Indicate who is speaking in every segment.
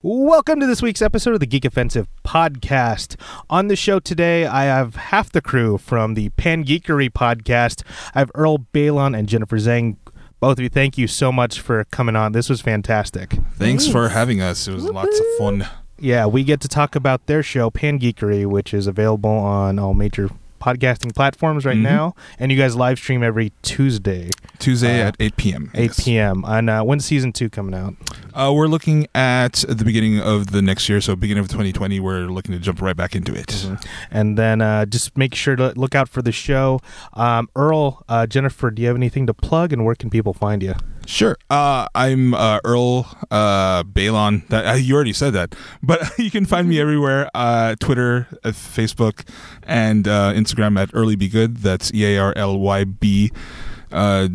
Speaker 1: Welcome to this week's episode of the Geek Offensive podcast. On the show today, I have half the crew from the Pan Geekery podcast. I have Earl Balon and Jennifer Zhang. Both of you, thank you so much for coming on. This was fantastic.
Speaker 2: Thanks for having us. It was lots of fun.
Speaker 1: Yeah, we get to talk about their show, Pan Geekery, which is available on all major podcasting platforms right now. And you guys live stream every Tuesday,
Speaker 2: Tuesday
Speaker 1: Uh,
Speaker 2: at 8 p.m.
Speaker 1: 8
Speaker 2: yes.
Speaker 1: p.m. And uh, when's season two coming out?
Speaker 2: Uh, we're looking at the beginning of the next year, so beginning of 2020. We're looking to jump right back into it.
Speaker 1: And then uh, just make sure to look out for the show. Um, Earl, uh, Jennifer, do you have anything to plug and where can people find you?
Speaker 2: Sure. Uh, I'm uh, Earl uh, Balon. That, uh, you already said that, but you can find me everywhere: uh, Twitter, uh, Facebook, and uh, Instagram at Early Be Good. That's E A R L Y B uh,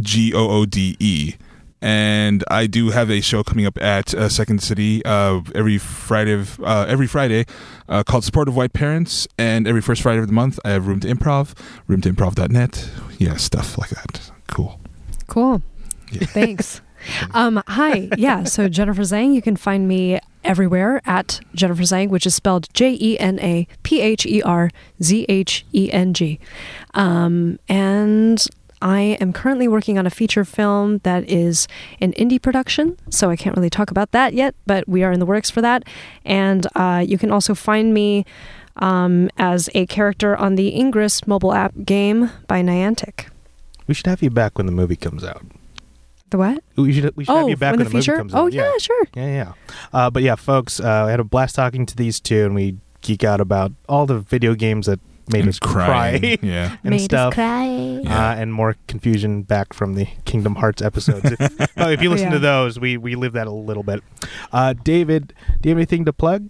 Speaker 2: G O O D E. And I do have a show coming up at uh, Second City uh, every Friday, of- uh, every Friday, uh, called "Supportive White Parents." And every first Friday of the month, I have Room to Improv, Room to Improv.net. Yeah, stuff like that. Cool.
Speaker 3: Cool.
Speaker 2: Yeah.
Speaker 3: Thanks. Um, hi. Yeah. So Jennifer Zhang, you can find me everywhere at Jennifer Zhang, which is spelled J E N A P H E R Z H E N G. Um, and I am currently working on a feature film that is an indie production, so I can't really talk about that yet, but we are in the works for that. And uh, you can also find me um, as a character on the Ingress mobile app game by Niantic.
Speaker 1: We should have you back when the movie comes out.
Speaker 3: The what?
Speaker 1: We should, we should
Speaker 3: oh,
Speaker 1: have you back
Speaker 3: when
Speaker 1: when,
Speaker 3: the feature?
Speaker 1: movie comes out.
Speaker 3: oh, yeah, sure.
Speaker 1: Yeah, yeah. Uh, but yeah, folks, uh, I had a blast talking to these two and we geek out about all the video games that made us cry
Speaker 2: crying. Yeah.
Speaker 1: and stuff.
Speaker 3: cry.
Speaker 2: Yeah.
Speaker 1: Uh, and more confusion back from the Kingdom Hearts episodes. if, oh, if you listen
Speaker 3: Yeah.
Speaker 1: to those, we, we live that a little bit. Uh, David, do you have anything to plug?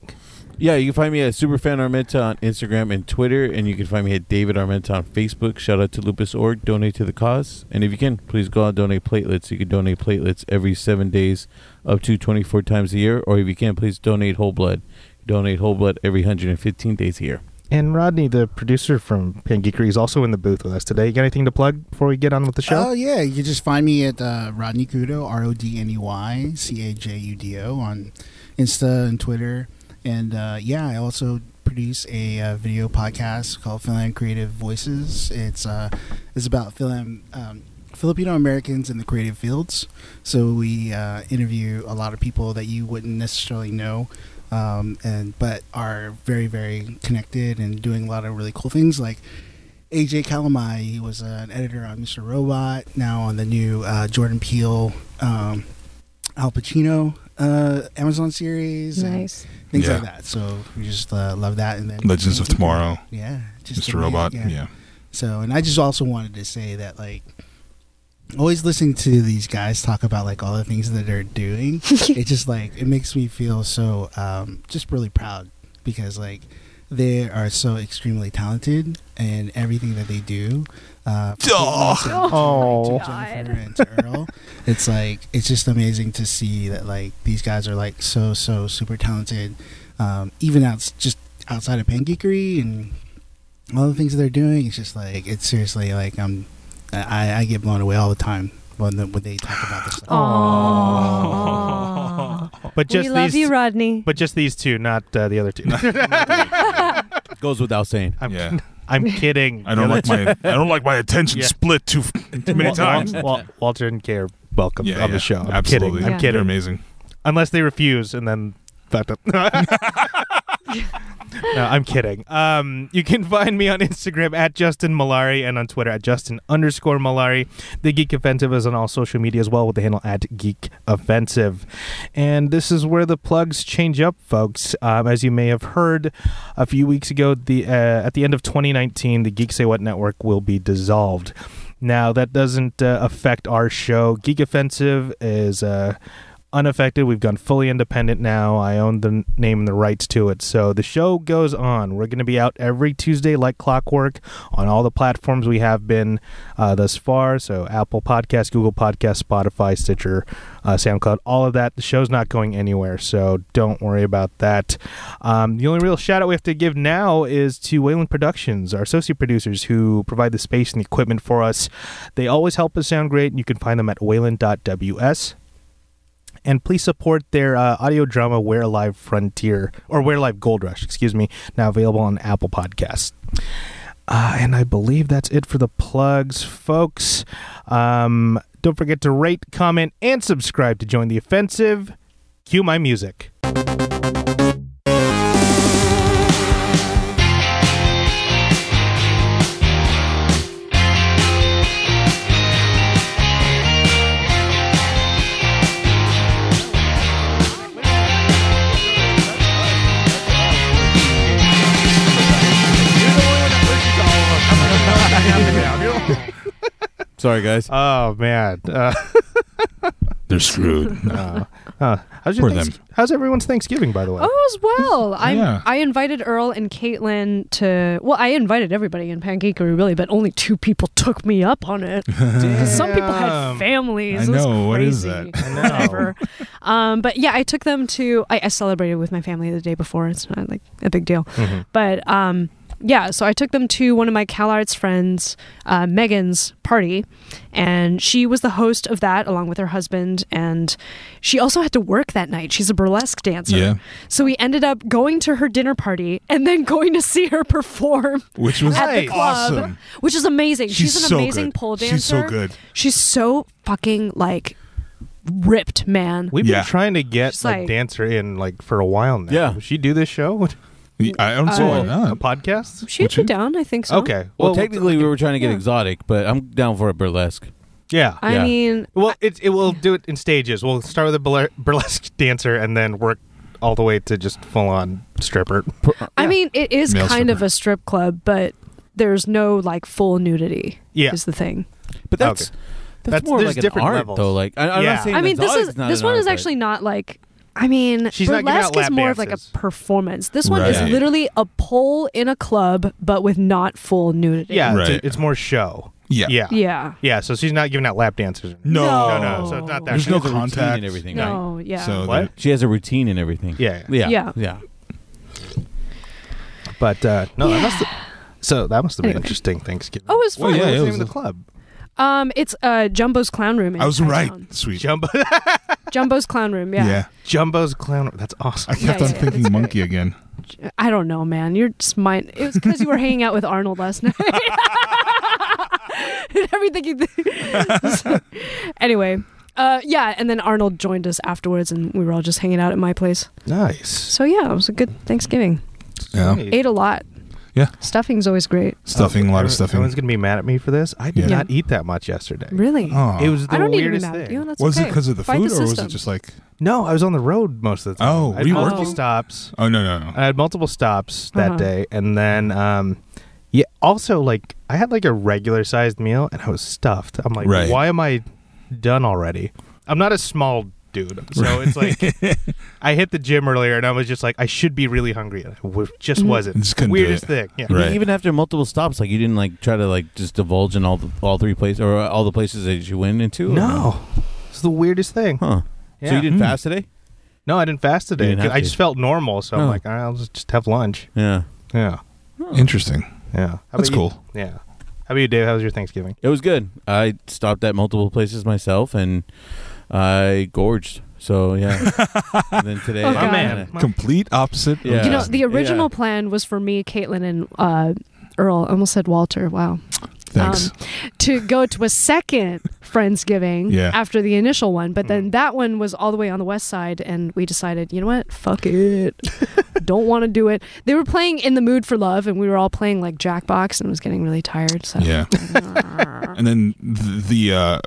Speaker 4: Yeah, you can find me at Superfan Armenta on Instagram and Twitter, and you can find me at David Armenta on Facebook. Shout out to Lupus.org. Donate to the cause. And if you can, please go out and donate platelets. You can donate platelets every seven days, up to 24 times a year. Or if you can, please donate whole blood. Donate whole blood every 115 days a year.
Speaker 1: And Rodney, the producer from Pan Geekery, is also in the booth with us today. You got anything to plug before we get on with the show?
Speaker 5: Oh yeah, you can just find me at uh, Rodney Cudo, R O D N E Y C A J U D O on Insta and Twitter, and uh, yeah, I also produce a uh, video podcast called Film Creative Voices. It's uh, it's about film um, Filipino Americans in the creative fields. So we uh, interview a lot of people that you wouldn't necessarily know. Um, and but are very very connected and doing a lot of really cool things like AJ Calamai. He was uh, an editor on Mr. Robot, now on the new uh, Jordan Peele, um, Al Pacino uh, Amazon series, and
Speaker 3: Nice.
Speaker 5: things
Speaker 2: Yeah.
Speaker 5: like that. So we just uh, love that. And then
Speaker 2: Legends of Tomorrow,
Speaker 5: yeah, just
Speaker 2: Mr.
Speaker 5: amazing,
Speaker 2: Robot. Yeah.
Speaker 5: so, and I just also wanted to say that, like, always listening to these guys talk about like all the things that they're doing, it just like it makes me feel so um, just really proud because like they are so extremely talented and everything that they do. Uh, from
Speaker 2: Duh.
Speaker 5: Caitlin to-
Speaker 1: Oh.
Speaker 5: to Jennifer and to Earl, it's like it's just amazing to see that like these guys are like so so super talented, um, even out just outside of Pangeekery and all the things that they're doing. It's just like it's seriously like I'm, I, I get blown away all the time when the, when they talk about this. Stuff.
Speaker 3: Aww.
Speaker 1: But just
Speaker 3: Uh, we love
Speaker 1: these,
Speaker 3: you, Rodney.
Speaker 1: but just these two, not uh, the other two.
Speaker 4: Goes without saying.
Speaker 1: I'm,
Speaker 2: Yeah.
Speaker 1: I'm kidding.
Speaker 2: I don't like my I don't like my attention
Speaker 1: Yeah.
Speaker 2: split too f- too many
Speaker 1: Wal-
Speaker 2: times.
Speaker 1: Wal- Wal- Walter and Kay are welcome
Speaker 2: Yeah,
Speaker 1: on
Speaker 2: yeah.
Speaker 1: the show. I'm kidding.
Speaker 2: Absolutely.
Speaker 1: I'm
Speaker 3: Yeah.
Speaker 2: They're
Speaker 1: kidding.
Speaker 2: amazing.
Speaker 1: Unless they refuse, and then fucked up. no, I'm kidding. Um, you can find me on Instagram at Justin Malari and on Twitter at Justin underscore Malari. The Geek Offensive is on all social media as well with the handle at Geek Offensive. And this is where the plugs change up, folks. Um, as you may have heard a few weeks ago, the uh, at the end of 2019, the Geek Say What network will be dissolved. Now, that doesn't uh, affect our show. Geek Offensive is. Uh, unaffected. We've gone fully independent now. I own the n- name and the rights to it. So the show goes on. We're going to be out every Tuesday like clockwork on all the platforms we have been uh, thus far. So Apple Podcast, Google Podcast, Spotify, Stitcher, uh, SoundCloud, all of that. The show's not going anywhere. So don't worry about that. Um, the only real shout out we have to give now is to Wayland Productions, our associate producers who provide the space and the equipment for us. They always help us sound great. And you can find them at wayland.ws. and please support their uh, audio drama "Where Alive Frontier" or "Where Alive Gold Rush," excuse me, now available on Apple Podcasts. Uh, and I believe that's it for the plugs, folks. Um, don't forget to rate, comment, and subscribe to join the offensive. Cue my music.
Speaker 4: Sorry, guys.
Speaker 1: Oh man, uh,
Speaker 2: They're screwed.
Speaker 1: uh, how's your
Speaker 2: Poor
Speaker 1: thanks-
Speaker 2: them.
Speaker 1: how's everyone's Thanksgiving by the way?
Speaker 3: Oh, as well. I
Speaker 2: Yeah.
Speaker 3: I invited Earl and Caitlin to. Well, I invited everybody in Pancakery really, but only two people took me up on it. 'Cause Some people had
Speaker 1: Damn.
Speaker 3: families.
Speaker 2: I
Speaker 3: It was
Speaker 2: know. What is
Speaker 3: crazy.
Speaker 2: that?
Speaker 1: know.
Speaker 3: Whatever. um, but yeah, I took them to. I, I celebrated with my family the day before. It's not like a big deal,
Speaker 2: Mm-hmm.
Speaker 1: Mhm.
Speaker 3: but um, yeah. So I took them to one of my CalArts friends, uh, Megan's party, and she was the host of that along with her husband, and she also had to work that night. She's a burlesque dancer.
Speaker 2: Yeah.
Speaker 3: So we ended up going to her dinner party and then going to see her perform
Speaker 2: Which was
Speaker 3: at the
Speaker 1: Nice.
Speaker 3: club,
Speaker 2: awesome.
Speaker 3: which is amazing.
Speaker 2: She's
Speaker 3: She's, an
Speaker 2: so
Speaker 3: amazing
Speaker 2: good.
Speaker 3: pole dancer.
Speaker 2: She's so good.
Speaker 3: She's so fucking like ripped, man.
Speaker 1: We've
Speaker 2: Yeah.
Speaker 1: been trying to get
Speaker 3: She's
Speaker 1: a
Speaker 3: like-
Speaker 1: dancer in like for a while now.
Speaker 4: Yeah.
Speaker 1: Would she do this show? Would-
Speaker 2: I don't see
Speaker 3: Uh,
Speaker 2: why not.
Speaker 1: A podcast?
Speaker 3: She'd
Speaker 2: Would
Speaker 3: be
Speaker 2: you?
Speaker 3: down, I think so.
Speaker 1: Okay.
Speaker 4: Well, technically, we were trying to get
Speaker 3: uh, yeah.
Speaker 4: exotic, but I'm down for a burlesque.
Speaker 1: Yeah.
Speaker 3: I
Speaker 4: Yeah.
Speaker 3: mean,
Speaker 1: well, it it will do it in stages. We'll start with a burle- burlesque dancer and then work all the way to just full on stripper.
Speaker 3: I mean, it is
Speaker 2: Male
Speaker 3: kind of
Speaker 2: stripper.
Speaker 3: a strip club, but there's no like full nudity.
Speaker 1: Yeah.
Speaker 3: is the thing.
Speaker 4: But
Speaker 1: Okay.
Speaker 4: that's that's,
Speaker 1: That's-
Speaker 4: more
Speaker 1: there's
Speaker 4: like an
Speaker 1: different
Speaker 4: art,
Speaker 1: levels.
Speaker 4: though. Like I, I'm
Speaker 1: Yeah.
Speaker 4: not saying
Speaker 3: I mean, this
Speaker 4: exotic
Speaker 3: is
Speaker 4: not
Speaker 3: this
Speaker 4: an
Speaker 3: one is
Speaker 4: art, but-
Speaker 3: actually not like. I mean,
Speaker 1: She's not giving out
Speaker 3: burlesque is
Speaker 1: lap
Speaker 3: more of like a
Speaker 1: dances.
Speaker 3: performance. This one
Speaker 2: Right.
Speaker 3: is literally a pole in a club, but with not full nudity.
Speaker 1: Yeah, it's-
Speaker 2: Right.
Speaker 1: it's, more show.
Speaker 2: Yeah.
Speaker 1: yeah,
Speaker 3: Yeah.
Speaker 1: Yeah, So she's not giving out lap dances.
Speaker 2: No.
Speaker 1: no, no. So it's not that.
Speaker 2: There's
Speaker 1: kind
Speaker 2: no
Speaker 1: of-
Speaker 4: There's a routine
Speaker 2: contact.
Speaker 4: and everything. right?
Speaker 3: No. Yeah.
Speaker 2: So
Speaker 1: What?
Speaker 4: She has a routine and everything.
Speaker 1: Yeah, yeah.
Speaker 4: Yeah.
Speaker 3: Yeah.
Speaker 4: Yeah.
Speaker 1: But uh, no, that must. So that must have been
Speaker 3: Anyway.
Speaker 1: interesting Thanksgiving.
Speaker 3: Oh, it was fun.
Speaker 2: Well, yeah,
Speaker 1: What was the
Speaker 2: it was
Speaker 1: name of
Speaker 2: a-
Speaker 1: the club?
Speaker 3: Um, it's uh Jumbo's Clown Room. In
Speaker 2: I was right.
Speaker 3: Chinatown.
Speaker 2: Sweet.
Speaker 1: Jumbo,
Speaker 3: Jumbo's Clown Room. Yeah.
Speaker 1: Jumbo's clown. That's
Speaker 2: I
Speaker 1: awesome.
Speaker 3: Yeah,
Speaker 2: kept on
Speaker 3: yeah, yeah.
Speaker 2: thinking
Speaker 3: It's
Speaker 2: monkey
Speaker 3: great.
Speaker 2: again.
Speaker 3: I don't know, man. You're just mine. It was because you were hanging out with Arnold last night. And Everything. You anyway, uh, yeah, and then Arnold joined us afterwards, and we were all just hanging out at my place.
Speaker 1: Nice.
Speaker 3: So yeah, it was a good Thanksgiving.
Speaker 2: Yeah.
Speaker 1: Sweet.
Speaker 3: Ate a lot.
Speaker 2: Yeah.
Speaker 3: Stuffing's always great.
Speaker 2: Stuffing, a
Speaker 3: Oh,
Speaker 2: lot of stuffing.
Speaker 1: Everyone's gonna be mad at me for this. I did
Speaker 2: Yeah.
Speaker 1: not eat that much yesterday.
Speaker 3: Really.
Speaker 2: Oh.
Speaker 1: It was the
Speaker 3: I don't need to be
Speaker 1: weirdest
Speaker 3: mad at
Speaker 1: thing.
Speaker 3: you. That's
Speaker 2: was
Speaker 3: okay.
Speaker 2: it because of the
Speaker 3: Fight
Speaker 2: food,
Speaker 3: the
Speaker 2: or was
Speaker 3: system.
Speaker 2: it just like?
Speaker 1: No, I was on the road most of the time.
Speaker 2: Oh,
Speaker 1: I
Speaker 2: were
Speaker 1: had
Speaker 2: you
Speaker 1: multiple
Speaker 3: working?
Speaker 1: stops.
Speaker 2: Oh no, no,
Speaker 1: I
Speaker 2: no.
Speaker 1: had multiple stops that
Speaker 3: Uh-huh.
Speaker 1: day, and then um, yeah. Also, like I had like a regular sized meal, and I was stuffed. I'm like,
Speaker 2: Right.
Speaker 1: why am I done already? I'm not a small dude, so it's like I hit the gym earlier, and I was just like, I should be really hungry, and I w- just wasn't.
Speaker 2: Just couldn't do
Speaker 1: Weirdest
Speaker 2: it.
Speaker 1: thing. Yeah.
Speaker 4: I mean,
Speaker 2: Right.
Speaker 4: Even after multiple stops, like you didn't like try to like just divulge in all the all three places or all the places that you went into. or
Speaker 1: No, it's the weirdest thing.
Speaker 4: Huh. So
Speaker 1: Yeah.
Speaker 4: you didn't
Speaker 2: Hmm.
Speaker 4: fast today?
Speaker 1: No, I didn't fast today.
Speaker 4: You didn't have
Speaker 1: I
Speaker 4: to.
Speaker 1: just felt normal, so I'm
Speaker 4: Oh.
Speaker 1: like, All right, I'll just, just have lunch.
Speaker 4: Yeah.
Speaker 1: Yeah,
Speaker 2: Interesting.
Speaker 1: yeah. How about
Speaker 2: That's
Speaker 1: you?
Speaker 2: cool.
Speaker 1: Yeah. How about you, Dave? How was your Thanksgiving?
Speaker 4: It was good. I stopped at multiple places myself and I gorged. So yeah. and then today,
Speaker 3: Oh,
Speaker 4: I
Speaker 3: My God.
Speaker 1: man.
Speaker 4: kinda-
Speaker 1: My-
Speaker 2: Complete opposite. of
Speaker 4: Yeah.
Speaker 3: You know,
Speaker 2: Justin.
Speaker 3: the um, original
Speaker 4: Yeah.
Speaker 3: plan was for me, Caitlin, and uh, Earl. I almost said Walter. Wow.
Speaker 2: Thanks.
Speaker 3: um, to go to a second Friendsgiving
Speaker 2: Yeah. Mm.
Speaker 3: after the initial one. But then that one was all the way on the west side, and we decided, you know what? Fuck it. Don't want to do it. They were playing In the Mood for Love, and we were all playing like Jackbox, and was getting really tired. So
Speaker 2: yeah. and then th- the uh,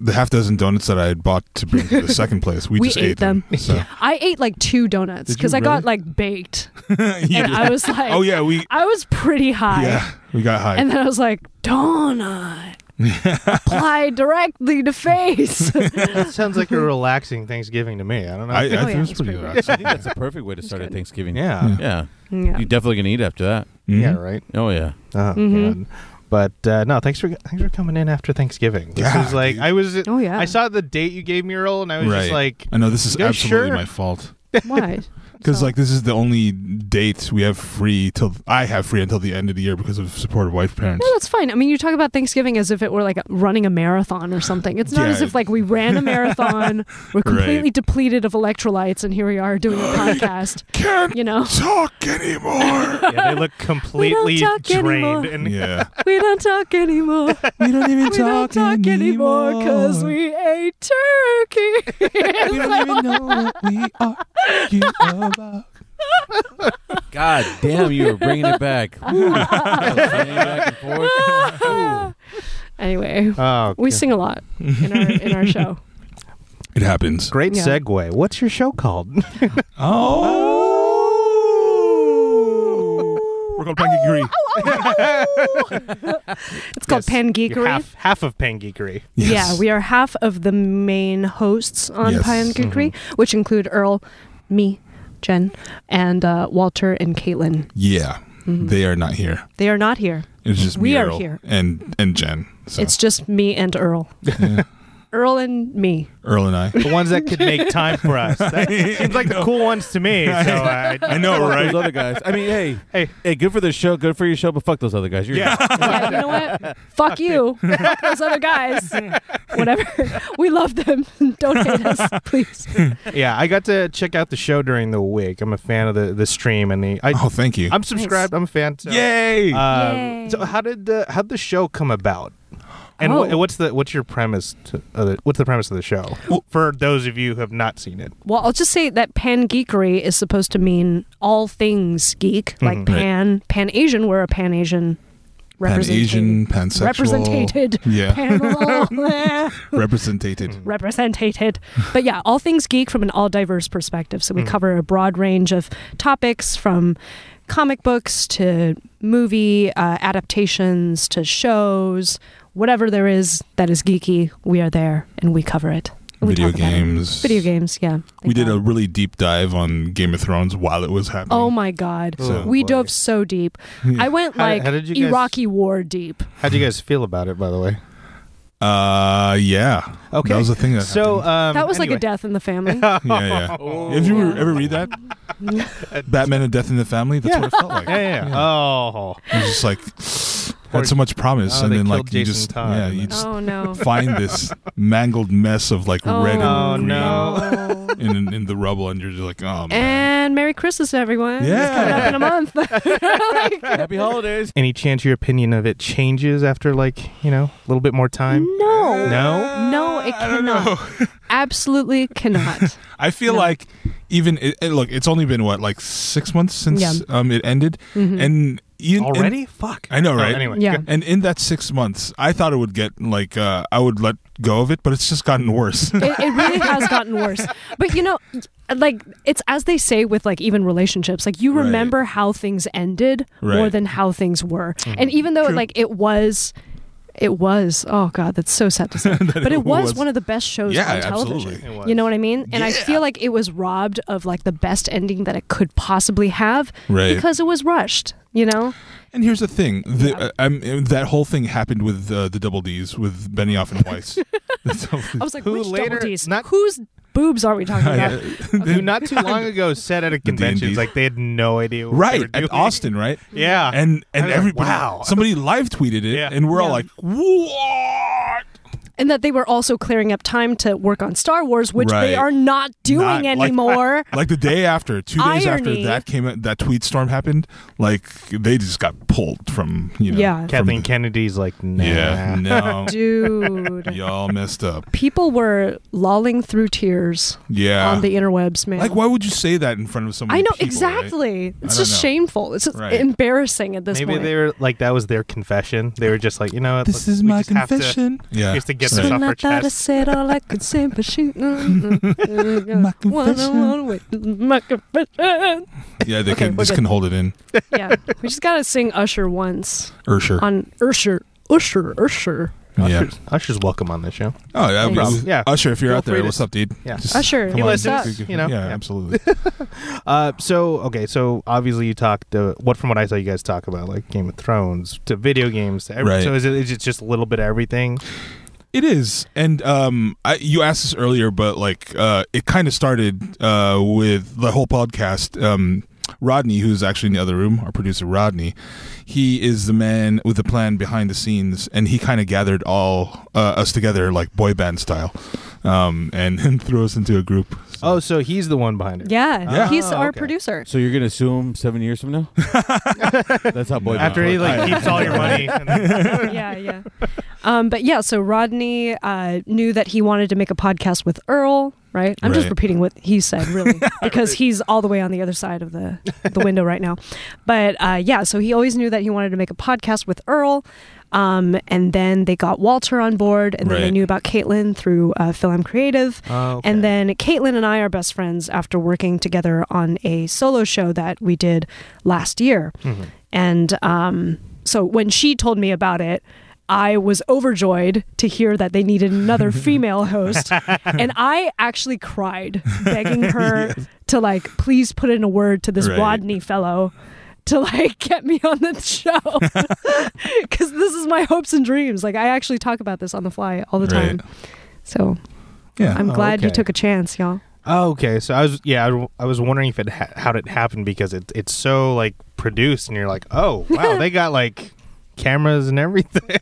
Speaker 2: the half dozen donuts that I had bought to bring to the second place, we,
Speaker 3: We
Speaker 2: just
Speaker 3: ate
Speaker 2: ate them.
Speaker 3: them.
Speaker 2: So.
Speaker 3: I ate like two donuts
Speaker 2: Did you
Speaker 3: because I
Speaker 2: really?
Speaker 3: got like baked,
Speaker 2: You
Speaker 3: and
Speaker 2: did.
Speaker 3: I was like,
Speaker 2: oh yeah, we
Speaker 3: I was pretty high.
Speaker 2: yeah we got high.
Speaker 3: And then I was like, donut. Apply directly to face.
Speaker 1: That sounds like a relaxing Thanksgiving to me. I "Oh, don't know.
Speaker 2: I, I
Speaker 3: yeah,
Speaker 2: think it was
Speaker 3: it's
Speaker 2: pretty
Speaker 3: pretty
Speaker 2: good.
Speaker 4: I think that's the perfect way to start a
Speaker 3: good.
Speaker 4: Thanksgiving.
Speaker 1: yeah.
Speaker 4: Yeah.
Speaker 3: yeah.
Speaker 4: You're definitely gonna eat after that.
Speaker 2: Mhm.
Speaker 1: Yeah, right.
Speaker 4: Oh yeah.
Speaker 1: Oh,
Speaker 3: Mhm.
Speaker 1: God. But uh, no, thanks for thanks for coming in after Thanksgiving. This
Speaker 2: Yeah,
Speaker 1: is like
Speaker 2: dude.
Speaker 1: I was
Speaker 3: Oh, yeah.
Speaker 1: I saw the date you gave me, Earl, and I was
Speaker 2: right.
Speaker 1: just like,
Speaker 2: I know this is
Speaker 1: You guys
Speaker 2: absolutely
Speaker 1: sure?
Speaker 2: my fault.
Speaker 3: Why?
Speaker 2: Because
Speaker 3: So-
Speaker 2: like this is the only date we have free till I have free until the end of the year because of supportive wife parents.
Speaker 3: No, that's fine. I mean, you talk about Thanksgiving as if it were like running a marathon or something. It's not
Speaker 2: Yeah.
Speaker 3: as if like we ran a marathon, we're completely
Speaker 2: Right.
Speaker 3: depleted of electrolytes, and here we are doing a podcast.
Speaker 2: Can't
Speaker 3: You know,
Speaker 2: talk anymore.
Speaker 1: Yeah, they look completely
Speaker 3: talk
Speaker 1: drained.
Speaker 3: anymore.
Speaker 1: And
Speaker 2: yeah,
Speaker 3: we don't talk anymore.
Speaker 2: we don't even
Speaker 3: We don't talk anymore because we ate turkey.
Speaker 2: we don't even know what we are you about.
Speaker 4: God damn, you were bringing it back. Woo. back and forth.
Speaker 3: anyway,
Speaker 1: oh,
Speaker 3: we
Speaker 1: good.
Speaker 3: sing a lot in our in our show.
Speaker 2: It happens.
Speaker 1: Great
Speaker 3: Yeah.
Speaker 1: segue. What's your show called?
Speaker 3: Oh.
Speaker 2: Oh, we're called Panky
Speaker 3: It's called
Speaker 1: Yes,
Speaker 3: Pan
Speaker 1: You're
Speaker 3: Geekery.
Speaker 1: half half of Pan Geekery.
Speaker 3: Yeah, we are half of the main hosts on
Speaker 2: Yes.
Speaker 3: Pie and Geekery, which include Earl, me, Jen, and uh, Walter and Caitlin.
Speaker 2: Yeah, they are not here.
Speaker 3: They are not here.
Speaker 2: It's just
Speaker 3: Mm-hmm. We
Speaker 2: me,
Speaker 3: are
Speaker 2: Earl,
Speaker 3: here.
Speaker 2: and and Jen. So
Speaker 3: It's just me and Earl. Earl and me.
Speaker 2: Earl and I.
Speaker 1: The ones that could make time for us. That seems like the cool ones to me. So I,
Speaker 2: I know,
Speaker 4: Fuck
Speaker 2: right?
Speaker 4: Those other guys. I mean, hey,
Speaker 1: Hey,
Speaker 4: hey, good for the show, good for your show, but fuck those other guys. You're
Speaker 2: Yeah.
Speaker 3: Yeah, you know what? Fuck you. Fuck those other guys. Whatever. We love them. Don't hate us, please.
Speaker 1: yeah, I got to check out the show during the week. I'm a fan of the, the stream and the. I,
Speaker 2: Oh, thank you.
Speaker 1: I'm subscribed. I'm a fan. So,
Speaker 2: Yay!
Speaker 1: Uh,
Speaker 3: Yay.
Speaker 1: So how did uh, how would the show come about? And
Speaker 3: Oh.
Speaker 1: wh- what's the what's your premise? To, uh, the- what's the premise of the show for those of you who have not seen it?
Speaker 3: Well, I'll just say that pan geekery is supposed to mean all things geek, like
Speaker 1: Mhm.
Speaker 2: Mm-hmm. Right.
Speaker 3: pan pan Asian. We're a pan Asian
Speaker 2: Pan Asian, pansexual,
Speaker 3: represented Mm-hmm.
Speaker 2: Yeah,
Speaker 3: panel
Speaker 2: represented.
Speaker 3: represented. But yeah, all things geek from an all diverse perspective. So we
Speaker 2: Hmm.
Speaker 3: cover a broad range of topics from comic books to movie uh, adaptations to shows, whatever there is that is geeky, we are there and we cover it. And we
Speaker 2: Video
Speaker 3: talk about it.
Speaker 2: games.
Speaker 3: Video games, yeah.
Speaker 2: We did a
Speaker 3: Thank God.
Speaker 2: really deep dive on Game of Thrones while it was happening.
Speaker 3: Oh my god.
Speaker 2: So-
Speaker 3: we
Speaker 1: boy.
Speaker 3: dove so deep.
Speaker 2: Hmm.
Speaker 3: I went
Speaker 1: How-
Speaker 3: like
Speaker 1: how did you guys-
Speaker 3: Iraqi war deep.
Speaker 1: How do you guys feel about it? By the way,
Speaker 2: Uh, yeah.
Speaker 1: Okay.
Speaker 2: That was the thing that
Speaker 1: so um,
Speaker 3: that was like a
Speaker 1: anyway.
Speaker 3: death in the family.
Speaker 2: happened. yeah, yeah. If you ever read that, Batman and Death in the Family, that's what it felt like.
Speaker 1: Yeah, yeah, yeah. Oh,
Speaker 2: It was just like had so much promise,
Speaker 1: Oh,
Speaker 2: and
Speaker 1: they
Speaker 2: then like
Speaker 1: killed
Speaker 2: you
Speaker 1: Jason
Speaker 2: just
Speaker 1: Todd.
Speaker 2: yeah, you just
Speaker 3: oh no.
Speaker 2: find this mangled mess of like
Speaker 3: Oh,
Speaker 2: red
Speaker 1: Oh,
Speaker 2: and green
Speaker 1: no.
Speaker 2: in, in in the rubble, and you're just like, oh man.
Speaker 3: And Merry Christmas, everyone. It's
Speaker 2: Yeah.
Speaker 3: coming up in a month. Like,
Speaker 4: Happy holidays.
Speaker 1: any chance your opinion of it changes after like you know a little bit more time? Uh,
Speaker 3: no.
Speaker 1: No.
Speaker 3: No, it
Speaker 2: I don't know.
Speaker 3: cannot. Absolutely cannot.
Speaker 2: I feel
Speaker 3: No.
Speaker 2: like even it, it- look, it's only been what like six months since
Speaker 3: Yeah. Mm-hmm.
Speaker 2: um it ended, and in, in-
Speaker 1: Already? Fuck.
Speaker 2: I know,
Speaker 1: Oh,
Speaker 2: right?
Speaker 1: anyway,
Speaker 3: Yeah.
Speaker 2: And in that six months, I thought it would get like uh, I would let go of it, but it's just gotten worse.
Speaker 3: It, it really has gotten worse. But you know, like it's as they say with like even relationships, like you
Speaker 2: Right.
Speaker 3: remember how things ended more
Speaker 2: Right. Mm-hmm.
Speaker 3: than how things were. And even though
Speaker 2: True.
Speaker 3: like it was it was oh god that's so sad to say but it
Speaker 2: it
Speaker 3: was,
Speaker 2: was.
Speaker 3: one of the best shows
Speaker 2: Yeah,
Speaker 3: on television
Speaker 2: absolutely.
Speaker 1: It was.
Speaker 3: you know what i mean and i
Speaker 2: Yeah.
Speaker 3: feel like it was robbed of like the best ending that it could possibly have
Speaker 2: Right.
Speaker 3: because it was rushed you know
Speaker 2: and here's the thing: the, uh, I'm, uh, that whole thing happened with uh, the double D's with Benioff and Weiss. That's all-
Speaker 3: I was like,
Speaker 1: Who
Speaker 3: which
Speaker 1: later-
Speaker 3: double D's?
Speaker 1: not-
Speaker 3: Whose boobs are we talking about?
Speaker 1: Who not too long ago said at a convention,
Speaker 2: D&Ds.
Speaker 1: like they had no idea what they
Speaker 2: right
Speaker 1: were
Speaker 2: at
Speaker 1: doing.
Speaker 2: Austin, right?
Speaker 1: Yeah,
Speaker 2: And
Speaker 1: I
Speaker 2: and
Speaker 1: was like,
Speaker 2: everybody,
Speaker 1: wow.
Speaker 2: somebody live tweeted it,
Speaker 1: Yeah.
Speaker 2: and we're all
Speaker 3: Yeah.
Speaker 2: like, what?
Speaker 3: and that they were also clearing up time to work on Star Wars, which
Speaker 2: Right.
Speaker 3: they are not doing
Speaker 2: Not like-
Speaker 3: anymore.
Speaker 2: Like the day after, two days
Speaker 3: Irony.
Speaker 2: after that came, out- that tweet storm happened. Like they just got pulled from you know.
Speaker 3: Yeah.
Speaker 2: from
Speaker 1: Kathleen
Speaker 2: the-
Speaker 1: Kennedy's like, nah.
Speaker 2: Yeah, no,
Speaker 3: Dude.
Speaker 2: y'all messed up.
Speaker 3: People were lolling through tears
Speaker 2: Yeah,
Speaker 3: on the interwebs, man.
Speaker 2: Like, why would you say that in front of someone?
Speaker 3: I know, exactly. It's
Speaker 2: don't
Speaker 3: just
Speaker 2: know.
Speaker 3: shameful. It's just
Speaker 2: Right.
Speaker 3: embarrassing at this
Speaker 1: Maybe
Speaker 3: point.
Speaker 1: they were like that was their confession. They were just like, you know, what,
Speaker 2: This
Speaker 1: let-
Speaker 2: is
Speaker 1: we
Speaker 2: my
Speaker 1: just have to-
Speaker 2: confession. yeah,
Speaker 1: we have to get
Speaker 2: Right.
Speaker 1: this off
Speaker 3: When I
Speaker 1: our
Speaker 3: thought I
Speaker 1: chest.
Speaker 3: said all I could say, but she. Mm-hmm. My
Speaker 2: My confession.
Speaker 3: My confession.
Speaker 2: yeah, they
Speaker 3: Okay,
Speaker 2: can
Speaker 3: we're
Speaker 2: just
Speaker 3: good.
Speaker 2: can hold it in.
Speaker 3: Yeah. We just got to sing Usher once
Speaker 2: Ursher.
Speaker 3: on Usher. Usher. Usher.
Speaker 2: yeah.
Speaker 1: Usher's, Usher's welcome on this show.
Speaker 2: Oh, yeah,
Speaker 3: Thanks.
Speaker 2: we- we-
Speaker 1: Yeah.
Speaker 2: Usher, if you're
Speaker 1: Feel
Speaker 2: out
Speaker 1: free
Speaker 2: there,
Speaker 1: to-
Speaker 2: what's up, dude?
Speaker 1: yeah.
Speaker 2: Just
Speaker 3: Usher,
Speaker 2: come
Speaker 1: he
Speaker 2: on.
Speaker 1: listens, you know.
Speaker 2: Yeah,
Speaker 1: Yeah.
Speaker 2: absolutely.
Speaker 1: Uh, so okay, so obviously you talked uh, what from what I saw you guys talk about like Game of Thrones to video games to every,
Speaker 2: Right.
Speaker 1: so is it is it just a little bit of everything?
Speaker 2: It is, and um, I, you asked this earlier, but like, uh, it kind of started uh, with the whole podcast. Um, Rodney, who's actually in the other room, our producer Rodney, he is the man with the plan behind the scenes, and he kind of gathered all uh, us together, like boy band style, um, and, and threw us into a group. So-
Speaker 1: Oh, so he's the one behind it.
Speaker 3: Yeah,
Speaker 2: Yeah.
Speaker 3: he's
Speaker 1: Oh,
Speaker 3: our
Speaker 1: okay.
Speaker 3: producer.
Speaker 4: So you're gonna sue him seven years from now? That's how boy. bands
Speaker 1: After he
Speaker 4: work.
Speaker 1: like keeps all your money. and then-
Speaker 3: yeah, yeah. Um, but yeah, so Rodney uh, knew that he wanted to make a podcast with Earl, right? I'm just
Speaker 2: Right.
Speaker 3: repeating what he said, really, because he's all the way on the other side of the, the window right now. But uh, yeah, so he always knew that he wanted to make a podcast with Earl. Um, and then they got Walter on board, and then they
Speaker 2: Right.
Speaker 3: knew about Caitlin through uh, Film Creative.
Speaker 1: Oh, okay.
Speaker 3: And then Caitlin and I are best friends after working together on a solo show that we did last year.
Speaker 1: Mhm.
Speaker 3: And um, so when she told me about it, I was overjoyed to hear that they needed another female host. and I actually cried, begging her to, like, please put in a word to this
Speaker 2: Right.
Speaker 3: Rodney fellow to, like, get me on the show. Because this is my hopes and dreams. Like, I actually talk about this on the fly all the
Speaker 2: Right.
Speaker 3: time. So
Speaker 2: yeah,
Speaker 3: I'm
Speaker 1: Oh,
Speaker 3: glad you
Speaker 1: okay.
Speaker 3: took a chance, y'all.
Speaker 1: Oh, okay. So I was yeah, I w- I was wondering if it ha- how it happened because it it's so like produced and you're like, "Oh, wow, they got like cameras and everything."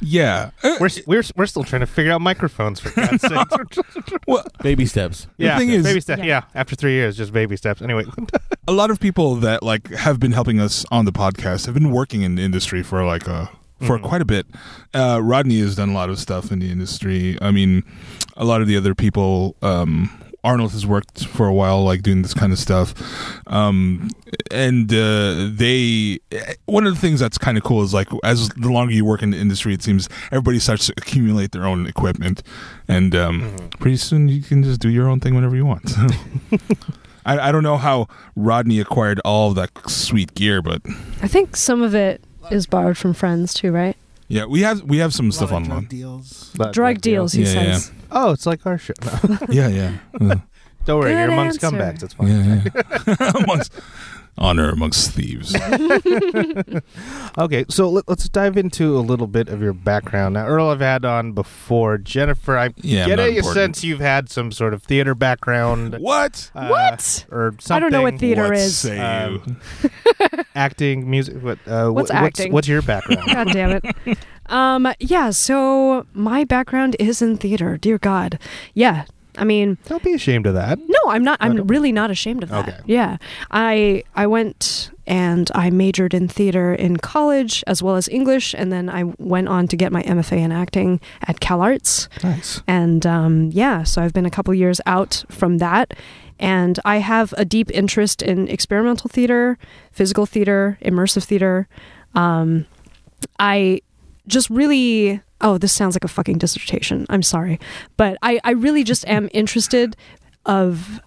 Speaker 2: yeah. Uh,
Speaker 1: We're s- we're s- we're still trying to figure out microphones for God's sake.
Speaker 2: well,
Speaker 4: baby steps.
Speaker 1: yeah,
Speaker 2: thing is-
Speaker 1: baby steps.
Speaker 3: Yeah.
Speaker 1: Yeah. after 3 years just baby steps. Anyway,
Speaker 2: a lot of people that like have been helping us on the podcast have been working in the industry for like a for
Speaker 1: Mhm.
Speaker 2: quite a bit. Uh, Rodney has done a lot of stuff in the industry. I mean, a lot of the other people. Um, Arnold has worked for a while, like doing this kind of stuff, um, and uh, they. One of the things that's kind of cool is like as the longer you work in the industry, it seems everybody starts to accumulate their own equipment, and um, pretty soon you can just do your own thing whenever you want. So. I, I don't know how Rodney acquired all of that sweet gear, but
Speaker 3: I think some of it is borrowed from friends too, right?
Speaker 2: yeah, we have we have some
Speaker 5: A lot
Speaker 2: stuff
Speaker 5: of drug
Speaker 2: online.
Speaker 5: deals.
Speaker 1: But-
Speaker 3: Drug deals, he
Speaker 2: Yeah, yeah.
Speaker 3: says.
Speaker 1: Oh, it's like our show. No.
Speaker 2: yeah, yeah, yeah,
Speaker 1: Don't worry,
Speaker 3: Good
Speaker 1: you're amongst
Speaker 3: answer.
Speaker 1: scumbags. It's fine.
Speaker 2: yeah. yeah. amongst honor amongst thieves.
Speaker 1: Okay, so let, us dive into a little bit of your background. Now, Earl, I've had on before. Jennifer, I'm
Speaker 2: Yeah, not
Speaker 1: getting a
Speaker 2: important.
Speaker 1: sense you've had some sort of theater background.
Speaker 2: What?
Speaker 1: uh,
Speaker 3: What?
Speaker 1: Or something.
Speaker 3: I don't know what theater-
Speaker 2: what
Speaker 3: is-
Speaker 2: say
Speaker 1: Um,
Speaker 2: you?
Speaker 1: Acting, music. What, uh, wh-
Speaker 3: What's acting?
Speaker 1: What's, your background?
Speaker 3: God damn it. Um, yeah, so my background is in theater, dear God. Yeah. I mean,
Speaker 1: don't be ashamed of that.
Speaker 3: no, I'm not I'm
Speaker 1: Okay.
Speaker 3: really not ashamed of that.
Speaker 1: Okay.
Speaker 3: Yeah. I I went and I majored in theater in college as well as English and then I went on to get my MFA in acting at CalArts.
Speaker 1: Nice.
Speaker 3: And um, yeah, so I've been a couple years out from that. And I have a deep interest in experimental theater, physical theater, immersive theater. Um, I just really, oh, this sounds like a fucking dissertation. I'm sorry. But I, I really just am interested of.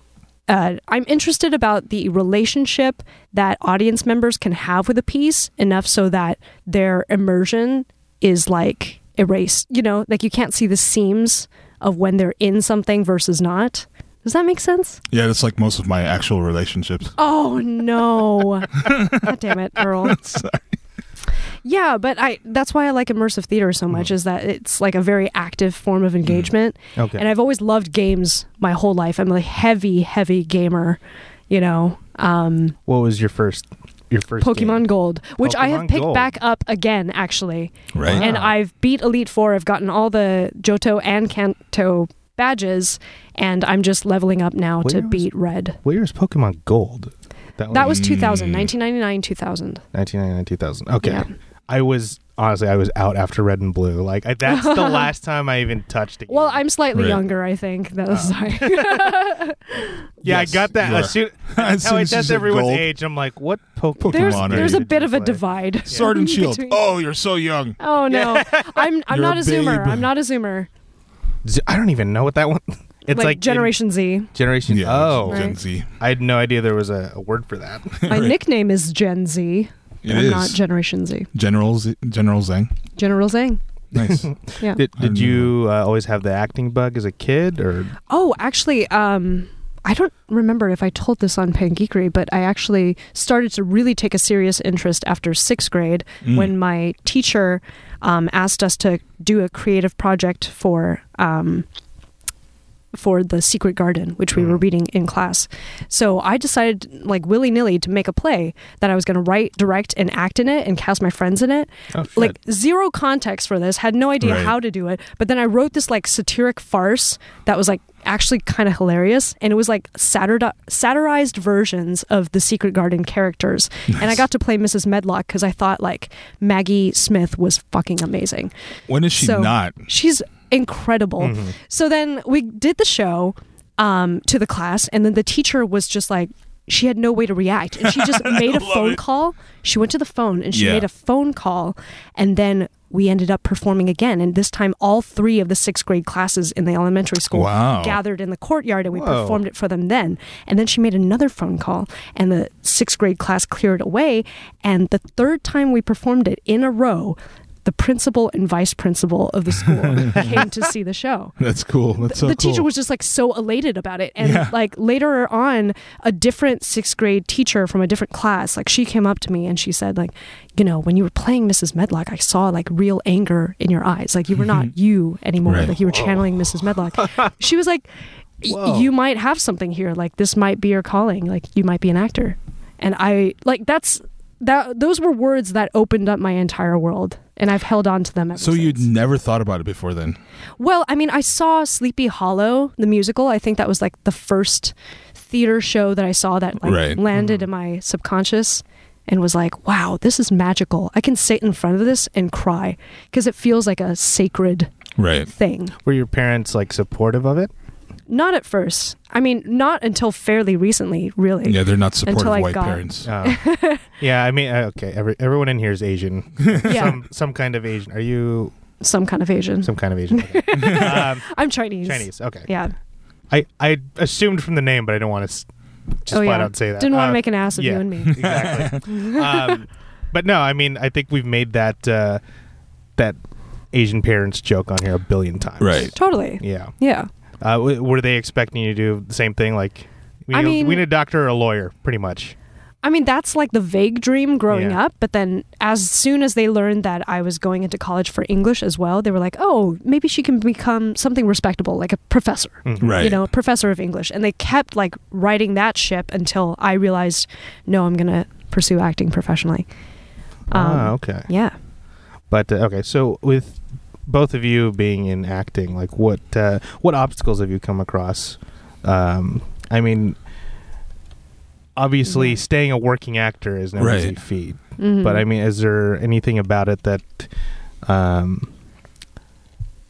Speaker 3: Uh, I'm interested about the relationship that audience members can have with a piece enough so that their immersion is like erased. You know, like you can't see the seams of when they're in something versus not. Does that make sense?
Speaker 2: Yeah, that's like most of my actual relationships.
Speaker 3: Oh no! God damn it, Earl. Yeah, but I that's why I like immersive theater so
Speaker 1: Mm.
Speaker 3: much is that it's like a very active form of engagement.
Speaker 1: Okay.
Speaker 3: And I've always loved games my whole life. I'm a heavy, heavy gamer, you know. Um
Speaker 1: what was your first? Your first
Speaker 3: Pokemon
Speaker 1: game?
Speaker 3: Gold, which I have
Speaker 1: Pokemon
Speaker 3: picked
Speaker 1: Gold.
Speaker 3: back up again actually.
Speaker 2: Right.
Speaker 3: And
Speaker 1: Ah.
Speaker 3: I've beat Elite 4. I've gotten all the Johto and Kanto badges and I'm just leveling up now
Speaker 1: Where
Speaker 3: to
Speaker 1: was-
Speaker 3: beat Red.
Speaker 1: Where is Pokemon Gold?
Speaker 3: That was 2000,
Speaker 2: Mm.
Speaker 3: 1999, 2000.
Speaker 1: 1999, 2000. Okay.
Speaker 3: Yeah.
Speaker 1: I was honestly, I was out after Red and Blue. Like I, that's the last time I even touched it.
Speaker 3: Well, I'm slightly
Speaker 2: Right. Ah.
Speaker 3: younger, I think. That was
Speaker 1: Yeah,
Speaker 2: Yes,
Speaker 1: I got that.
Speaker 2: you
Speaker 1: As
Speaker 2: are.
Speaker 1: soon,
Speaker 2: As
Speaker 1: how
Speaker 2: soon
Speaker 1: it
Speaker 2: as you
Speaker 1: does
Speaker 2: said
Speaker 1: everyone's
Speaker 2: gold.
Speaker 1: age, I'm like, what Pokemon?
Speaker 3: there's
Speaker 2: Pokemon
Speaker 1: are
Speaker 3: there's
Speaker 1: you
Speaker 3: a bit of a
Speaker 1: play?
Speaker 3: divide.
Speaker 2: Sword and Shield.
Speaker 3: Between-
Speaker 2: Oh, you're so young.
Speaker 3: Oh no, I'm I'm
Speaker 2: You're
Speaker 3: not
Speaker 2: a
Speaker 3: a zoomer.
Speaker 2: babe.
Speaker 3: I'm not a zoomer.
Speaker 1: Z- I don't even know what that one. It's like, in-
Speaker 3: Generation Z.
Speaker 1: generation.
Speaker 2: Yeah.
Speaker 1: oh,
Speaker 2: Gen
Speaker 3: Right.
Speaker 2: Z.
Speaker 1: I had no idea there was a, a word for that.
Speaker 3: My nickname is Gen Z.
Speaker 2: It
Speaker 3: I'm
Speaker 2: is.
Speaker 3: not Generation Z.
Speaker 2: General Z- General Zhang.
Speaker 3: General Zhang.
Speaker 2: Nice.
Speaker 3: Yeah.
Speaker 1: Did,
Speaker 2: I
Speaker 1: did you uh, always have the acting bug as a kid, or
Speaker 3: oh, actually, um, I don't remember if I told this on Pangeekery, but I actually started to really take a serious interest after sixth grade
Speaker 2: Mm.
Speaker 3: when my teacher um, asked us to do a creative project for um, for the Secret Garden, which we were reading in class. So I decided, like willy nilly, to make a play that I was going to write, direct, and act in it, and cast my friends in it.
Speaker 1: Oh,
Speaker 3: like zero context for this, had no idea
Speaker 2: Right.
Speaker 3: how to do it. But then I wrote this like satiric farce that was like actually kind of hilarious, and it was like satir- satirized versions of the Secret Garden characters. And I got to play Mrs. Medlock because I thought like Maggie Smith was fucking amazing.
Speaker 2: When is she
Speaker 3: So-
Speaker 2: not?
Speaker 3: She's incredible. So then we did the show um, to the class, and then the teacher was just like, she had no way to react. And she just made a phone call. She went to the phone and she
Speaker 2: Yeah.
Speaker 3: made a phone call. And then we ended up performing again. And this time, all three of the sixth grade classes in the elementary school
Speaker 2: Wow.
Speaker 3: gathered in the courtyard and we
Speaker 1: Whoa.
Speaker 3: performed it for them then. And then she made another phone call, and the sixth grade class cleared away. And the third time we performed it in a row, the principal and vice principal of the school came to see the show.
Speaker 2: That's cool. That's so
Speaker 3: the
Speaker 2: cool.
Speaker 3: teacher was just like so elated about it. And
Speaker 2: Yeah.
Speaker 3: like later on, a different sixth grade teacher from a different class, like she came up to me and she said, like, you know, when you were playing Mrs. Medlock, I saw like real anger in your eyes. Like you were not you anymore.
Speaker 2: Mm-hmm. Right.
Speaker 3: Like you were channeling Mrs. Medlock. she was like, "Y-
Speaker 1: Whoa.
Speaker 3: you might have something here. Like this might be your calling. Like you might be an actor. And I like that's that those were words that opened up my entire world. And I've held on to them ever
Speaker 2: so you'd
Speaker 3: since.
Speaker 2: never thought about it before then.
Speaker 3: Well, I mean, I saw Sleepy Hollow, the musical. I think that was like the first theater show that I saw that like
Speaker 2: Right. Mm-hmm.
Speaker 3: landed in my subconscious and was like, wow, this is magical. I can sit in front of this and cry because it feels like a sacred
Speaker 2: Right.
Speaker 3: thing.
Speaker 1: Were your parents like supportive of it?
Speaker 3: Not at first. I mean, not until fairly recently, really.
Speaker 2: Yeah, they're not supportive
Speaker 3: Until I
Speaker 2: white
Speaker 3: got-
Speaker 2: parents.
Speaker 1: Uh, yeah, I mean, uh, okay. Every, everyone in here is Asian.
Speaker 3: Yeah,
Speaker 1: Some some kind of Asian. Are you
Speaker 3: some kind of Asian.
Speaker 1: some kind of Asian? Okay. um,
Speaker 3: I'm Chinese.
Speaker 1: Chinese. Okay.
Speaker 3: Yeah.
Speaker 1: I I assumed from the name, but I don't want to s- just
Speaker 3: oh,
Speaker 1: flat
Speaker 3: yeah.
Speaker 1: out say that.
Speaker 3: Didn't want
Speaker 1: Uh,
Speaker 3: to make an ass of
Speaker 1: yeah.
Speaker 3: you and me.
Speaker 1: exactly. um, but no, I mean, I think we've made that uh, that Asian parents joke on here a billion times.
Speaker 2: Right.
Speaker 3: totally.
Speaker 1: Yeah.
Speaker 3: Yeah.
Speaker 1: Uh, w- were they expecting you to do the same thing? Like, we need,
Speaker 3: I
Speaker 1: a-
Speaker 3: mean-
Speaker 1: we need a doctor or a lawyer, pretty much.
Speaker 3: I mean, that's like the vague dream growing
Speaker 1: Yeah.
Speaker 3: up. But then, as soon as they learned that I was going into college for English as well, they were like, oh, maybe she can become something respectable, like a professor,
Speaker 1: Mm.
Speaker 2: Right.
Speaker 3: you know, a professor of English. And they kept like riding that ship until I realized, no, I'm going to pursue acting professionally. Um,
Speaker 1: ah, okay.
Speaker 3: Yeah.
Speaker 1: But uh, okay, so with both of you being in acting, like what uh, what obstacles have you come across? Um, I mean, obviously, staying a working actor is no
Speaker 2: Right.
Speaker 1: easy feat.
Speaker 3: Mhm.
Speaker 1: But I mean, is there anything about it that um,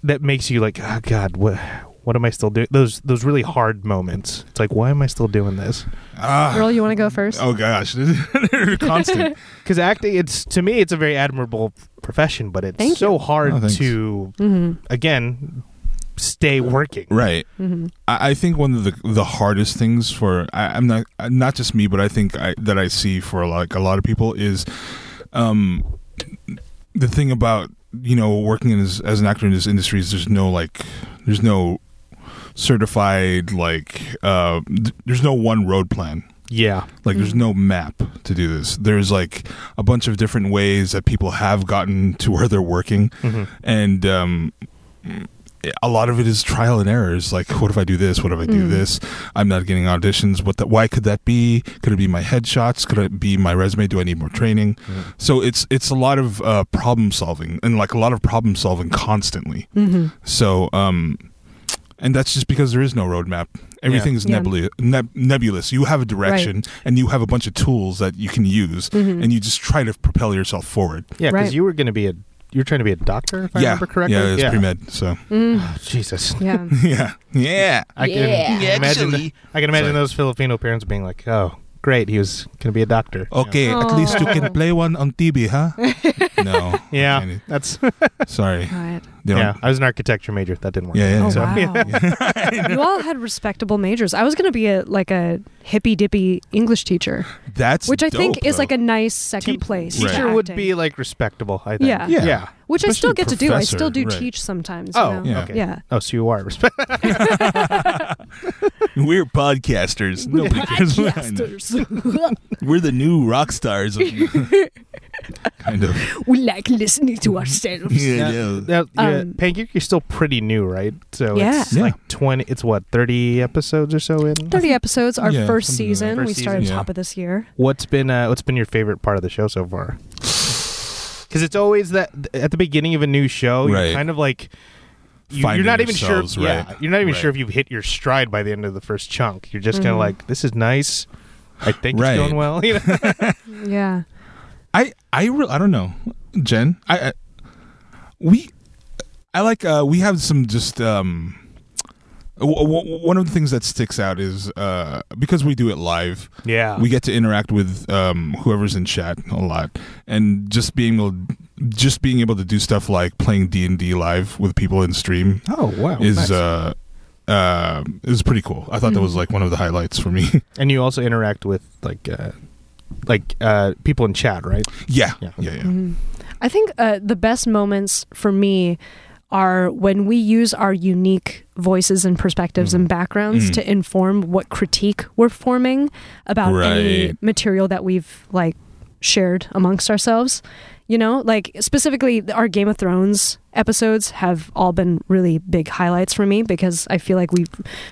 Speaker 1: that makes you like, oh God, what what am I still doing? Those those really hard moments. It's like, why am I still doing this?
Speaker 2: Ah.
Speaker 3: Earl, you want to go first?
Speaker 2: Oh gosh, they're constant.
Speaker 1: Because acting, it's to me, it's a very admirable profession, but it's
Speaker 3: Thank
Speaker 1: so hard
Speaker 2: Oh, thanks.
Speaker 1: to
Speaker 3: hmm
Speaker 1: again stay working.
Speaker 2: right.
Speaker 3: hmm
Speaker 2: I, I think one of the the hardest things for I, I'm not uh, not just me, but I think I, that I see for like a lot of people is, um, the thing about you know working in this, as an actor in this industry is there's no like there's no certified like uh th- there's no one road plan
Speaker 1: Yeah.
Speaker 2: like there's
Speaker 3: Mhm.
Speaker 2: no map to do this there's like a bunch of different ways that people have gotten to where they're working
Speaker 1: Mm-hmm.
Speaker 2: and um, a lot of it is trial and error. It's like, what if I do this? What if I do
Speaker 3: Mm.
Speaker 2: this? I'm not getting auditions. What? The, why could that be? Could it be my headshots? Could it be my resume? Do I need more training? So it's it's a lot of uh, problem solving and like a lot of problem solving constantly.
Speaker 3: hmm
Speaker 2: So um, and that's just because there is no roadmap. Everything is
Speaker 3: Yeah.
Speaker 2: nebulous. Neb- nebulous. You have a direction and you have a bunch of tools that you can use,
Speaker 1: Mm-hmm.
Speaker 2: and you just try to propel yourself forward.
Speaker 1: Yeah, because
Speaker 3: Right.
Speaker 1: you were going to be a you're trying to be a doctor, if I
Speaker 2: yeah,
Speaker 1: remember correctly.
Speaker 2: yeah, it's pre med. So
Speaker 1: Oh, Jesus.
Speaker 3: Mm-hmm. Yeah.
Speaker 2: yeah, yeah.
Speaker 1: I can
Speaker 6: Yeah.
Speaker 1: imagine.
Speaker 2: Actually-
Speaker 1: I can imagine
Speaker 2: Sorry.
Speaker 1: those Filipino parents being like, "Oh, great, he was going to be a doctor."
Speaker 2: Okay,
Speaker 3: Yeah.
Speaker 2: at least you
Speaker 3: Oh.
Speaker 2: can play one on TV, huh? No.
Speaker 1: Yeah,
Speaker 2: I can't-
Speaker 1: that's
Speaker 2: Sorry.
Speaker 3: Right.
Speaker 2: They don't-
Speaker 1: yeah. I was an architecture major. That didn't work.
Speaker 2: Yeah, yeah.
Speaker 3: Oh
Speaker 2: So-
Speaker 3: wow! you all had respectable majors. I was going to be a like a hippy dippy English teacher,
Speaker 2: That's
Speaker 3: which I think
Speaker 2: dope,
Speaker 3: is
Speaker 2: though.
Speaker 3: like a nice second
Speaker 1: Te-
Speaker 3: place. to
Speaker 1: Teacher would
Speaker 3: acting.
Speaker 1: be like respectable. I think.
Speaker 3: Yeah.
Speaker 2: Yeah.
Speaker 1: yeah.
Speaker 3: which I still
Speaker 2: especially
Speaker 3: get to do. I still do
Speaker 2: professor, right.
Speaker 3: teach sometimes. you
Speaker 1: Oh,
Speaker 3: know?
Speaker 2: Yeah.
Speaker 1: okay.
Speaker 3: yeah.
Speaker 1: Oh, so you are respect.
Speaker 2: We're podcasters. Nobody cares. I know. We're the new rock stars. Of, kind of.
Speaker 3: we like listening to ourselves.
Speaker 1: Yeah.
Speaker 2: Yeah, yeah.
Speaker 1: Now, yeah,
Speaker 3: Um,
Speaker 1: Pancake, you're still pretty new, right? So
Speaker 3: Yeah.
Speaker 1: it's
Speaker 2: Yeah.
Speaker 1: like twenty. It's what thirty episodes or so in.
Speaker 3: 30 episodes, our
Speaker 2: Yeah,
Speaker 3: first
Speaker 2: something like that.
Speaker 3: season.
Speaker 1: First
Speaker 3: we started
Speaker 2: season, yeah.
Speaker 3: top of this year.
Speaker 1: What's been uh, What's been your favorite part of the show so far? Because it's always that at the beginning of a new show,
Speaker 2: Right.
Speaker 1: you're kind of like. You, you're
Speaker 2: Finding
Speaker 1: not even sure.
Speaker 2: yourselves,
Speaker 1: Yeah,
Speaker 2: right.
Speaker 1: you're not even
Speaker 2: Right.
Speaker 1: sure if you've hit your stride by the end of the first chunk. You're just kind
Speaker 3: Mhm.
Speaker 1: of like, "This is nice. I think
Speaker 2: Right.
Speaker 1: it's going well." You know?
Speaker 3: Yeah.
Speaker 2: I I re- I don't know, Jen. I, I we I like uh we have some just um w- w- one of the things that sticks out is uh because we do it live.
Speaker 1: yeah,
Speaker 2: we get to interact with um, whoever's in chat a lot and just being able just being able to do stuff like playing d&d live with people in stream
Speaker 1: Oh wow!
Speaker 2: is
Speaker 1: nice.
Speaker 2: uh, uh, is pretty cool i thought that was like one of the highlights for me
Speaker 1: and you also interact with like uh, like uh, people in chat, right?
Speaker 2: yeah yeah
Speaker 1: Yeah.
Speaker 2: yeah, yeah.
Speaker 3: Mhm. I think uh, the best moments for me are when we use our unique voices and perspectives and backgrounds
Speaker 2: Mhm.
Speaker 3: to inform what critique we're forming about any
Speaker 2: Right.
Speaker 3: material that we've like shared amongst ourselves. You know, like specifically our Game of Thrones episodes have all been really big highlights for me because I feel like we've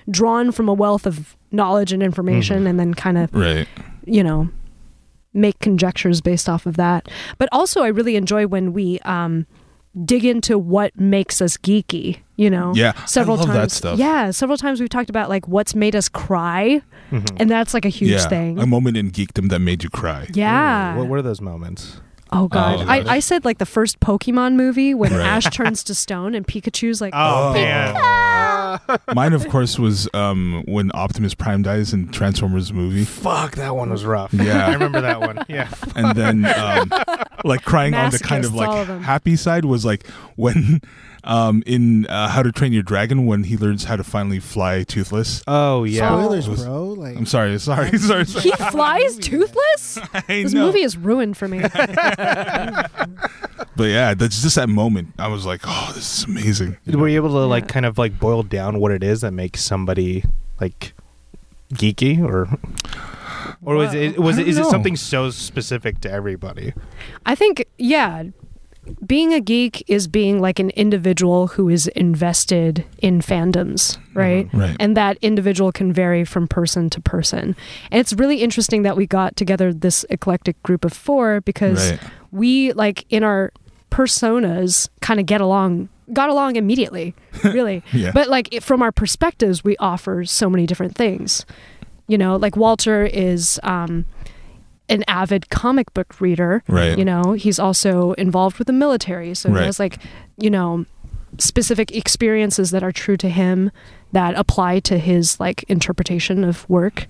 Speaker 3: drawn from a wealth of knowledge and information
Speaker 2: Mm-hmm.
Speaker 3: and then kind of
Speaker 2: right
Speaker 3: you know make conjectures based off of that but also i really enjoy when we um dig into what makes us geeky you know
Speaker 2: Yeah, I
Speaker 3: Oh, several
Speaker 2: love that
Speaker 3: times
Speaker 2: stuff.
Speaker 3: yeah several times we've talked about like what's made us cry
Speaker 1: Mm-hmm.
Speaker 3: and that's like a huge
Speaker 2: yeah
Speaker 3: thing
Speaker 2: a moment in geekdom that made you cry
Speaker 3: yeah
Speaker 1: Ooh, what were those moments?
Speaker 3: oh god
Speaker 2: Oh, gosh.
Speaker 3: I, I said like the first pokemon movie when
Speaker 2: Right.
Speaker 3: ash turns to stone and pikachu's like
Speaker 1: Oh,
Speaker 2: Oh.
Speaker 1: man.
Speaker 2: mine of course was um, when optimus prime dies in transformers movie
Speaker 1: Fuck, that one was rough.
Speaker 2: Yeah.
Speaker 1: I remember that one. Yeah.
Speaker 2: and then um, like crying on the kind of
Speaker 3: Masochists,
Speaker 2: like
Speaker 3: all of them.
Speaker 2: happy side was like when um, in uh, How to Train Your Dragon when he learns how to finally fly toothless.
Speaker 1: Oh yeah.
Speaker 5: Spoilers,
Speaker 2: Was-
Speaker 5: bro. Like,
Speaker 2: I'm sorry, sorry, sorry. sorry.
Speaker 3: he flies toothless
Speaker 2: I
Speaker 3: this
Speaker 2: know.
Speaker 3: movie is ruined for me
Speaker 2: but yeah, that's just that moment. I was like, oh, this is amazing.
Speaker 1: Were you able to like
Speaker 3: Yeah.
Speaker 1: kind of like boil down what it is that makes somebody like geeky or or was it was
Speaker 2: I
Speaker 1: it
Speaker 2: don't
Speaker 1: is
Speaker 2: know.
Speaker 1: it something so specific to everybody?
Speaker 3: I think, yeah, being a geek is being like an individual who is invested in fandoms,
Speaker 2: Mm-hmm.
Speaker 3: right?
Speaker 2: Right.
Speaker 3: And that individual can vary from person to person. And it's really interesting that we got together this eclectic group of four because
Speaker 2: Right.
Speaker 3: we, like, in our personas, kind of get along. Got along immediately, really.
Speaker 2: Yeah.
Speaker 3: But like it, from our perspectives, we offer so many different things. You know, like Walter is um, an avid comic book reader.
Speaker 2: Right.
Speaker 3: You know, he's also involved with the military. So
Speaker 2: Right.
Speaker 3: he has like, you know, specific experiences that are true to him that apply to his like interpretation of work.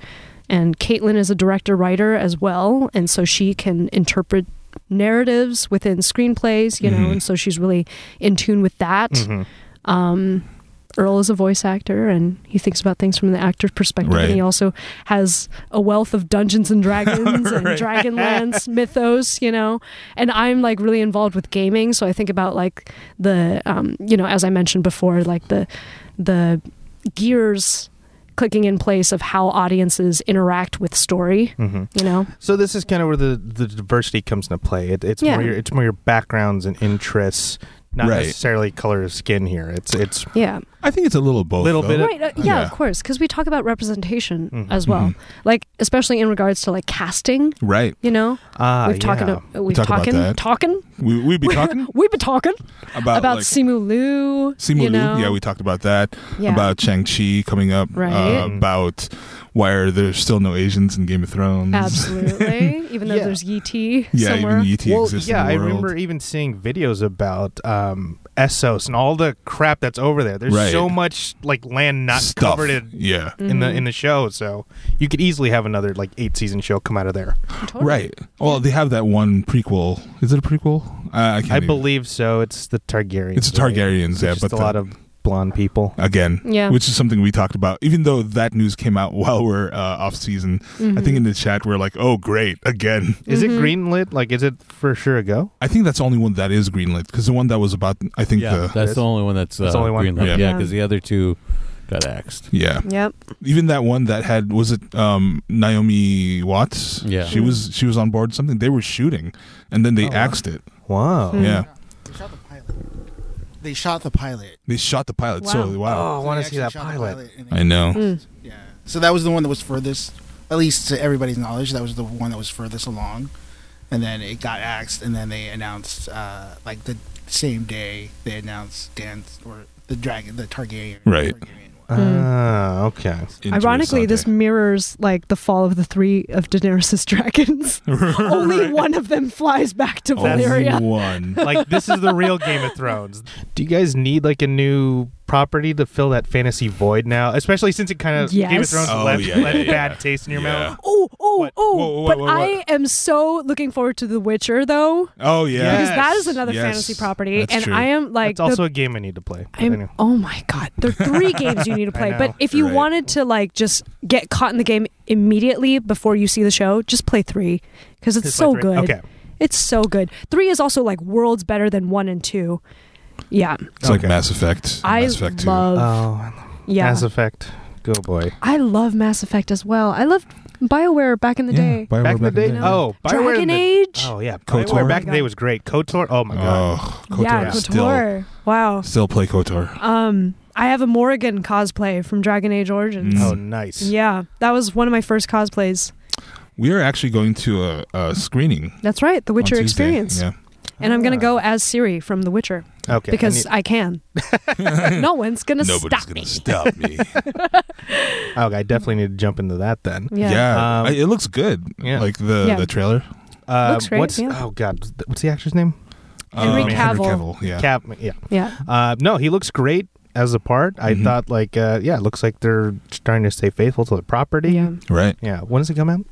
Speaker 3: And Caitlin is a director writer as well. And so she can interpret narratives within screenplays, you know,
Speaker 2: Mhm.
Speaker 3: and so she's really in tune with that.
Speaker 2: Mm-hmm.
Speaker 1: Mm-hmm.
Speaker 3: Um, Earl is a voice actor and he thinks about things from the actor's perspective.
Speaker 2: Right.
Speaker 3: And he also has a wealth of Dungeons and Dragons and Dragonlance mythos, you know. And I'm like really involved with gaming. So I think about like the, um, you know, as I mentioned before, like the, the gears clicking in place of how audiences interact with story,
Speaker 1: Mm-hmm.
Speaker 3: you know.
Speaker 1: So this is kind of where the, the diversity comes into play. It, it's
Speaker 3: Yeah.
Speaker 1: more your, it's more your backgrounds and interests, not
Speaker 2: Right.
Speaker 1: necessarily color of skin here. It's it's
Speaker 3: Yeah.
Speaker 2: I think it's a little of both.
Speaker 1: Little
Speaker 2: though.
Speaker 1: bit of-
Speaker 3: right uh, yeah,
Speaker 2: Yeah.
Speaker 3: of course because we talk about representation
Speaker 1: Mhm.
Speaker 3: as well
Speaker 2: Mhm.
Speaker 3: like especially in regards to like casting
Speaker 2: Right.
Speaker 3: you know
Speaker 1: ah
Speaker 3: we've talking
Speaker 1: yeah.
Speaker 3: uh, we've
Speaker 2: talk about
Speaker 3: talking
Speaker 2: that.
Speaker 3: talking
Speaker 2: We we be talking
Speaker 3: we've been talking
Speaker 2: about
Speaker 3: about
Speaker 2: like,
Speaker 3: Simu Liu
Speaker 2: Simu
Speaker 3: you
Speaker 2: Liu.
Speaker 3: know?
Speaker 2: Yeah, we talked about that.
Speaker 3: Yeah.
Speaker 2: About Shang Chi coming up.
Speaker 3: Right.
Speaker 2: Uh,
Speaker 1: Mm.
Speaker 2: about why are there still no Asians in Game of Thrones?
Speaker 3: absolutely even though
Speaker 1: Yeah.
Speaker 3: there's Yi T
Speaker 2: Yeah,
Speaker 3: somewhere
Speaker 2: even ET
Speaker 1: well,
Speaker 2: exists
Speaker 1: yeah,
Speaker 2: in the
Speaker 1: I
Speaker 2: world.
Speaker 1: remember even seeing videos about um, Essos and all the crap that's over there. There's
Speaker 2: Right.
Speaker 1: so much like land not
Speaker 2: Stuff.
Speaker 1: covered in,
Speaker 2: yeah.
Speaker 1: in the in the show, so you could easily have another like eight season show come out of there.
Speaker 3: Totally.
Speaker 2: Right. Well, they have that one prequel. Is it a prequel? Uh, I can't.
Speaker 1: I
Speaker 2: even-
Speaker 1: believe so. It's the Targaryens.
Speaker 2: It's the Targaryens, yeah,
Speaker 1: Just
Speaker 2: but
Speaker 1: a
Speaker 2: the-
Speaker 1: lot of blonde people.
Speaker 2: again.
Speaker 3: Yeah.
Speaker 2: Which is something we talked about. Even though that news came out while we're uh, off season, I
Speaker 3: Mm-hmm.
Speaker 2: think in the chat we're like, "Oh, great again."
Speaker 1: Is it greenlit? Like, is it for sure a go?
Speaker 2: I think that's the only one that is greenlit because the one that was about, I think
Speaker 4: yeah,
Speaker 2: the.
Speaker 4: that's the only one that's, uh,
Speaker 1: That's the only one.
Speaker 4: green light.
Speaker 2: Yeah.
Speaker 4: Yeah,
Speaker 3: Yeah.
Speaker 4: because the other two got axed.
Speaker 2: Yeah,
Speaker 3: Yep.
Speaker 2: even that one that had was it um, Naomi Watts?
Speaker 4: Yeah.
Speaker 2: she was she was on board something they were shooting, and then they
Speaker 1: Oh, wow.
Speaker 2: axed it.
Speaker 1: Wow.
Speaker 3: Hmm.
Speaker 2: Yeah,
Speaker 5: They shot the pilot. They shot the pilot.
Speaker 2: they shot the pilot. So wow,
Speaker 1: Oh, I want
Speaker 5: They
Speaker 1: to see
Speaker 5: actually
Speaker 1: that
Speaker 5: shot the
Speaker 1: pilot.
Speaker 5: and they-
Speaker 2: I know.
Speaker 5: Yeah. So that was the one that was furthest, at least to everybody's knowledge, that was the one that was furthest along. And then it got axed, and then they announced, uh, like the same day, they announced Dan or the dragon, the Targaryen.
Speaker 2: Right.
Speaker 5: Targaryen one.
Speaker 1: Ah, okay.
Speaker 2: Into
Speaker 3: Ironically, this
Speaker 2: Asante.
Speaker 3: mirrors like the fall of the three of Daenerys' dragons. Only one of them flies back to Valyria.
Speaker 2: only one.
Speaker 1: Like, this is the real Game of Thrones. Do you guys need like a new property to fill that fantasy void now? Especially since it kind of Game of
Speaker 3: Yes.
Speaker 1: Thrones
Speaker 2: Oh,
Speaker 1: left,
Speaker 2: yeah, yeah,
Speaker 1: left
Speaker 2: yeah.
Speaker 1: bad taste in your
Speaker 2: Yeah.
Speaker 1: mouth.
Speaker 3: Oh, oh,
Speaker 1: What?
Speaker 3: oh!
Speaker 2: Whoa, whoa,
Speaker 3: but
Speaker 2: whoa, whoa.
Speaker 3: I am so looking forward to The Witcher, though,
Speaker 2: Oh yeah,
Speaker 3: because that is
Speaker 1: Yes.
Speaker 3: another
Speaker 2: Yes.
Speaker 3: fantasy property,
Speaker 2: That's
Speaker 3: and
Speaker 2: true.
Speaker 3: I am like
Speaker 1: It's
Speaker 3: the
Speaker 1: also a game I need to play. But
Speaker 3: I'm,
Speaker 1: anyway.
Speaker 3: oh my god, there are three games you need to
Speaker 1: I
Speaker 3: play.
Speaker 1: know.
Speaker 3: But if you
Speaker 2: Right.
Speaker 3: wanted to like just get caught in the game immediately before you see the show, just play three because it's
Speaker 1: Just play
Speaker 3: so
Speaker 1: three?
Speaker 3: good.
Speaker 1: Okay.
Speaker 3: it's so good. Three is also like worlds better than one and two. Yeah,
Speaker 2: It's like
Speaker 1: Okay.
Speaker 2: Mass Effect.
Speaker 3: I
Speaker 2: Mass Effect 2.
Speaker 3: love.
Speaker 1: Oh,
Speaker 3: yeah,
Speaker 1: Mass Effect. Go boy.
Speaker 3: I love Mass Effect as well. I loved Bioware back in the day.
Speaker 2: Bioware
Speaker 1: Back in the day.
Speaker 3: in the day.
Speaker 1: Oh, Bioware
Speaker 3: Dragon
Speaker 1: in the-
Speaker 3: Age.
Speaker 1: Oh yeah,
Speaker 2: KOTOR.
Speaker 1: KOTOR. Back in the day was great. KOTOR. Oh my god.
Speaker 2: Oh, KOTOR.
Speaker 3: yeah,
Speaker 2: Still,
Speaker 3: KOTOR. Wow.
Speaker 2: still play KOTOR.
Speaker 3: Um, I have a Morrigan cosplay from Dragon Age Origins.
Speaker 2: Mm.
Speaker 1: Oh, nice.
Speaker 3: Yeah, that was one of my first cosplays.
Speaker 2: We are actually going to a, a screening. on
Speaker 3: That's right, The Witcher
Speaker 2: Tuesday.
Speaker 3: Experience.
Speaker 2: Yeah.
Speaker 3: And I'm going
Speaker 1: Ah.
Speaker 3: to go as Siri from The Witcher
Speaker 1: Okay.
Speaker 3: because
Speaker 1: I
Speaker 3: I can. no one's going to
Speaker 2: Nobody's
Speaker 3: stop
Speaker 2: gonna
Speaker 3: me.
Speaker 2: stop me.
Speaker 1: need- okay, I definitely need to jump into that then.
Speaker 3: Yeah.
Speaker 2: yeah,
Speaker 1: Um,
Speaker 2: I- it looks good.
Speaker 1: yeah.
Speaker 2: like the
Speaker 3: Yeah.
Speaker 2: the trailer.
Speaker 1: Uh,
Speaker 3: Looks great,
Speaker 1: what's
Speaker 3: yeah.
Speaker 1: oh god, what's the actor's name?
Speaker 3: Henry
Speaker 2: Um,
Speaker 3: Cavill.
Speaker 2: Cavill, Yeah.
Speaker 1: Cap. Yeah.
Speaker 3: Yeah.
Speaker 1: Uh, no, he looks great as a part. I
Speaker 2: Mhm.
Speaker 1: thought like uh, yeah, it looks like they're trying to stay faithful to the property.
Speaker 3: Yeah.
Speaker 2: right.
Speaker 1: Yeah. When does it come out?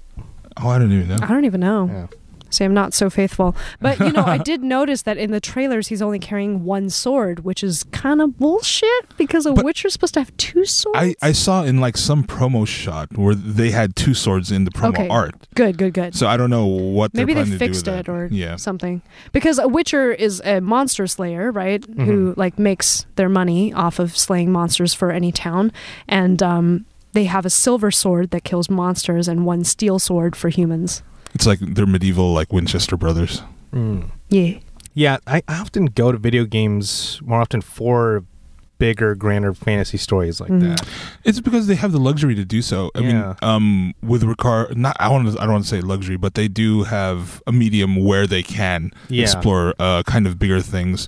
Speaker 2: Oh, I don't even know.
Speaker 3: I don't even know.
Speaker 1: Yeah.
Speaker 3: See, I'm not so faithful. But, you know, I did notice that in the trailers, he's only carrying one sword, which is kind of bullshit because a
Speaker 2: But-
Speaker 3: Witcher's supposed to have two swords.
Speaker 2: I, I saw in like some promo shot where they had two swords in the promo
Speaker 3: Okay.
Speaker 2: art.
Speaker 3: good, good, good.
Speaker 2: So I don't know what
Speaker 3: Maybe
Speaker 2: they're
Speaker 3: they
Speaker 2: planning to do
Speaker 3: fixed
Speaker 2: with
Speaker 3: it
Speaker 2: that.
Speaker 3: or
Speaker 2: yeah.
Speaker 3: something. Because a Witcher is a monster slayer, right?
Speaker 2: Mm-hmm.
Speaker 3: Who like makes their money off of slaying monsters for any town, and um, they have a silver sword that kills monsters and one steel sword for humans.
Speaker 2: It's like they're medieval, like Winchester brothers.
Speaker 1: Mm.
Speaker 3: Yeah,
Speaker 1: Yeah, I I often go to video games more often for bigger, grander fantasy stories like
Speaker 3: Mhm.
Speaker 1: that.
Speaker 2: It's because they have the luxury to do so. I
Speaker 1: Yeah.
Speaker 2: mean, um, with regard, not I want to, I don't want to say luxury, but they do have a medium where they can
Speaker 1: Yeah.
Speaker 2: explore uh, kind of bigger things,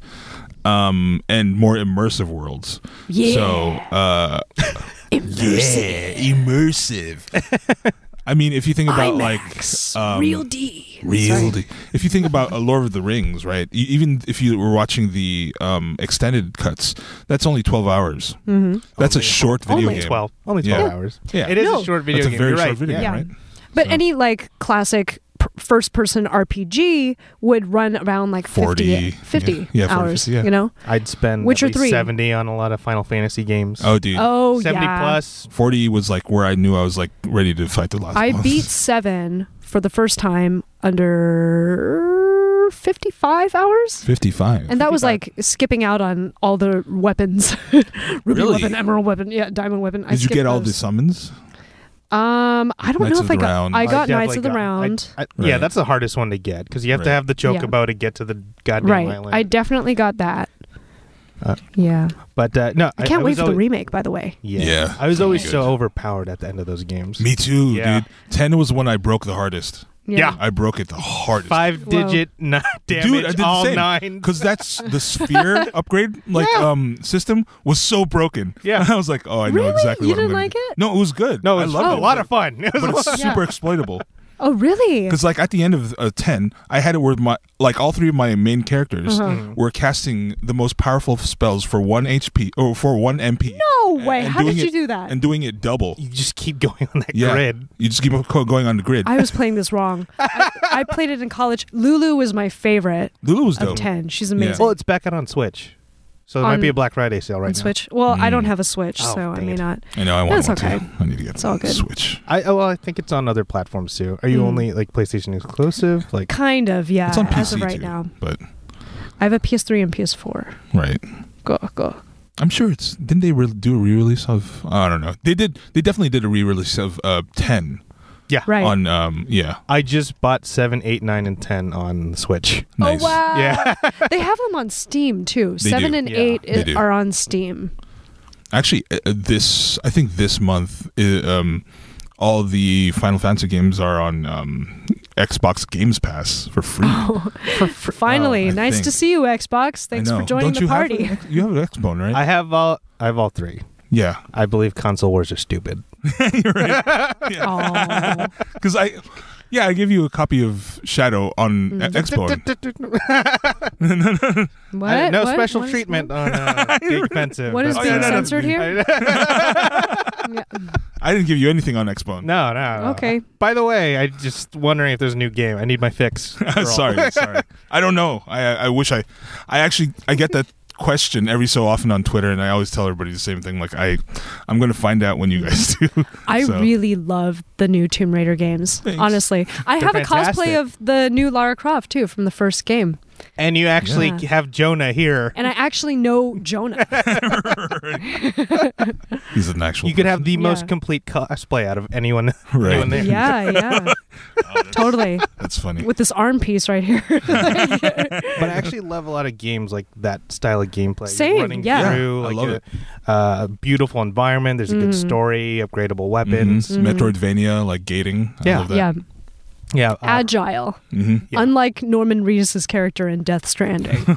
Speaker 2: um, and more immersive worlds.
Speaker 3: yeah.
Speaker 2: So, uh, immersive. yeah, immersive. I mean, if you think about
Speaker 3: IMAX,
Speaker 2: like um,
Speaker 3: real D.
Speaker 2: Real deal. If you think about a Lord of the Rings, right? e- Even if you were watching the um, extended cuts, that's only twelve hours.
Speaker 3: Mm-hmm.
Speaker 2: That's a short video
Speaker 1: Only
Speaker 2: game.
Speaker 1: twelve. Only twelve
Speaker 2: Yeah.
Speaker 1: hours.
Speaker 2: Yeah,
Speaker 1: It is
Speaker 3: No.
Speaker 1: a short video
Speaker 2: that's a
Speaker 1: game.
Speaker 2: very
Speaker 1: You're
Speaker 2: short
Speaker 1: right.
Speaker 2: video
Speaker 1: yeah.
Speaker 2: game,
Speaker 3: Yeah.
Speaker 2: right?
Speaker 3: But
Speaker 2: So-
Speaker 3: any like classic pr- first person RPG would run around like
Speaker 2: 40,
Speaker 3: 50, 50
Speaker 2: yeah. Yeah, 40,
Speaker 3: hours,
Speaker 2: 50, yeah.
Speaker 3: you know?
Speaker 1: I'd spend
Speaker 3: Witcher
Speaker 1: at least
Speaker 3: three.
Speaker 1: seventy on a lot of Final Fantasy games.
Speaker 2: Oh, dude.
Speaker 3: Oh,
Speaker 1: 70
Speaker 3: yeah.
Speaker 1: plus.
Speaker 2: 40 was like where I knew I was like ready to fight the last
Speaker 3: I
Speaker 2: boss.
Speaker 3: beat seven for the first time under 55 hours.
Speaker 2: 55.
Speaker 3: And that was like skipping out on all the weapons Ruby
Speaker 2: Really?
Speaker 3: weapon, Emerald weapon, yeah, Diamond weapon. I
Speaker 2: Did you
Speaker 3: skipped
Speaker 2: get all the
Speaker 3: those.
Speaker 2: summons?
Speaker 3: Um, I don't
Speaker 2: Knights
Speaker 3: know
Speaker 2: of
Speaker 3: if I
Speaker 2: the
Speaker 3: got.
Speaker 2: Round?
Speaker 3: I
Speaker 2: I
Speaker 3: got
Speaker 1: definitely
Speaker 3: Knights of the
Speaker 1: got- I-
Speaker 3: Round.
Speaker 1: I- Yeah,
Speaker 2: Right.
Speaker 1: that's the hardest one to get because you have to
Speaker 2: Right.
Speaker 1: have the choke
Speaker 3: Yeah.
Speaker 1: about to get to the goddamn
Speaker 3: right.
Speaker 1: island.
Speaker 3: I definitely got that.
Speaker 1: Uh,
Speaker 3: yeah.
Speaker 1: but uh, no,
Speaker 3: I can't wait
Speaker 1: was
Speaker 3: for
Speaker 1: always,
Speaker 3: the remake, by the way.
Speaker 1: Yeah.
Speaker 2: Yeah.
Speaker 1: I was always
Speaker 2: Good.
Speaker 1: so overpowered at the end of those games.
Speaker 2: Me too,
Speaker 1: Yeah.
Speaker 2: dude. 10 was when I broke the hardest.
Speaker 1: Yeah.
Speaker 2: I broke it the hardest.
Speaker 1: Five digit n- damage,
Speaker 2: Dude, I did
Speaker 1: all
Speaker 2: the same.
Speaker 1: nine.
Speaker 2: Because that's the sphere upgrade like um system was so broken.
Speaker 1: Yeah.
Speaker 2: And I was like, oh, I know
Speaker 3: Really?
Speaker 2: exactly
Speaker 3: You
Speaker 2: what I'm
Speaker 3: didn't
Speaker 2: gonna
Speaker 3: like
Speaker 2: do.
Speaker 3: it?
Speaker 2: No, it was good.
Speaker 1: No, it
Speaker 2: I
Speaker 1: was
Speaker 2: loved
Speaker 1: a
Speaker 2: it,
Speaker 1: lot
Speaker 2: but-
Speaker 1: of fun. It was
Speaker 2: But
Speaker 1: a
Speaker 2: it's
Speaker 1: lot-
Speaker 3: Yeah.
Speaker 2: super exploitable.
Speaker 3: Oh, really?
Speaker 2: Because like at the end of uh, ten, I had it where my like all three of my main characters
Speaker 3: Mm-hmm.
Speaker 1: Mm-hmm.
Speaker 2: were casting the most powerful spells for one HP or for one MP.
Speaker 3: No way.
Speaker 2: and
Speaker 3: How did
Speaker 2: doing
Speaker 3: you
Speaker 2: it-
Speaker 3: do that?
Speaker 2: And doing it double.
Speaker 1: You just keep going on that
Speaker 2: Yeah,
Speaker 1: grid.
Speaker 2: you just keep on co- going on the grid.
Speaker 3: I was playing this wrong. I, I played it in college. Lulu was my favorite
Speaker 2: Lulu was
Speaker 3: of
Speaker 2: dope.
Speaker 3: 10. She's
Speaker 2: Yeah.
Speaker 3: amazing.
Speaker 1: Well, it's back out on Switch, so it might
Speaker 3: On-
Speaker 1: be a Black Friday sale right
Speaker 3: On
Speaker 1: now.
Speaker 3: Switch. Well, I don't
Speaker 2: Mm.
Speaker 3: have a Switch,
Speaker 1: Oh,
Speaker 3: so I uh,
Speaker 1: dang
Speaker 3: may
Speaker 1: it.
Speaker 3: not.
Speaker 2: I know I want
Speaker 3: That's
Speaker 2: one
Speaker 3: okay.
Speaker 2: too. I need to get
Speaker 3: It's all good.
Speaker 2: Switch.
Speaker 1: I oh, well, I think it's on other platforms too. Are you
Speaker 3: Mm.
Speaker 1: only like PlayStation exclusive? Like,
Speaker 3: Kind of, yeah.
Speaker 2: it's on PC
Speaker 3: Uh, as of right
Speaker 2: too,
Speaker 3: now,
Speaker 2: but
Speaker 3: I have a PS3 and PS4.
Speaker 2: right.
Speaker 3: Go go.
Speaker 2: I'm sure it's didn't they re- do a re-release of I don't know they did they definitely did a re-release of uh 10
Speaker 1: yeah,
Speaker 3: Right.
Speaker 2: on um yeah
Speaker 1: I just bought seven, eight, nine, and ten on the Switch.
Speaker 2: nice
Speaker 3: Oh wow!
Speaker 1: Yeah.
Speaker 3: they have them on Steam too.
Speaker 2: They
Speaker 3: Seven
Speaker 2: do.
Speaker 3: and
Speaker 1: Yeah.
Speaker 3: eight
Speaker 2: They
Speaker 3: i-
Speaker 2: do.
Speaker 3: are on Steam.
Speaker 2: actually uh, uh, this I think this month uh, um all the Final Fantasy games are on um Xbox Games Pass for free.
Speaker 3: Finally,
Speaker 2: I
Speaker 3: nice
Speaker 2: think.
Speaker 3: to see you, Xbox.
Speaker 2: I
Speaker 3: Oh, Thanks for
Speaker 2: know.
Speaker 3: joining
Speaker 2: Don't
Speaker 3: the
Speaker 2: you have
Speaker 3: party.
Speaker 2: an X- you have an Xbox, right?
Speaker 1: I have all. I have all three.
Speaker 2: yeah,
Speaker 1: I believe console wars are stupid.
Speaker 3: Oh.
Speaker 2: because I yeah I gave you a copy of Shadow on uh,
Speaker 3: Mm.
Speaker 2: Xbox.
Speaker 3: What?
Speaker 1: I- no
Speaker 3: What?
Speaker 1: special
Speaker 3: What is-
Speaker 1: treatment on uh, Geek Pensive.
Speaker 3: What is
Speaker 1: That's
Speaker 2: Oh,
Speaker 3: being
Speaker 2: yeah, no, no.
Speaker 3: censored here? Yeah.
Speaker 2: I didn't give you anything on Xbox.
Speaker 1: No, no, no.
Speaker 3: Okay.
Speaker 1: By the way, I just wondering if there's a new game. I need my fix. Girl.
Speaker 2: sorry, sorry. I don't know. I I wish I I actually I get that question every so often on Twitter, and I always tell everybody the same thing. Like I I'm gonna find out when you guys do.
Speaker 3: I
Speaker 2: So-
Speaker 3: really love the new Tomb Raider games.
Speaker 2: Thanks.
Speaker 3: Honestly, I
Speaker 1: They're
Speaker 3: have a
Speaker 1: fantastic.
Speaker 3: cosplay of the new Lara Croft too from the first game,
Speaker 1: And you actually
Speaker 3: Yeah.
Speaker 1: have Jonah here.
Speaker 3: and I actually know Jonah.
Speaker 2: He's an actual.
Speaker 1: You could have the
Speaker 3: Yeah.
Speaker 1: most complete cosplay out of anyone.
Speaker 2: Right.
Speaker 1: anyone there.
Speaker 3: yeah, yeah, totally.
Speaker 2: That's funny.
Speaker 3: With this arm piece right here.
Speaker 1: But I actually love a lot of games like that style of gameplay.
Speaker 3: Same,
Speaker 1: running
Speaker 3: yeah.
Speaker 1: through
Speaker 2: Yeah, I
Speaker 1: like
Speaker 2: love
Speaker 1: a,
Speaker 2: it.
Speaker 1: uh, beautiful environment. There's a good
Speaker 3: Mm.
Speaker 1: story, upgradable weapons.
Speaker 2: Mhm. Metroidvania, like gating. I
Speaker 1: Yeah.
Speaker 2: love that.
Speaker 3: yeah,
Speaker 2: Mm-hmm.
Speaker 1: Yeah, uh,
Speaker 3: agile.
Speaker 2: Mhm.
Speaker 1: yeah.
Speaker 3: Unlike Norman Reedus' character in Death Stranding.
Speaker 2: She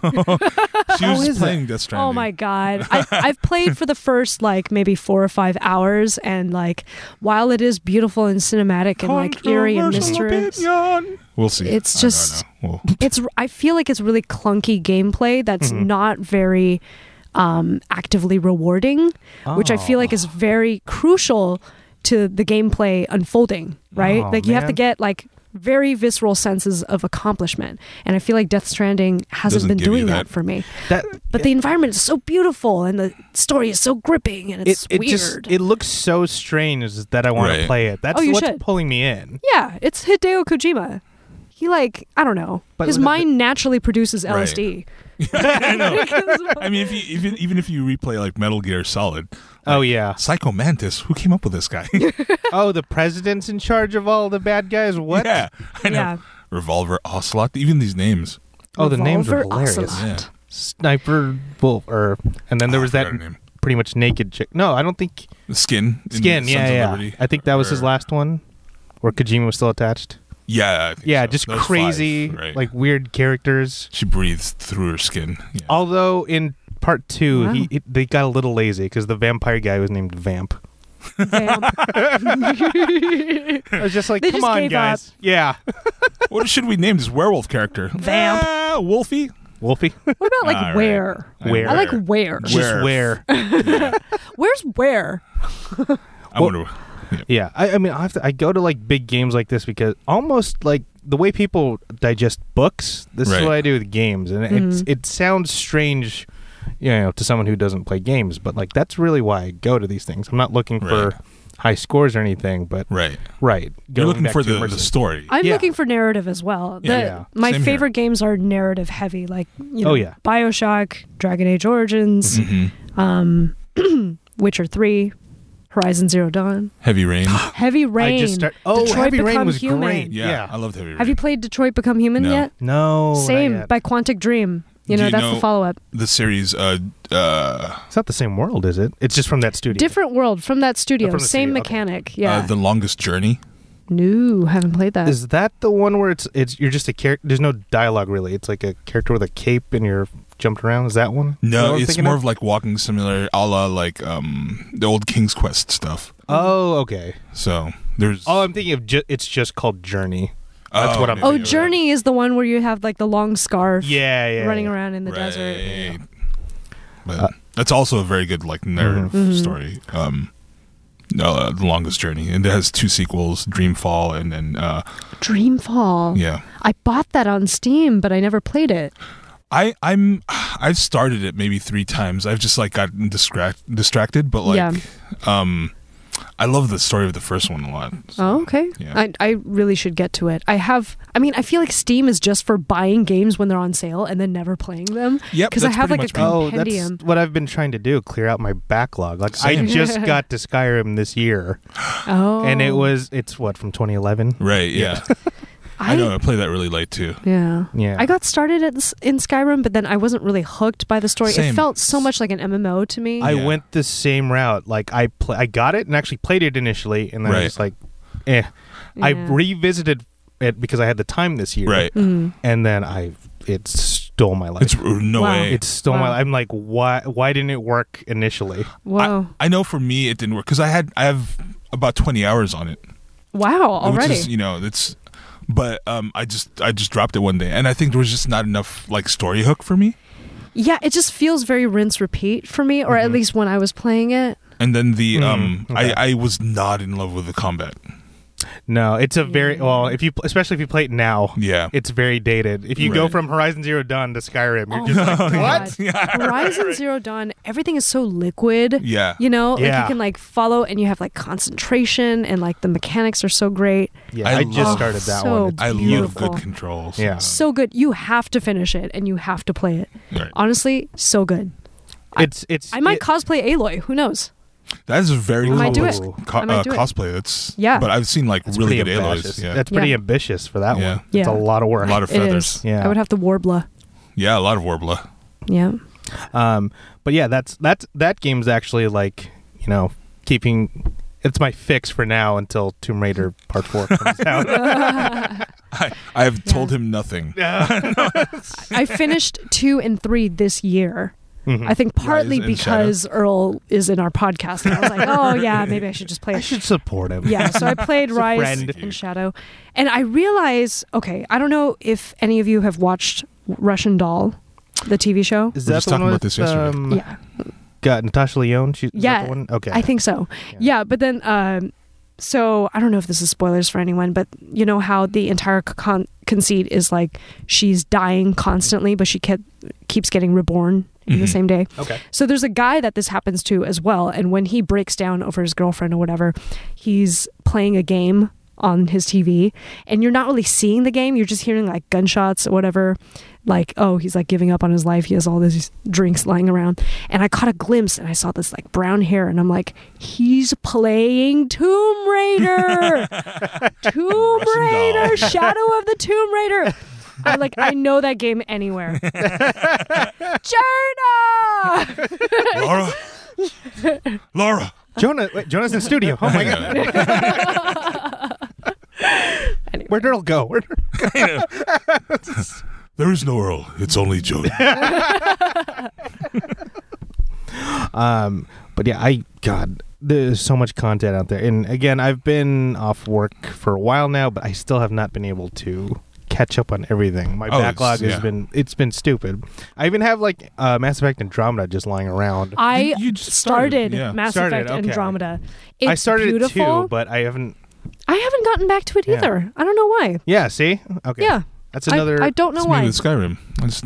Speaker 1: How is
Speaker 2: was
Speaker 1: it?
Speaker 2: playing Death Stranding.
Speaker 3: Oh my god. I, I've played for the first like maybe four or five hours, and like while it is beautiful and cinematic and like eerie and
Speaker 2: Controversial
Speaker 3: mysterious,
Speaker 2: opinion. We'll see.
Speaker 3: It's
Speaker 2: I don't
Speaker 3: just-
Speaker 2: know. Well,
Speaker 3: it's I feel like it's really clunky gameplay that's
Speaker 1: Mm-hmm.
Speaker 3: not very um, actively rewarding, which I feel like
Speaker 1: Oh.
Speaker 3: is very crucial to the gameplay unfolding. Right,
Speaker 1: Oh,
Speaker 3: like you have to
Speaker 1: man.
Speaker 3: get like very visceral senses of accomplishment, and I feel like Death Stranding hasn't
Speaker 2: Doesn't
Speaker 3: been
Speaker 2: give you
Speaker 3: doing that.
Speaker 2: that.
Speaker 3: for me.
Speaker 1: that
Speaker 3: But the environment is so beautiful, and the story is so gripping, and
Speaker 1: it,
Speaker 3: it's
Speaker 1: it
Speaker 3: weird.
Speaker 1: just it looks so strange that I want to
Speaker 2: Right.
Speaker 1: play it. That's
Speaker 3: Oh, you
Speaker 1: what's
Speaker 3: should.
Speaker 1: pulling me in.
Speaker 3: yeah, it's Hideo Kojima. He like I don't know.
Speaker 1: But
Speaker 3: His
Speaker 1: the-
Speaker 3: mind naturally produces
Speaker 2: Right.
Speaker 3: LSD.
Speaker 2: I mean, if you, even even if you replay like Metal Gear Solid,
Speaker 1: Oh yeah.
Speaker 2: Psycho Mantis, who came up with this guy?
Speaker 1: Oh, the president's in charge of all the bad guys. What?
Speaker 2: yeah, I know.
Speaker 3: Yeah.
Speaker 2: Revolver, Ocelot, even these names.
Speaker 1: Oh, the names are
Speaker 3: Revolver
Speaker 1: hilarious.
Speaker 3: Ocelot.
Speaker 2: Yeah.
Speaker 1: Sniper Wolf, or and then there
Speaker 2: Ah,
Speaker 1: was
Speaker 2: I
Speaker 1: that
Speaker 2: forgot her name.
Speaker 1: pretty much naked chick. No, I don't think
Speaker 2: The Skin. in
Speaker 1: Skin.
Speaker 2: Sons
Speaker 1: Yeah,
Speaker 2: of
Speaker 1: yeah.
Speaker 2: Liberty,
Speaker 1: I think that was his
Speaker 2: or-
Speaker 1: last one, where Kojima was still attached.
Speaker 2: Yeah, I think
Speaker 1: Yeah,
Speaker 2: so.
Speaker 1: just
Speaker 2: Those
Speaker 1: crazy,
Speaker 2: five, right.
Speaker 1: like weird characters.
Speaker 2: she breathes through her skin. Yeah.
Speaker 1: Although in part two,
Speaker 3: Wow.
Speaker 1: he, it- they got a little lazy because the vampire guy was named Vamp.
Speaker 3: Vamp.
Speaker 1: I was just like,
Speaker 3: They
Speaker 1: come
Speaker 3: just
Speaker 1: on,
Speaker 3: gave
Speaker 1: guys. Yeah,
Speaker 2: what should we name this werewolf character?
Speaker 3: Vamp.
Speaker 2: Ah, Wolfie.
Speaker 1: Wolfie.
Speaker 3: What about like
Speaker 2: All right.
Speaker 3: where?
Speaker 1: Where?
Speaker 3: I like where.
Speaker 2: Just-
Speaker 1: Just where?
Speaker 3: Where's where?
Speaker 2: I wonder.
Speaker 1: Yeah, I, I mean, I have to. I go to like big games like this because almost like the way people digest books. This is
Speaker 2: Right.
Speaker 1: what I do with games, and it's
Speaker 3: Mm-hmm.
Speaker 1: it sounds strange, you know, to someone who doesn't play games. But like that's really why I go to these things. I'm not looking
Speaker 2: Right.
Speaker 1: for high scores or anything, but
Speaker 2: Right.
Speaker 1: right,
Speaker 2: You're
Speaker 1: going
Speaker 2: looking
Speaker 1: back
Speaker 2: for
Speaker 1: to
Speaker 2: the, the
Speaker 1: immersive.
Speaker 2: story.
Speaker 3: I'm
Speaker 1: Yeah.
Speaker 3: looking for narrative as well. The-
Speaker 2: Yeah.
Speaker 1: Yeah.
Speaker 3: My
Speaker 2: Same here.
Speaker 3: favorite games are narrative heavy, like you know,
Speaker 1: Oh, yeah. Mm-hmm.
Speaker 3: Bioshock, Dragon Age Origins,
Speaker 2: Mhm.
Speaker 3: um, Witcher Three, Horizon Zero Dawn,
Speaker 2: Heavy Rain.
Speaker 3: Heavy Rain.
Speaker 1: I just start. Oh,
Speaker 3: Detroit
Speaker 1: Heavy Rain
Speaker 3: Become
Speaker 1: was
Speaker 3: Human.
Speaker 1: great.
Speaker 2: Yeah,
Speaker 1: Yeah.
Speaker 2: I loved Heavy Rain.
Speaker 3: Have you played Detroit Become Human
Speaker 2: No.
Speaker 3: yet?
Speaker 1: No. not
Speaker 3: Same
Speaker 1: yet.
Speaker 3: by Quantic Dream. You
Speaker 2: Do
Speaker 3: know
Speaker 2: you
Speaker 3: that's
Speaker 2: know-
Speaker 3: the follow up.
Speaker 2: the series? Uh, uh,
Speaker 1: It's not the same world, is it? It's just from that studio.
Speaker 3: Different world from that studio.
Speaker 1: from the
Speaker 3: Same
Speaker 1: studio, okay.
Speaker 3: mechanic. Yeah.
Speaker 2: uh, the longest journey.
Speaker 3: no, haven't played that.
Speaker 1: Is that the one where it's it's you're just a character? There's no dialogue really. It's like a character with a cape and you're jumped around. Is that one? What
Speaker 2: No,
Speaker 1: I'm
Speaker 2: it's
Speaker 1: thinking
Speaker 2: more
Speaker 1: of?
Speaker 2: of like walking similar, a la like um the old King's Quest stuff.
Speaker 1: Oh, okay.
Speaker 2: So There's
Speaker 1: Oh, I'm thinking of ju- it's just called Journey. That's
Speaker 2: Oh,
Speaker 1: what I'm.
Speaker 2: maybe.
Speaker 3: Oh,
Speaker 2: Yeah, right.
Speaker 3: Journey is the one where you have like the long scarf
Speaker 1: yeah, yeah,
Speaker 3: running
Speaker 1: yeah.
Speaker 3: around in the
Speaker 2: right.
Speaker 3: desert.
Speaker 2: But that's also a very good like narrative
Speaker 3: Mm-hmm.
Speaker 2: story. Um, uh, the longest journey, and it has two sequels, Dreamfall, and then uh,
Speaker 3: Dreamfall.
Speaker 2: yeah.
Speaker 3: I bought that on Steam, but I never played it.
Speaker 2: I I'm I've started it maybe three times. I've just like gotten distract distracted, but like
Speaker 3: Yeah.
Speaker 2: um, I love the story of the first one a lot.
Speaker 3: Oh, okay.
Speaker 2: Yeah.
Speaker 3: I, I really should get to it. I have, I mean, I feel like Steam is just for buying games when they're on sale and then never playing them.
Speaker 2: Yep,
Speaker 3: Because I
Speaker 2: that's
Speaker 3: have
Speaker 2: pretty much
Speaker 3: like a
Speaker 2: me.
Speaker 1: Oh, that's
Speaker 3: compendium.
Speaker 1: what I've been trying to do: clear out my backlog. Like
Speaker 2: Same.
Speaker 1: I just got to Skyrim this year,
Speaker 3: Oh.
Speaker 1: and it was it's what from 2011.
Speaker 2: Right? Yeah, I, know. I play that really late too.
Speaker 3: Yeah.
Speaker 1: Yeah.
Speaker 3: I got started at, s- in Skyrim, but then I wasn't really hooked by the story.
Speaker 2: Same.
Speaker 3: It felt so much like an MMO to me.
Speaker 1: I
Speaker 2: Yeah.
Speaker 1: went the same route. Like I play, I got it and actually played it initially, and then I
Speaker 2: Right.
Speaker 1: was just like, eh. I
Speaker 3: Yeah.
Speaker 1: revisited it because I had the time this year,
Speaker 2: Right?
Speaker 3: Mm.
Speaker 1: And then I, it stole my life.
Speaker 2: It's uh, no
Speaker 3: Wow.
Speaker 2: way.
Speaker 1: it stole my.
Speaker 3: Wow.
Speaker 1: I'm like, why? Why didn't it work initially?
Speaker 3: Whoa.
Speaker 2: I know for me it didn't work because I had I have about twenty hours on it,
Speaker 3: wow. Already.
Speaker 2: which is you know it's. But um, I just I just dropped it one day, and I think there was just not enough like story hook for me.
Speaker 3: yeah. It just feels very rinse repeat for me, or
Speaker 1: Mm-hmm.
Speaker 3: at least when I was playing it.
Speaker 2: And then the
Speaker 3: Mm,
Speaker 1: Hmm,
Speaker 2: um,
Speaker 1: okay.
Speaker 2: I I was not in love with the combat.
Speaker 1: No, it's a very well. If you, especially if you play it now,
Speaker 2: Yeah.
Speaker 1: it's very dated. If you go
Speaker 2: Right.
Speaker 1: from Horizon Zero Dawn to Skyrim, you're
Speaker 3: Oh
Speaker 1: just
Speaker 3: my
Speaker 1: like,
Speaker 3: God.
Speaker 1: what?
Speaker 3: Horizon Zero Dawn, everything is so liquid.
Speaker 2: Yeah.
Speaker 3: You know, like
Speaker 1: Yeah.
Speaker 3: you can like follow and you have like concentration and like the mechanics are so great.
Speaker 1: Yeah,
Speaker 2: I
Speaker 1: I, just
Speaker 2: love-
Speaker 1: started that
Speaker 3: so
Speaker 1: one. It's
Speaker 2: I love
Speaker 3: beautiful.
Speaker 2: good controls.
Speaker 1: Yeah.
Speaker 3: So good. You have to finish it and you have to play it.
Speaker 2: Right.
Speaker 3: Honestly, so good.
Speaker 1: It's it's.
Speaker 3: I might
Speaker 1: it-
Speaker 3: cosplay Aloy. Who knows?
Speaker 2: That is a very
Speaker 3: I might do
Speaker 2: complex
Speaker 1: it.
Speaker 2: co-
Speaker 3: I might
Speaker 2: uh,
Speaker 3: do it.
Speaker 2: cosplay. That's
Speaker 3: Yeah.
Speaker 2: But I've seen like
Speaker 1: it's
Speaker 2: really good
Speaker 1: pretty
Speaker 2: Aloys.
Speaker 1: ambitious.
Speaker 2: Yeah.
Speaker 1: That's pretty
Speaker 3: Yeah.
Speaker 1: ambitious for that
Speaker 2: Yeah.
Speaker 1: one. It's a
Speaker 3: Yeah.
Speaker 1: lot of
Speaker 2: a
Speaker 1: work.
Speaker 2: lot of
Speaker 3: It
Speaker 2: feathers.
Speaker 3: is.
Speaker 1: Yeah.
Speaker 3: I would have to Warbler.
Speaker 2: Yeah, a lot of Warbler.
Speaker 3: Yeah.
Speaker 1: Um, but yeah, that's that's that game's actually like you know keeping. It's my fix for now until Tomb Raider Part Four comes out.
Speaker 2: I, I have
Speaker 3: Yeah.
Speaker 2: told him nothing.
Speaker 3: I finished two and three this year. I think partly
Speaker 2: and
Speaker 3: because Earl is in our podcast. And I was like, oh, yeah, maybe I should just play
Speaker 1: I
Speaker 3: it.
Speaker 1: should support him.
Speaker 3: Yeah, so I played
Speaker 1: He's a
Speaker 3: Rise
Speaker 1: friend.
Speaker 3: and Shadow. And I realize, okay, I don't know if any of you have watched Russian Doll, the TV show.
Speaker 1: Is
Speaker 2: We were
Speaker 1: that
Speaker 2: just
Speaker 1: the one
Speaker 2: talking about
Speaker 1: with,
Speaker 2: this yesterday.
Speaker 1: Um,
Speaker 3: Yeah.
Speaker 1: Got Natasha Leone. She's
Speaker 3: Yeah,
Speaker 1: That the one? Okay.
Speaker 3: I think so.
Speaker 1: Yeah.
Speaker 3: Yeah, but then um so I don't know if this is spoilers for anyone, but you know how the entire con- conceit is like she's dying constantly, but she kept, keeps getting reborn in the
Speaker 2: Mhm.
Speaker 3: same day.
Speaker 1: Okay.
Speaker 3: So there's a guy that this happens to as well, and when he breaks down over his girlfriend or whatever, he's playing a game on his TV, and you're not really seeing the game. You're just hearing like gunshots or whatever. Like, oh, he's like giving up on his life. He has all these drinks lying around. And I caught a glimpse and I saw this like brown hair, and I'm like, he's playing Tomb Raider. Tomb
Speaker 2: Russian doll.
Speaker 3: Raider, Shadow of the Tomb Raider. I like I know that game anywhere. Jonah!
Speaker 2: Laura. Laura.
Speaker 1: Jonah. Wait, Jonah's in studio. Oh my god.
Speaker 3: Anyway.
Speaker 1: Where'd Earl go? Where'd Earl-
Speaker 2: There is no Earl. It's only Joe.
Speaker 1: Um, but yeah, I God, there's so much content out there, and again, I've been off work for a while now, but I still have not been able to catch up on everything. My
Speaker 2: Oh, it's-
Speaker 1: backlog has
Speaker 2: yeah.
Speaker 1: been it's been stupid. I even have like uh, Mass Effect Andromeda just lying around. I,
Speaker 3: I
Speaker 2: You- you just
Speaker 3: started,
Speaker 2: started, yeah.
Speaker 3: Mass
Speaker 1: Started,
Speaker 3: Effect
Speaker 1: okay.
Speaker 3: Andromeda. It's
Speaker 1: started
Speaker 3: beautiful.
Speaker 1: it too, but I haven't.
Speaker 3: I haven't gotten back to it
Speaker 1: Yeah.
Speaker 3: either. I don't know why.
Speaker 1: Yeah, see, okay,
Speaker 3: Yeah.
Speaker 1: that's
Speaker 3: I-
Speaker 1: another.
Speaker 3: I, don't know
Speaker 2: It's me
Speaker 3: why.
Speaker 2: with Skyrim. I just-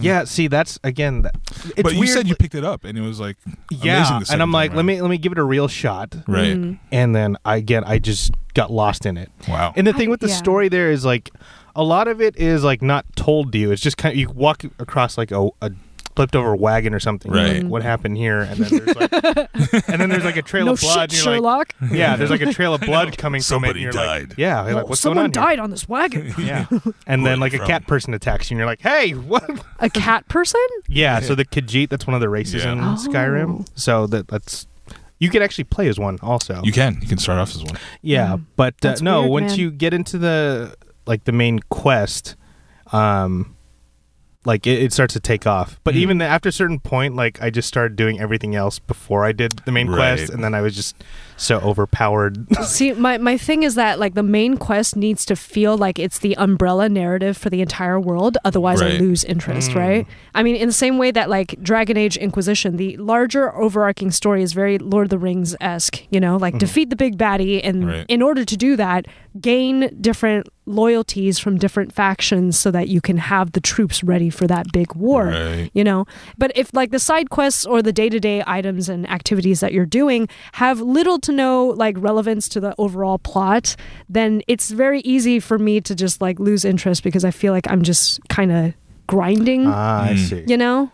Speaker 1: yeah, see, that's again. That, it's
Speaker 2: Hmm. but you
Speaker 1: weird,
Speaker 2: said you picked it up and it was like amazing
Speaker 1: yeah,
Speaker 2: the
Speaker 1: and I'm
Speaker 2: second
Speaker 1: like,
Speaker 2: time
Speaker 1: let me let me give it a real shot,
Speaker 2: around. Right.
Speaker 1: and then I again I just got lost in it.
Speaker 2: Wow.
Speaker 1: And the thing
Speaker 3: I-
Speaker 1: with the
Speaker 3: yeah.
Speaker 1: story there is like a lot of it is like not told to you. It's just kind of you walk across like a, a flipped over wagon or something. You're
Speaker 2: Right.
Speaker 1: like, what happened here? And then there's like and then there's like a trail
Speaker 3: no
Speaker 1: of blood.
Speaker 3: shit,
Speaker 1: and you're like,
Speaker 3: Sherlock.
Speaker 1: yeah, there's like a trail of blood coming
Speaker 2: Somebody
Speaker 1: from it. and you're
Speaker 2: died.
Speaker 1: Like, yeah, you're
Speaker 3: Well,
Speaker 1: like what's going
Speaker 3: someone
Speaker 1: on? here?"
Speaker 3: died on this wagon.
Speaker 1: Yeah, and then like a
Speaker 2: From-
Speaker 1: cat person attacks you, and you're like, "Hey, what?"
Speaker 3: a cat person?
Speaker 1: Yeah, so the Khajiit, that's one of the races
Speaker 2: Yeah.
Speaker 1: in
Speaker 3: Oh.
Speaker 1: Skyrim. So that that's you can actually play as one also.
Speaker 2: You can. You can start off as one.
Speaker 1: Yeah,
Speaker 3: Mm.
Speaker 1: but uh,
Speaker 3: That's
Speaker 1: no.
Speaker 3: weird,
Speaker 1: once
Speaker 3: man.
Speaker 1: you get into the like the main quest, um, like it, it starts to take off. But
Speaker 2: Mm.
Speaker 1: even the, after a certain point, like I just started doing everything else before I did the main
Speaker 2: Right.
Speaker 1: quest, and then I was just so overpowered.
Speaker 3: See, my, my thing is that like the main quest needs to feel like it's the umbrella narrative for the entire world. Otherwise, I
Speaker 2: Right.
Speaker 3: lose interest. Right? I mean, in the same way that like Dragon Age Inquisition, the larger overarching story is very Lord of the Rings esque. You know, like defeat the big baddie, and
Speaker 2: Right.
Speaker 3: in order to do that, gain different loyalties from different factions so that you can have the troops ready for that big war
Speaker 2: Right.
Speaker 3: you know but if like the side quests or the day-to-day items and activities that you're doing have little to no like relevance to the overall plot then it's very easy for me to just like lose interest because i feel like i'm just kind of grinding
Speaker 1: ah, I
Speaker 2: Mm.
Speaker 1: see.
Speaker 3: you know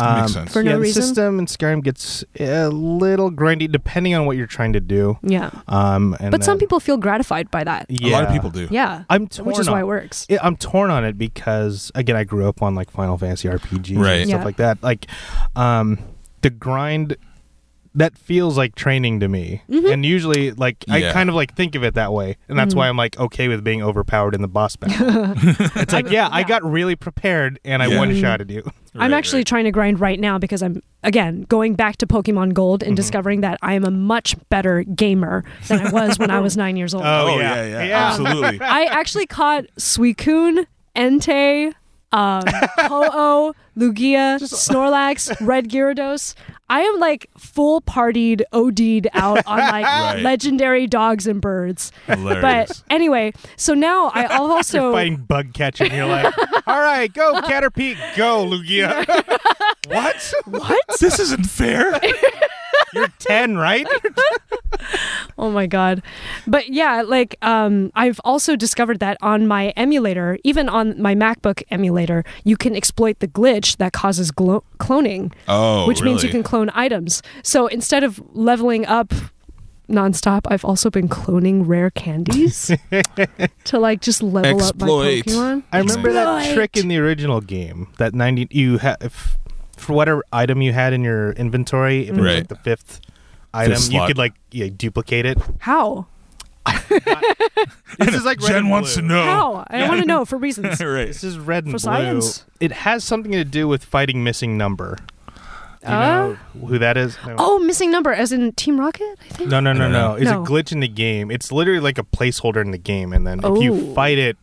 Speaker 1: Um,
Speaker 2: Makes sense.
Speaker 3: for
Speaker 1: yeah,
Speaker 3: no
Speaker 1: the
Speaker 3: reason
Speaker 1: system in Skyrim gets a little grindy depending on what you're trying to do.
Speaker 3: yeah
Speaker 1: Um, and
Speaker 3: but some
Speaker 1: then-
Speaker 3: people feel gratified by that
Speaker 1: yeah.
Speaker 2: A lot of people do.
Speaker 3: yeah
Speaker 1: I'm torn
Speaker 3: which is why
Speaker 1: on-
Speaker 3: it works
Speaker 1: it, I'm torn on it because again, I grew up on like Final Fantasy RPGs
Speaker 2: Right.
Speaker 1: and stuff
Speaker 3: Yeah.
Speaker 1: like that. Like, um, the grind that feels like training to me,
Speaker 3: Mm-hmm.
Speaker 1: and usually, like, I
Speaker 2: Yeah.
Speaker 1: kind of like think of it that way, and that's
Speaker 3: Mm.
Speaker 1: why I'm like okay with being overpowered in the boss battle. it's like, yeah, I
Speaker 3: yeah. Mm-hmm.
Speaker 1: got really prepared, and I
Speaker 2: Yeah.
Speaker 1: one shotted you.
Speaker 3: I'm
Speaker 2: Right,
Speaker 3: actually
Speaker 2: right.
Speaker 3: trying to grind right now because I'm again going back to Pokemon Gold
Speaker 1: Mm-hmm.
Speaker 3: and discovering that I am a much better gamer than I was when I was nine years old.
Speaker 1: Oh,
Speaker 2: Oh,
Speaker 1: yeah.
Speaker 2: yeah, yeah,
Speaker 1: Yeah.
Speaker 2: absolutely.
Speaker 3: I actually caught Suicune, Entei, um, Ho-Oh, Lugia, Snorlax, Red Gyarados. I am like full partied, OD'd out on like
Speaker 2: Right.
Speaker 3: legendary dogs and birds.
Speaker 2: Hilarious.
Speaker 3: But anyway, so now I I'll
Speaker 1: You're
Speaker 3: also
Speaker 1: fighting bug catcher, and you're like, all right, go Caterpie, go Lugia. what?
Speaker 3: what?
Speaker 2: this isn't fair.
Speaker 1: You're ten, right?
Speaker 3: Oh my god. But yeah, like um I've also discovered that on my emulator, even on my MacBook emulator, you can exploit the glitch that causes glo- cloning.
Speaker 2: Oh,
Speaker 3: which means you
Speaker 2: really?
Speaker 3: can clone items. So instead of leveling up nonstop, I've also been cloning rare candies to like just level
Speaker 2: Exploit.
Speaker 3: up my Pokemon.
Speaker 1: I remember that
Speaker 3: Exploit.
Speaker 1: trick in the original game. That ninety, you ha- if for whatever item you had in your inventory, if it was like
Speaker 2: Right.
Speaker 1: the fifth item, you
Speaker 2: slot.
Speaker 1: could like yeah, duplicate it.
Speaker 3: How?
Speaker 1: This is like red
Speaker 2: Jen
Speaker 1: and
Speaker 2: wants
Speaker 1: blue.
Speaker 2: to know.
Speaker 3: How? I want to know for reasons.
Speaker 2: Oh. right.
Speaker 1: This is red and
Speaker 3: For
Speaker 1: blue.
Speaker 3: science?
Speaker 1: It has something to do with fighting missing number. Do you
Speaker 3: Uh?
Speaker 1: know who that is? No.
Speaker 3: Oh, missing number as in Team Rocket, I think.
Speaker 1: No, no, no, no. It's
Speaker 3: No.
Speaker 1: a glitch in the game. It's literally like a placeholder in the game, and then if you
Speaker 3: Oh.
Speaker 1: fight it,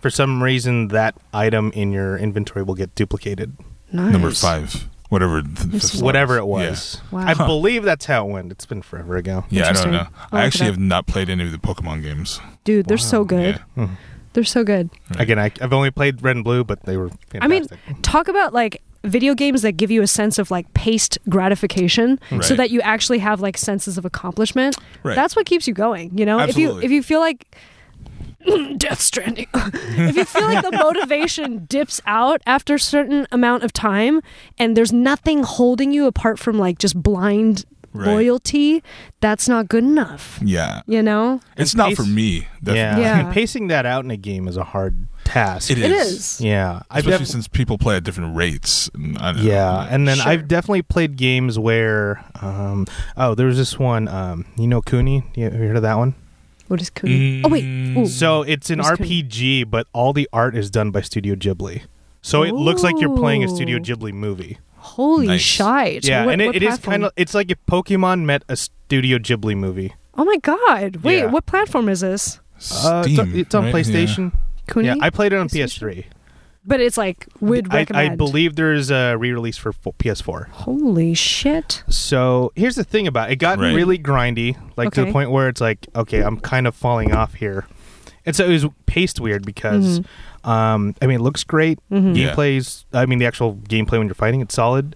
Speaker 1: for some reason, that item in your inventory will get duplicated.
Speaker 3: Nice.
Speaker 2: Number five, whatever. th-
Speaker 3: This
Speaker 2: fifth
Speaker 3: is-
Speaker 2: one
Speaker 1: Whatever
Speaker 2: is.
Speaker 1: it was.
Speaker 3: Wow.
Speaker 1: I
Speaker 3: Huh.
Speaker 1: believe that's how it went. It's been forever ago.
Speaker 2: Yeah, yeah I don't
Speaker 3: Interesting.
Speaker 2: know.
Speaker 3: I'll
Speaker 2: I
Speaker 3: look
Speaker 2: actually
Speaker 3: it up.
Speaker 2: have not played any of the Pokemon games.
Speaker 3: Dude, they're so good.
Speaker 2: Yeah.
Speaker 3: They're so good.
Speaker 1: Again, I, I've only played Red and Blue, but they were fantastic. Mm-hmm.
Speaker 3: I mean, talk about like video games that give you a sense of like paced gratification so
Speaker 2: Right.
Speaker 3: that you actually have like senses of accomplishment.
Speaker 2: Right.
Speaker 3: That's what keeps you going, you know? If
Speaker 2: Absolutely.
Speaker 3: you if you feel like Death Stranding. if you feel like the motivation dips out after a certain amount of time and there's nothing holding you apart from like just blind
Speaker 2: Right.
Speaker 3: loyalty, that's not good enough.
Speaker 2: Yeah.
Speaker 3: You know?
Speaker 2: It's not
Speaker 1: case-
Speaker 2: for me.
Speaker 1: yeah.
Speaker 2: definitely.
Speaker 3: Yeah.
Speaker 1: pacing that out in a game is a hard task.
Speaker 2: It is.
Speaker 3: It is.
Speaker 1: Yeah, I've
Speaker 2: Especially
Speaker 1: def-
Speaker 2: since people play at different rates. And I don't
Speaker 1: yeah,
Speaker 2: know.
Speaker 1: and then
Speaker 3: Sure.
Speaker 1: I've definitely played games where, um, oh, there was this one, um, you know, Cooney. You you heard of that one?
Speaker 3: What is Cooney? Oh wait. Ooh.
Speaker 1: Mm, So it's an
Speaker 3: Who's Cooney?
Speaker 1: RPG, but all the art is done by Studio Ghibli. So it looks like you're playing a Studio
Speaker 3: Ooh.
Speaker 1: Ghibli movie.
Speaker 3: Holy
Speaker 2: Nice.
Speaker 3: shite.
Speaker 1: yeah,
Speaker 3: What-
Speaker 1: and
Speaker 3: what
Speaker 1: it, it is
Speaker 3: platform?
Speaker 1: kind of it's like if Pokemon met a Studio Ghibli movie.
Speaker 3: Oh my god! Wait,
Speaker 1: Yeah.
Speaker 3: what platform is this?
Speaker 1: Uh, it's on,
Speaker 2: Steam,
Speaker 1: it's on
Speaker 2: right? Yeah.
Speaker 1: PlayStation.
Speaker 3: Kuni?
Speaker 1: yeah, I played it on
Speaker 3: PlayStation?
Speaker 1: PS3.
Speaker 3: but it's like would
Speaker 1: I, I
Speaker 3: recommend.
Speaker 1: believe there's a re-release for fo- PS4.
Speaker 3: Holy shit!
Speaker 1: So here's the thing about it, it got
Speaker 2: Right.
Speaker 1: really grindy, like to
Speaker 3: Okay.
Speaker 1: the point where it's like, okay, I'm kind of falling off here. And so it was paced weird because,
Speaker 3: Mm-hmm.
Speaker 1: um, I mean, it looks great.
Speaker 2: Yeah.
Speaker 1: Gameplay's, I mean, the actual gameplay when you're fighting, it's solid.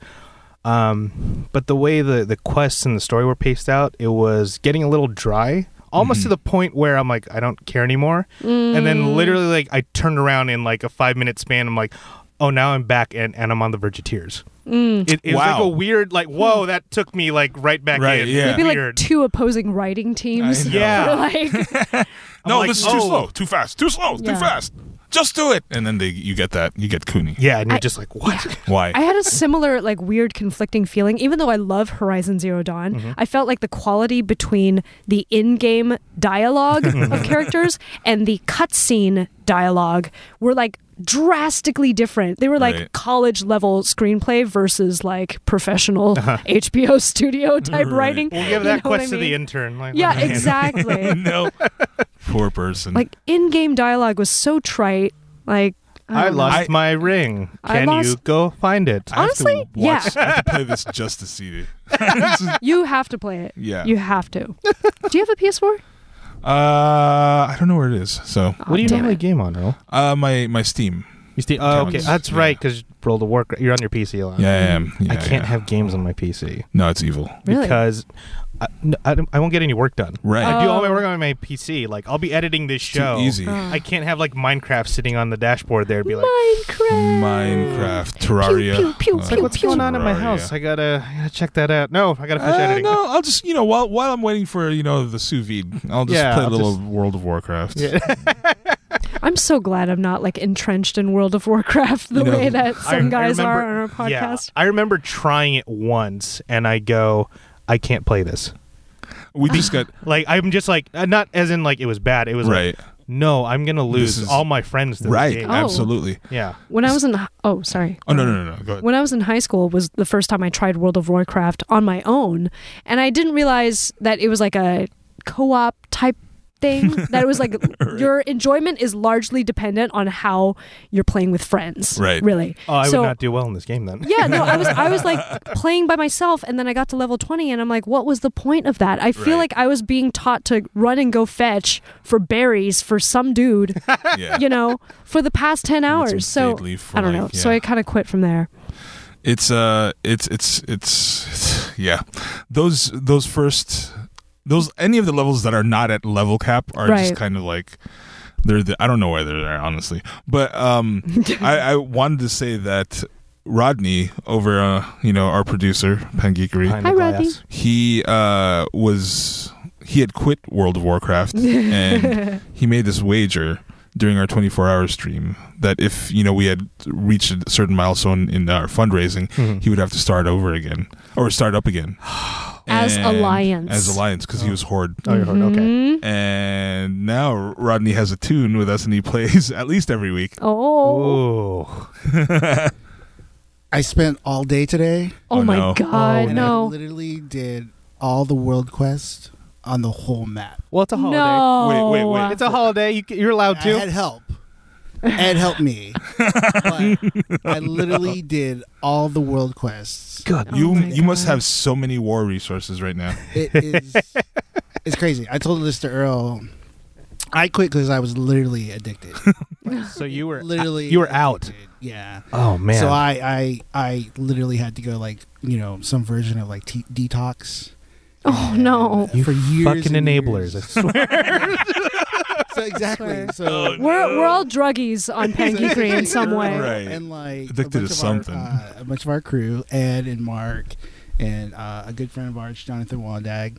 Speaker 1: Um, but the way the the quests and the story were paced out, it was getting a little dry, almost
Speaker 3: Mm-hmm.
Speaker 1: to the point where I'm like, I don't care anymore. And
Speaker 3: Mm.
Speaker 1: then literally, like, I turned around in like a five minute span. I'm like, oh, now I'm back and, and I'm on the verge of tears.
Speaker 3: Mm.
Speaker 1: It, it was like
Speaker 2: Wow.
Speaker 1: a weird, like, whoa, that took me like right back
Speaker 2: Right,
Speaker 1: in.
Speaker 2: yeah.
Speaker 1: It was
Speaker 3: It'd be like
Speaker 1: weird.
Speaker 3: two opposing writing teams.
Speaker 2: I know.
Speaker 1: Yeah.
Speaker 3: like
Speaker 1: I'm
Speaker 2: No,
Speaker 1: like,
Speaker 2: this is too
Speaker 1: oh.
Speaker 2: slow, too fast, too slow,
Speaker 3: Yeah.
Speaker 2: too fast. Just do it. And then they, you get that. You get Cooney.
Speaker 1: yeah, and you're
Speaker 3: I-
Speaker 1: just like, what?
Speaker 2: Why?
Speaker 3: I had a similar like weird conflicting feeling. Even though I love Horizon Zero Dawn,
Speaker 1: Mm-hmm.
Speaker 3: I felt like the quality between the in-game dialogue of characters and the cutscene dialogue were like drastically different. They were like
Speaker 2: Right.
Speaker 3: college level screenplay versus like professional HBO studio type
Speaker 2: Right.
Speaker 3: writing.
Speaker 1: Uh-huh. We'll give
Speaker 3: You
Speaker 1: that
Speaker 3: know what I
Speaker 1: quest to
Speaker 3: mean?
Speaker 1: the intern. Like,
Speaker 3: Yeah,
Speaker 1: okay.
Speaker 3: exactly.
Speaker 2: no. Poor person.
Speaker 3: like in-game dialogue was so trite. Like
Speaker 1: I
Speaker 3: don't know.
Speaker 1: lost
Speaker 2: I-
Speaker 1: my ring.
Speaker 3: I
Speaker 1: Can you
Speaker 3: lost-
Speaker 1: go find it?
Speaker 2: I have to
Speaker 3: honestly,
Speaker 2: watch-
Speaker 3: yeah.
Speaker 2: I have to play this just to see it.
Speaker 3: You have to play it.
Speaker 2: Yeah.
Speaker 3: You have to. Do you have a PS4?
Speaker 2: Uh, I don't know where it is. So,
Speaker 1: What do you
Speaker 3: Aw, Oh, damn
Speaker 1: normally
Speaker 3: it.
Speaker 1: game on, Earl?
Speaker 2: uh, my my Steam.
Speaker 1: You Steam.
Speaker 2: Yeah,
Speaker 1: Oh, okay,
Speaker 2: it's-
Speaker 1: that's
Speaker 2: yeah.
Speaker 1: right. Because World of Warcraft, you're on your PC a lot.
Speaker 2: Yeah, I am.
Speaker 1: Mm-hmm. I
Speaker 2: Yeah,
Speaker 1: can't
Speaker 2: yeah.
Speaker 1: have games on my PC
Speaker 2: No, it's evil.
Speaker 3: Really?
Speaker 1: because I, n- I, don't- I won't get any work done.
Speaker 2: Right.
Speaker 1: I do all
Speaker 3: Oh.
Speaker 1: my work on my PC. Like I'll be editing this
Speaker 2: Too
Speaker 1: show.
Speaker 2: easy.
Speaker 3: Oh.
Speaker 1: I can't have like Minecraft sitting on the dashboard there. And be like,
Speaker 3: Minecraft.
Speaker 2: Minecraft, Terraria.
Speaker 3: Pew, pew, pew,
Speaker 2: uh,
Speaker 1: It's like, what's going on in my
Speaker 2: Terraria.
Speaker 1: house? I gotta, I gotta check that out. No, I gotta finish
Speaker 2: Uh,
Speaker 1: editing.
Speaker 2: no, I'll just you know while while I'm waiting for you know the sous vide, I'll just
Speaker 1: Yeah,
Speaker 2: play
Speaker 1: I'll
Speaker 2: a little
Speaker 1: just-
Speaker 2: World of Warcraft.
Speaker 1: Yeah.
Speaker 3: I'm so glad I'm not like entrenched in World of Warcraft the
Speaker 2: You know,
Speaker 3: way that
Speaker 1: I-
Speaker 3: some
Speaker 1: I
Speaker 3: guys
Speaker 1: remember-
Speaker 3: are on our
Speaker 1: Yeah,
Speaker 3: podcast.
Speaker 1: I remember trying it once, and I go, I can't play this.
Speaker 2: We just got
Speaker 1: Like I'm just like uh, not as in like it was bad. It was like,
Speaker 2: right,
Speaker 1: no, I'm gonna lose
Speaker 2: is-
Speaker 1: all my friends. This
Speaker 2: right,
Speaker 1: game.
Speaker 3: Oh.
Speaker 2: absolutely.
Speaker 1: Yeah,
Speaker 3: When I was in oh sorry.
Speaker 2: Oh no, no, no, no. Go ahead.
Speaker 3: When I was in high school was the first time I tried World of Warcraft on my own, and I didn't realize that it was like a co-op type thing. that it was like your enjoyment is largely dependent on how you're playing with friends.
Speaker 2: Right.
Speaker 3: Really.
Speaker 1: oh, I
Speaker 3: so,
Speaker 1: would not do well in this game then.
Speaker 3: yeah, no, I was I was like playing by myself, and then I got to level twenty, and I'm like, what was the point of that? I feel
Speaker 2: Right.
Speaker 3: like I was being taught to run and go fetch for berries for some dude,
Speaker 2: Yeah.
Speaker 3: you know, for the past ten
Speaker 2: Get some
Speaker 3: hours. So
Speaker 2: jade leaf for
Speaker 3: I don't
Speaker 2: like-
Speaker 3: know. So
Speaker 2: yeah.
Speaker 3: I kind of quit from there.
Speaker 2: it's uh it's it's it's, it's yeah those those first those any of the levels that are not at level cap are just
Speaker 3: Right.
Speaker 2: kind of like they're the, i don't know why they're there honestly but um I, I wanted to say that rodney over uh you know our producer pen geekery
Speaker 1: Behind the
Speaker 3: Hi, Rodney.
Speaker 1: glass.
Speaker 2: he uh, was he had quit World of Warcraft and he made this wager during our 24 hour stream that if you know we had reached a certain milestone in our fundraising
Speaker 1: Mhm.
Speaker 2: he would have to start over again or start up again
Speaker 3: As
Speaker 2: And-
Speaker 3: Alliance.
Speaker 2: as alliance because he was horde
Speaker 1: Oh, you're hard. Okay.
Speaker 3: Mhm.
Speaker 2: and now rodney has a tune with us and he plays at least every week
Speaker 3: Oh,
Speaker 1: Ooh.
Speaker 5: I spent all day today,
Speaker 3: oh
Speaker 2: Oh,
Speaker 3: my
Speaker 2: no.
Speaker 3: God,
Speaker 5: and I
Speaker 3: no,
Speaker 5: literally did all the world quest on the whole map.
Speaker 1: Well, it's a holiday.
Speaker 3: no.
Speaker 2: Wait, wait, wait.
Speaker 1: It's a holiday. You, c- you're allowed
Speaker 5: I had
Speaker 1: to.
Speaker 5: help. Ed helped me. but I literally did all the world quests.
Speaker 1: Good.
Speaker 3: Oh
Speaker 2: you
Speaker 3: my
Speaker 2: you must
Speaker 3: God.
Speaker 2: have so many war resources right now
Speaker 5: It is. it's crazy. I told this to Earl. I quit because I was literally addicted.
Speaker 1: So you were
Speaker 5: literally,
Speaker 1: you were out.
Speaker 5: addicted. Yeah.
Speaker 1: Oh man.
Speaker 5: So I, I I literally had to go like you know some version of like t- detox.
Speaker 3: Oh no.
Speaker 1: you
Speaker 5: for years
Speaker 1: fucking
Speaker 5: and
Speaker 1: enablers.
Speaker 5: years.
Speaker 1: I swear.
Speaker 5: So exactly.
Speaker 3: Swear.
Speaker 5: So
Speaker 3: We're, we're all druggies on Oh, Panky Green in some way.
Speaker 2: Right.
Speaker 5: And like
Speaker 2: Addicted to
Speaker 5: a bunch of
Speaker 2: something.
Speaker 5: Our, uh, a bunch of our crew, Ed and Mark, and uh, a good friend of ours, Jonathan Wandag.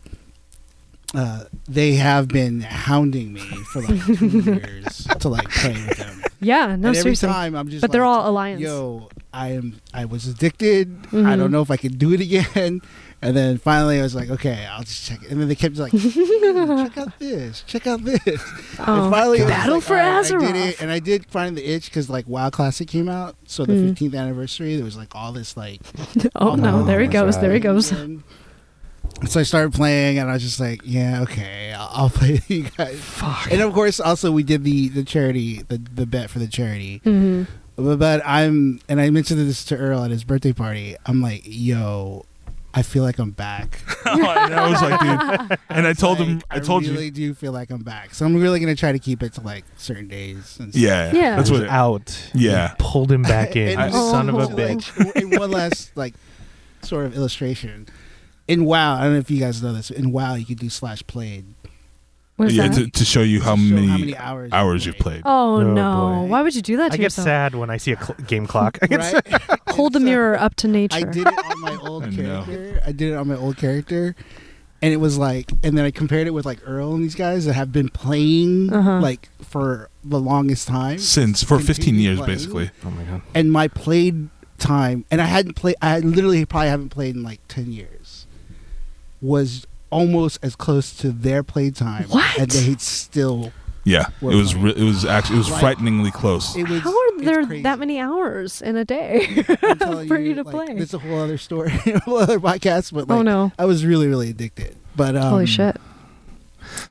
Speaker 5: Uh, they have been hounding me for like two years to like play with them.
Speaker 3: Yeah, no,
Speaker 5: and every
Speaker 3: seriously.
Speaker 5: time I'm just
Speaker 3: But they're
Speaker 5: like,
Speaker 3: all Alliance. Mm-hmm.
Speaker 5: yo i am i was addicted i don't know if i can do it again and then finally i was like okay i'll just check it and then they kept like "Hmm, check out this check out this
Speaker 3: Oh,
Speaker 5: and finally I was
Speaker 3: Battle
Speaker 5: like,
Speaker 3: for
Speaker 5: "All right, I did
Speaker 3: Azeroth."
Speaker 5: it. and i did find the itch because like wow classic came out so the
Speaker 3: Mm.
Speaker 5: 15th anniversary there was like all this like
Speaker 3: Oh, no, there he
Speaker 1: my
Speaker 3: goes,
Speaker 1: God.
Speaker 3: there he goes.
Speaker 5: and so I started playing, and I was just like, "Yeah, okay, I'll, I'll play with you guys." Fuck. And of course, also we did the the charity, the the bet for the charity,
Speaker 3: hmm
Speaker 5: but, but I'm, and I mentioned this to Earl at his birthday party. I'm like, yo, I feel like I'm back.
Speaker 2: and i was like dude and i told
Speaker 5: Like,
Speaker 2: him i told
Speaker 5: really
Speaker 2: you
Speaker 5: do feel like I'm back. So I'm really gonna try to keep it to like certain days. And stuff.
Speaker 2: yeah
Speaker 3: Yeah.
Speaker 2: that's
Speaker 1: was
Speaker 2: what it,
Speaker 1: out.
Speaker 2: Yeah.
Speaker 1: You pulled him back in.
Speaker 5: And
Speaker 1: you son of a
Speaker 3: Oh.
Speaker 1: bitch.
Speaker 5: Like, in one last like sort of illustration. In WoW, I don't know if you guys know this. In WoW, you can do slash played.
Speaker 3: What is
Speaker 2: yeah,
Speaker 3: that?
Speaker 2: to, to show you how,
Speaker 5: Show
Speaker 2: many,
Speaker 5: how many hours
Speaker 2: hours
Speaker 5: you
Speaker 2: you've played.
Speaker 3: oh,
Speaker 1: Oh,
Speaker 3: no.
Speaker 1: boy.
Speaker 3: Why would you do that to
Speaker 1: I get
Speaker 3: yourself?
Speaker 1: sad when I see a cl- game clock. I get
Speaker 5: Right?
Speaker 3: Hold the
Speaker 5: So-
Speaker 3: mirror up to nature.
Speaker 5: uh, I did it on my old
Speaker 2: I know.
Speaker 5: character. I did it on my old character, and it was like, and then I compared it with like Earl and these guys that have been playing
Speaker 3: Uh-huh.
Speaker 5: like for the longest
Speaker 3: Oh.
Speaker 5: time,
Speaker 2: Since for 15
Speaker 5: Continue
Speaker 2: years,
Speaker 5: playing.
Speaker 2: basically.
Speaker 1: Oh my god.
Speaker 5: and my played time, and I hadn't played. I literally probably haven't played in like ten years. Was almost as close to their play time,
Speaker 3: What?
Speaker 5: and they still
Speaker 2: Yeah, it
Speaker 5: We're
Speaker 2: was
Speaker 5: fine.
Speaker 2: re- it was actually it was
Speaker 5: Like-
Speaker 2: frighteningly close.
Speaker 5: It was,
Speaker 3: How are
Speaker 5: it's
Speaker 3: there
Speaker 5: crazy.
Speaker 3: that many hours in a day
Speaker 5: I'm telling
Speaker 3: for you, to
Speaker 5: like,
Speaker 3: play?
Speaker 5: It's a whole other story, a whole other podcast. But like,
Speaker 3: oh no!
Speaker 5: I was really, really addicted. But um,
Speaker 3: Holy shit!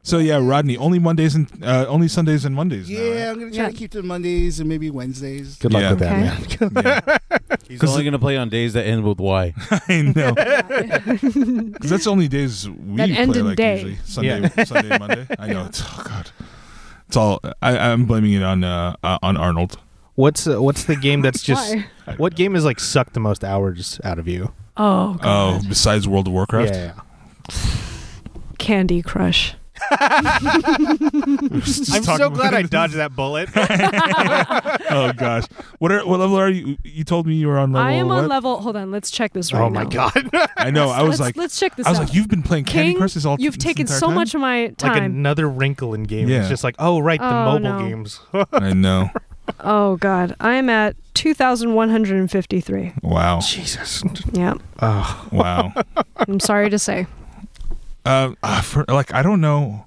Speaker 2: So yeah, Rodney, only Mondays and uh, only Sundays and Mondays. now,
Speaker 5: Yeah, I'm gonna try
Speaker 3: Yeah.
Speaker 5: to keep to Mondays and maybe Wednesdays.
Speaker 6: Good luck
Speaker 2: Yeah.
Speaker 6: with that,
Speaker 3: Okay.
Speaker 6: man.
Speaker 2: right? Yeah.
Speaker 4: He's
Speaker 2: 'Cause
Speaker 4: only
Speaker 2: it-
Speaker 4: going to play on days that end with Y.
Speaker 2: I know. Because that's the only days we
Speaker 3: That
Speaker 2: play
Speaker 3: end in
Speaker 2: like
Speaker 3: day.
Speaker 2: usually Sunday, Sunday, Monday. I know. It's, oh God, it's all. I, I'm blaming it on uh, uh, on Arnold.
Speaker 1: What's uh, what's the game that's just
Speaker 3: Why?
Speaker 2: I don't
Speaker 1: what
Speaker 2: know.
Speaker 1: game is like sucked the most hours out of you?
Speaker 2: Oh,
Speaker 3: Oh, God.
Speaker 2: besides World of Warcraft,
Speaker 1: Yeah, yeah.
Speaker 3: Candy Crush.
Speaker 1: I'm
Speaker 2: talk
Speaker 1: so
Speaker 2: about
Speaker 1: glad I
Speaker 2: this.
Speaker 1: dodged that bullet.
Speaker 2: oh gosh, what are what level are you? You told me you were on level.
Speaker 3: I am on
Speaker 2: what?
Speaker 3: level. Hold on, let's check this right
Speaker 1: oh my
Speaker 3: now.
Speaker 1: god!
Speaker 2: I know. I was
Speaker 3: let's,
Speaker 2: like,
Speaker 3: let's check this
Speaker 2: I was
Speaker 3: out.
Speaker 2: like, you've been playing Candy
Speaker 3: King,
Speaker 2: Crush this all.
Speaker 3: You've
Speaker 2: this
Speaker 3: taken
Speaker 2: entire
Speaker 3: so
Speaker 2: time?
Speaker 3: much of my
Speaker 1: like
Speaker 3: time.
Speaker 1: another wrinkle in games.
Speaker 2: Yeah.
Speaker 1: Just like oh right, the
Speaker 3: Oh,
Speaker 1: mobile
Speaker 3: no.
Speaker 1: games.
Speaker 2: I know.
Speaker 3: oh god, I am at two thousand one hundred and fifty-three.
Speaker 2: Wow.
Speaker 1: Jesus.
Speaker 3: Yeah,
Speaker 1: Oh,
Speaker 2: Wow.
Speaker 3: I'm sorry to say.
Speaker 2: Um, uh, for like I don't know.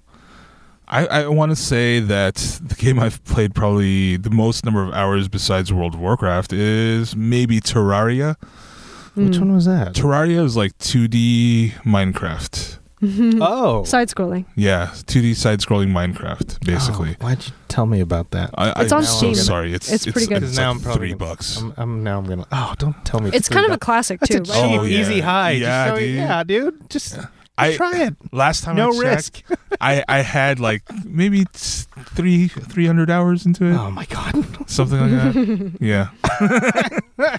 Speaker 2: I I want to say that the game I've played probably the most number of hours besides World of Warcraft is maybe Terraria.
Speaker 1: which
Speaker 3: Mm.
Speaker 1: one was that?
Speaker 2: Terraria is like 2D Minecraft.
Speaker 3: Mhm.
Speaker 1: Oh,
Speaker 3: Side scrolling.
Speaker 2: Yeah, 2D side-scrolling Minecraft, basically.
Speaker 1: Oh, why'd you tell me about that?
Speaker 2: I,
Speaker 3: It's
Speaker 2: I'm
Speaker 3: on
Speaker 2: so
Speaker 3: Steam.
Speaker 2: sorry. It's
Speaker 3: It's pretty good.
Speaker 2: It's
Speaker 1: Now
Speaker 2: like
Speaker 1: I'm probably
Speaker 2: three
Speaker 1: gonna-
Speaker 2: bucks.
Speaker 1: I'm, I'm now I'm gonna. Oh, don't tell me.
Speaker 3: It's kind of a classic too,
Speaker 1: That's a
Speaker 3: right?
Speaker 1: cheap,
Speaker 2: Oh, yeah.
Speaker 1: easy high.
Speaker 2: Yeah,
Speaker 1: Just so-
Speaker 2: dude.
Speaker 1: yeah, dude. Just
Speaker 2: I
Speaker 1: try it.
Speaker 2: last time
Speaker 1: No
Speaker 2: I checked,
Speaker 1: risk.
Speaker 2: I I had like maybe t- three 300 hours into it,
Speaker 1: Oh my god.
Speaker 2: something like that. yeah.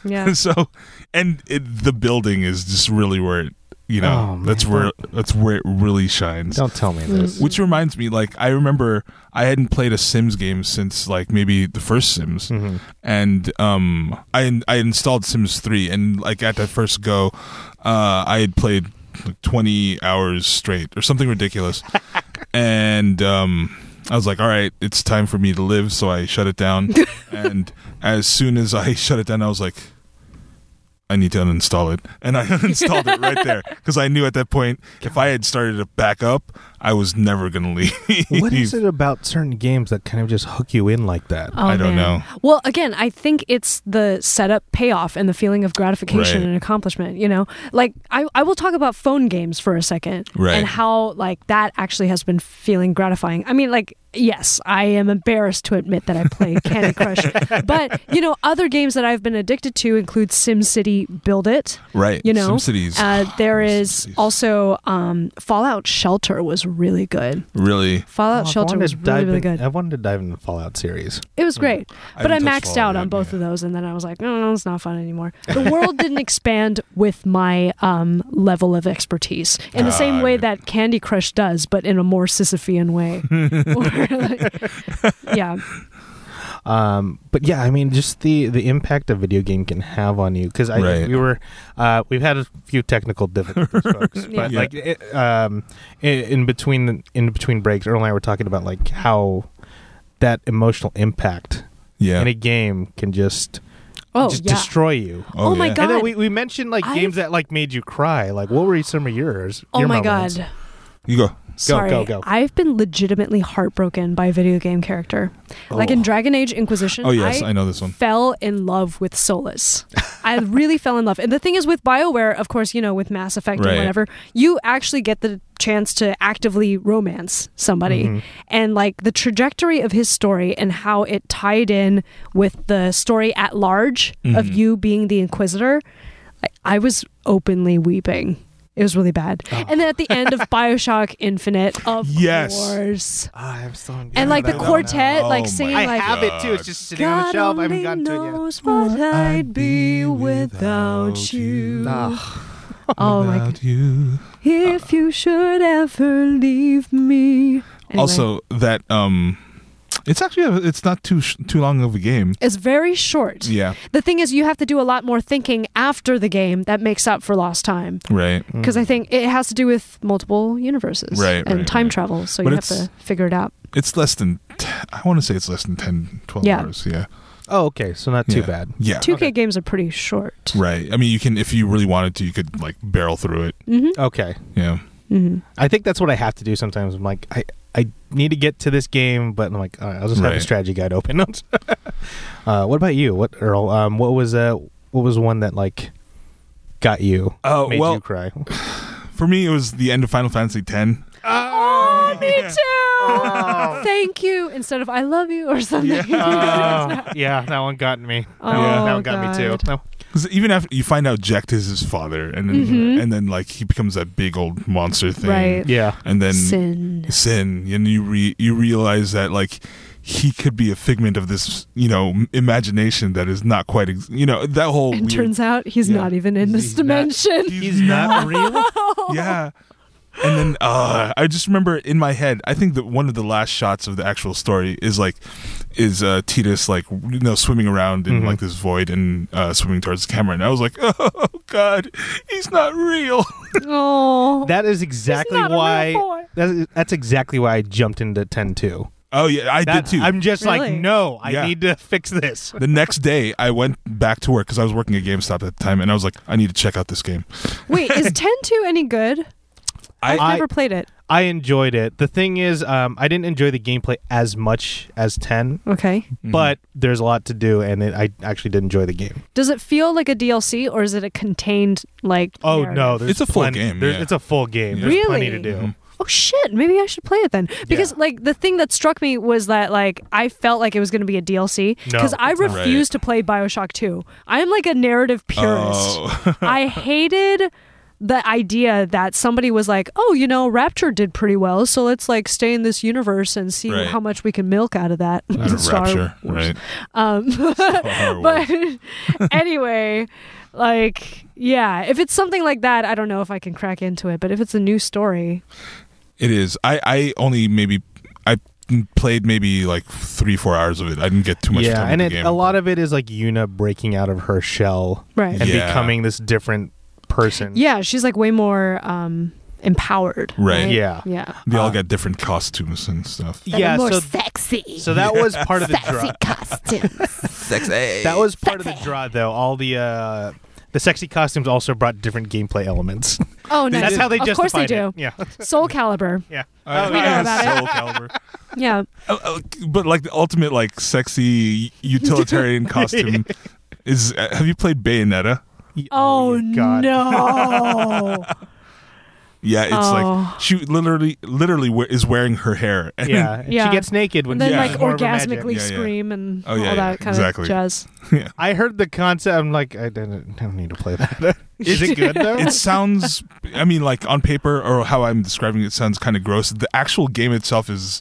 Speaker 3: Yeah.
Speaker 2: so and it, the building is just really where it you know
Speaker 1: Oh, man.
Speaker 2: that's where that's where it really shines
Speaker 1: Don't tell me this.
Speaker 2: which reminds me like i remember i hadn't played a sims game since like maybe the first sims
Speaker 1: Mhm.
Speaker 2: and um i i installed sims 3 and like at that first go uh i had played like 20 hours straight or something ridiculous and um I was like, all right, it's time for me to live, so I shut it down. and as soon as I shut it down, I was like, I need to uninstall it. And I uninstalled it right there because I knew at that point if I had started it back up, I was never going to leave.
Speaker 1: What is it about certain games that kind of just hook you in like that?
Speaker 3: Oh,
Speaker 2: I don't
Speaker 3: man.
Speaker 2: know.
Speaker 3: Well, again, I think it's the setup payoff and the feeling of gratification
Speaker 2: Right.
Speaker 3: and accomplishment, you know? Like I, I will talk about phone games for a second
Speaker 2: Right.
Speaker 3: and how like that actually has been feeling gratifying. I mean, like yes, I am embarrassed to admit that I play Candy Crush. But, you know, other games that I've been addicted to include SimCity Build It.
Speaker 2: Right.
Speaker 3: You know,
Speaker 2: SimCities.
Speaker 3: Uh, there is
Speaker 2: SimCities.
Speaker 3: also um, Fallout Shelter was really good.
Speaker 2: really.
Speaker 3: Fallout
Speaker 1: I've
Speaker 3: Shelter
Speaker 1: Oh, wanted
Speaker 3: was
Speaker 1: to
Speaker 3: really,
Speaker 1: dive
Speaker 3: really
Speaker 1: in-
Speaker 3: good.
Speaker 1: I wanted to dive into the Fallout series.
Speaker 3: It was great,
Speaker 2: I
Speaker 3: but I,
Speaker 2: haven't touched
Speaker 3: maxed out
Speaker 2: Fallout
Speaker 3: on
Speaker 2: yet,
Speaker 3: both
Speaker 2: yeah.
Speaker 3: of those, and then I was like, "Oh, no, no, it's not fun anymore. The world didn't expand with my um, level of expertise in the same way
Speaker 2: Got
Speaker 3: that Candy Crush does, but in a more Sisyphean way. Or, like, yeah,
Speaker 1: Um, but yeah, I mean, just the the impact a video game can have on you. Because I
Speaker 2: Right.
Speaker 1: we were uh, we've had a few technical difficulties, folks,
Speaker 3: Yeah.
Speaker 1: but
Speaker 2: Yeah.
Speaker 1: like it, um, in, in between the, in between breaks, Earl and I were talking about like how that emotional impact
Speaker 2: Yeah.
Speaker 1: in a game can just
Speaker 3: Oh,
Speaker 1: just
Speaker 3: yeah.
Speaker 1: destroy you.
Speaker 3: Oh my
Speaker 2: yeah.
Speaker 3: God.
Speaker 1: And then we, we mentioned like games
Speaker 3: I've-
Speaker 1: that like made you cry. Like what were some of yours?
Speaker 3: oh
Speaker 1: your
Speaker 3: my
Speaker 1: moments?
Speaker 3: god.
Speaker 2: You go.
Speaker 3: Sorry,
Speaker 1: go, go.
Speaker 3: I've been legitimately heartbroken by a video game character. Like in Dragon Age Inquisition,
Speaker 2: Oh, yes.
Speaker 3: I
Speaker 2: I know this one.
Speaker 3: fell in love with Solus. I really fell in love. And the thing is with BioWare, of course, you know, with Mass Effect
Speaker 2: Right.
Speaker 3: and whatever, you actually get the chance to actively romance somebody.
Speaker 2: Mm-hmm.
Speaker 3: And like the trajectory of his story and how it tied in with the story at large of
Speaker 2: Mhm.
Speaker 3: you being the Inquisitor, I, I was openly weeping. It was really bad.
Speaker 1: Oh.
Speaker 3: And then at the end of Bioshock Infinite, of
Speaker 2: Yes.
Speaker 3: course
Speaker 1: Ah, I'm so
Speaker 3: and like the
Speaker 2: don't know.
Speaker 3: quartet,
Speaker 2: Oh
Speaker 3: like
Speaker 2: my
Speaker 3: singing
Speaker 1: I
Speaker 3: like
Speaker 1: have it too. It's just sitting on the shelf. I haven't
Speaker 3: only
Speaker 1: gotten to it yet.
Speaker 3: knows what I'd be
Speaker 2: without
Speaker 3: without you.
Speaker 1: Ah.
Speaker 3: Oh my god!
Speaker 2: Without you. Uh-uh.
Speaker 3: If you should ever leave me. Anyway,
Speaker 2: Also, that um, it's actually a, it's not too sh- too long of a game.
Speaker 3: it's very short.
Speaker 2: Yeah,
Speaker 3: The thing is, you have to do a lot more thinking after the game that makes up for lost time.
Speaker 2: right.
Speaker 3: Because I think it has to do with multiple universes
Speaker 2: Mm. Right,
Speaker 3: and
Speaker 2: right,
Speaker 3: time
Speaker 2: right.
Speaker 3: travel, so
Speaker 2: But
Speaker 3: you have
Speaker 2: it's-
Speaker 3: to figure it out.
Speaker 2: It's less than t- I want to say it's less than 10, 12
Speaker 3: Yeah.
Speaker 2: hours. Yeah,
Speaker 1: Oh, okay. So not too
Speaker 2: Yeah.
Speaker 1: bad.
Speaker 2: yeah.
Speaker 3: 2K games are pretty short.
Speaker 2: Right. I mean, you can if you really wanted to, you could like barrel through it.
Speaker 3: hmm
Speaker 1: Okay.
Speaker 2: Yeah.
Speaker 3: hmm
Speaker 1: I think that's what I have to do sometimes. I'm like, I I need to get to this game, but I'm like, all right, I'll just have the
Speaker 2: Right.
Speaker 1: strategy guide open. uh, what about you? What Earl? Um, what was uh, what was one that like got you?
Speaker 2: Oh,
Speaker 1: made
Speaker 2: well-
Speaker 1: you cry.
Speaker 2: For me, it was the end of Final Fantasy X.
Speaker 3: Oh, me too. Thank you. Instead of I love you or something.
Speaker 1: Oh, yeah, that one got me. That, one-
Speaker 3: Oh,
Speaker 1: that one got me
Speaker 3: God.
Speaker 1: too. No.
Speaker 2: 'Cause even after you find out Jekt is his father, and then and then like he becomes that big old monster thing,
Speaker 3: Mm-hmm. Right.
Speaker 1: Yeah.
Speaker 2: And then
Speaker 3: Sin.
Speaker 2: sin and you re- you realize that like he could be a figment of this you know m- imagination that is not quite ex- you know that whole
Speaker 3: And
Speaker 2: weird-
Speaker 3: turns out he's
Speaker 2: Yeah.
Speaker 3: not even in this
Speaker 2: He's not-
Speaker 3: dimension.
Speaker 1: He's not real.
Speaker 2: yeah and then uh i just remember in my head i think that one of the last shots of the actual story is like is uh titus like you know swimming around in
Speaker 1: Mhm.
Speaker 2: like this void and uh swimming towards the camera and i was like oh god he's not real
Speaker 3: oh.
Speaker 1: That is exactly
Speaker 3: not a real boy.
Speaker 1: why. That is, that's exactly why I jumped into ten two.
Speaker 2: oh yeah i
Speaker 1: That,
Speaker 2: did too
Speaker 1: I'm just like,
Speaker 3: Really?
Speaker 1: no, I
Speaker 2: Yeah.
Speaker 1: need to fix this.
Speaker 2: the next day i went back to work because i was working at gamestop at the time and i was like i need to check out this game
Speaker 3: Wait, is 10 2 any good? I've
Speaker 1: I-
Speaker 3: never played it.
Speaker 1: I enjoyed it. The thing is, um, I didn't enjoy the gameplay as much as 10
Speaker 3: Okay.
Speaker 2: Mm-hmm.
Speaker 1: but there's a lot to do, and it, I actually did enjoy the game.
Speaker 3: Does it feel like a DLC or is it a contained, like.
Speaker 1: Oh
Speaker 3: narrative?
Speaker 1: no, there's
Speaker 2: It's a full
Speaker 1: plenty-
Speaker 2: game,
Speaker 1: there's-
Speaker 2: yeah.
Speaker 1: It's a full game.
Speaker 2: Yeah.
Speaker 1: There's plenty to
Speaker 3: Really?
Speaker 1: do.
Speaker 2: Mhm.
Speaker 3: Oh shit, maybe I should play it then. Because,
Speaker 1: Yeah.
Speaker 3: like, the thing that struck me was that, like, I felt like it was going to be a DLC.
Speaker 1: No,
Speaker 3: Because I
Speaker 1: it's not.
Speaker 3: refuse to play Bioshock 2. I'm, like, a narrative purist.
Speaker 2: Oh.
Speaker 3: I hated the idea that somebody was like, "Oh, you know, Rapture did pretty well, so let's like stay in this universe and see
Speaker 2: Right.
Speaker 3: how much we can milk out of that."
Speaker 2: Out of
Speaker 3: Star
Speaker 2: rapture,
Speaker 3: Wars.
Speaker 2: right?
Speaker 3: Um,
Speaker 2: Star
Speaker 3: but
Speaker 2: Wars.
Speaker 3: anyway, like, yeah, if it's something like that, I don't know if I can crack into it. But if it's a new story,
Speaker 2: it is. I I only maybe I played maybe like three four hours of it. I didn't get too much.
Speaker 1: yeah,
Speaker 2: time
Speaker 1: and
Speaker 2: with
Speaker 1: it,
Speaker 2: the game.
Speaker 1: a lot of it is like Yuna breaking out of her shell
Speaker 3: right?
Speaker 1: and
Speaker 2: Yeah.
Speaker 1: becoming this different person.
Speaker 3: Yeah, she's like way more um, empowered.
Speaker 2: Right.
Speaker 1: Yeah.
Speaker 3: Yeah.
Speaker 2: They all
Speaker 1: uh,
Speaker 2: got different costumes and stuff.
Speaker 1: yeah. So,
Speaker 6: sexy.
Speaker 1: so that was part of the draw.
Speaker 6: costumes.
Speaker 7: Sexy.
Speaker 1: That was part of the draw, though. All the uh, the sexy costumes also brought different gameplay elements.
Speaker 3: Oh no.
Speaker 1: That's how they
Speaker 3: Of course they
Speaker 1: justified
Speaker 3: do.
Speaker 1: it. Yeah.
Speaker 3: Soul Calibur.
Speaker 1: Yeah.
Speaker 2: I,
Speaker 3: we know
Speaker 2: I
Speaker 3: about it.
Speaker 2: Soul Calibur.
Speaker 3: Yeah.
Speaker 2: Uh, uh, but like the ultimate like sexy utilitarian costume is. uh, have you played Bayonetta?
Speaker 3: Oh,
Speaker 1: God.
Speaker 3: no.
Speaker 2: Yeah, it's
Speaker 3: Oh.
Speaker 2: like she literally literally we- is wearing her hair. And-
Speaker 1: Yeah. And
Speaker 3: Yeah.
Speaker 1: She gets naked when
Speaker 3: and then
Speaker 1: she's
Speaker 2: Yeah.
Speaker 3: like
Speaker 1: more of a magic.
Speaker 3: orgasmically
Speaker 2: Yeah, yeah.
Speaker 3: scream and
Speaker 2: Oh, yeah,
Speaker 3: all
Speaker 2: yeah,
Speaker 3: that kind
Speaker 2: exactly.
Speaker 3: of jazz.
Speaker 1: I heard the concept. I'm like, I don't, I don't need to play that. Is it good though?
Speaker 2: it sounds i mean like on paper or how i'm describing it sounds kind of gross the actual game itself is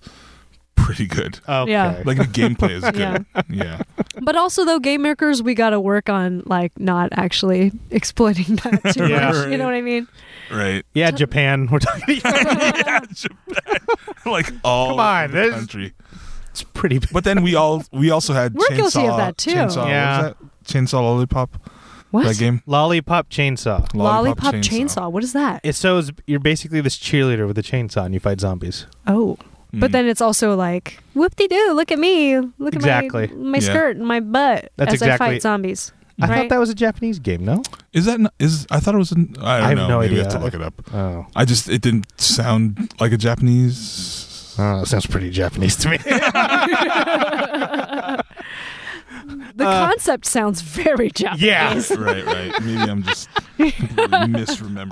Speaker 2: pretty good
Speaker 1: okay.
Speaker 3: Yeah.
Speaker 2: like the gameplay is good yeah,
Speaker 3: But also though, game makers, we got to work on like not actually exploiting that too
Speaker 1: Yeah.
Speaker 3: much. You know what I mean?
Speaker 2: right
Speaker 1: yeah, Japan. We're talking.
Speaker 2: yeah, Japan. like all
Speaker 1: Come on,
Speaker 2: the
Speaker 1: there's-
Speaker 2: country
Speaker 1: it's pretty. Bad.
Speaker 2: but then we all we also had
Speaker 3: We're
Speaker 2: chainsaw,
Speaker 3: guilty of that, too.
Speaker 2: chainsaw, what
Speaker 1: Yeah.
Speaker 2: was that? chainsaw lollipop
Speaker 3: What?
Speaker 2: that game
Speaker 1: Lollipop chainsaw.
Speaker 3: Lollipop, chainsaw. What is that?
Speaker 1: It so is- you're basically this cheerleader with a chainsaw and you fight zombies.
Speaker 3: oh, but
Speaker 2: Mm.
Speaker 3: then it's also like whoop de doo. Look at me. Look
Speaker 1: Exactly.
Speaker 3: at my my
Speaker 2: Yeah.
Speaker 3: skirt and my butt
Speaker 1: That's
Speaker 3: as I
Speaker 1: exactly-
Speaker 3: fight zombies.
Speaker 1: I
Speaker 3: Right.
Speaker 1: thought that was a Japanese game. No.
Speaker 2: is that not, is i thought it was an i don't
Speaker 1: I have
Speaker 2: know
Speaker 1: no
Speaker 2: maybe i have
Speaker 1: idea.
Speaker 2: to look it up
Speaker 1: Oh,
Speaker 2: i just it didn't sound like a japanese
Speaker 1: oh that sounds pretty Japanese to me.
Speaker 3: The concept sounds very Japanese.
Speaker 1: Uh. yeah.
Speaker 2: right right maybe i'm just completely misremembering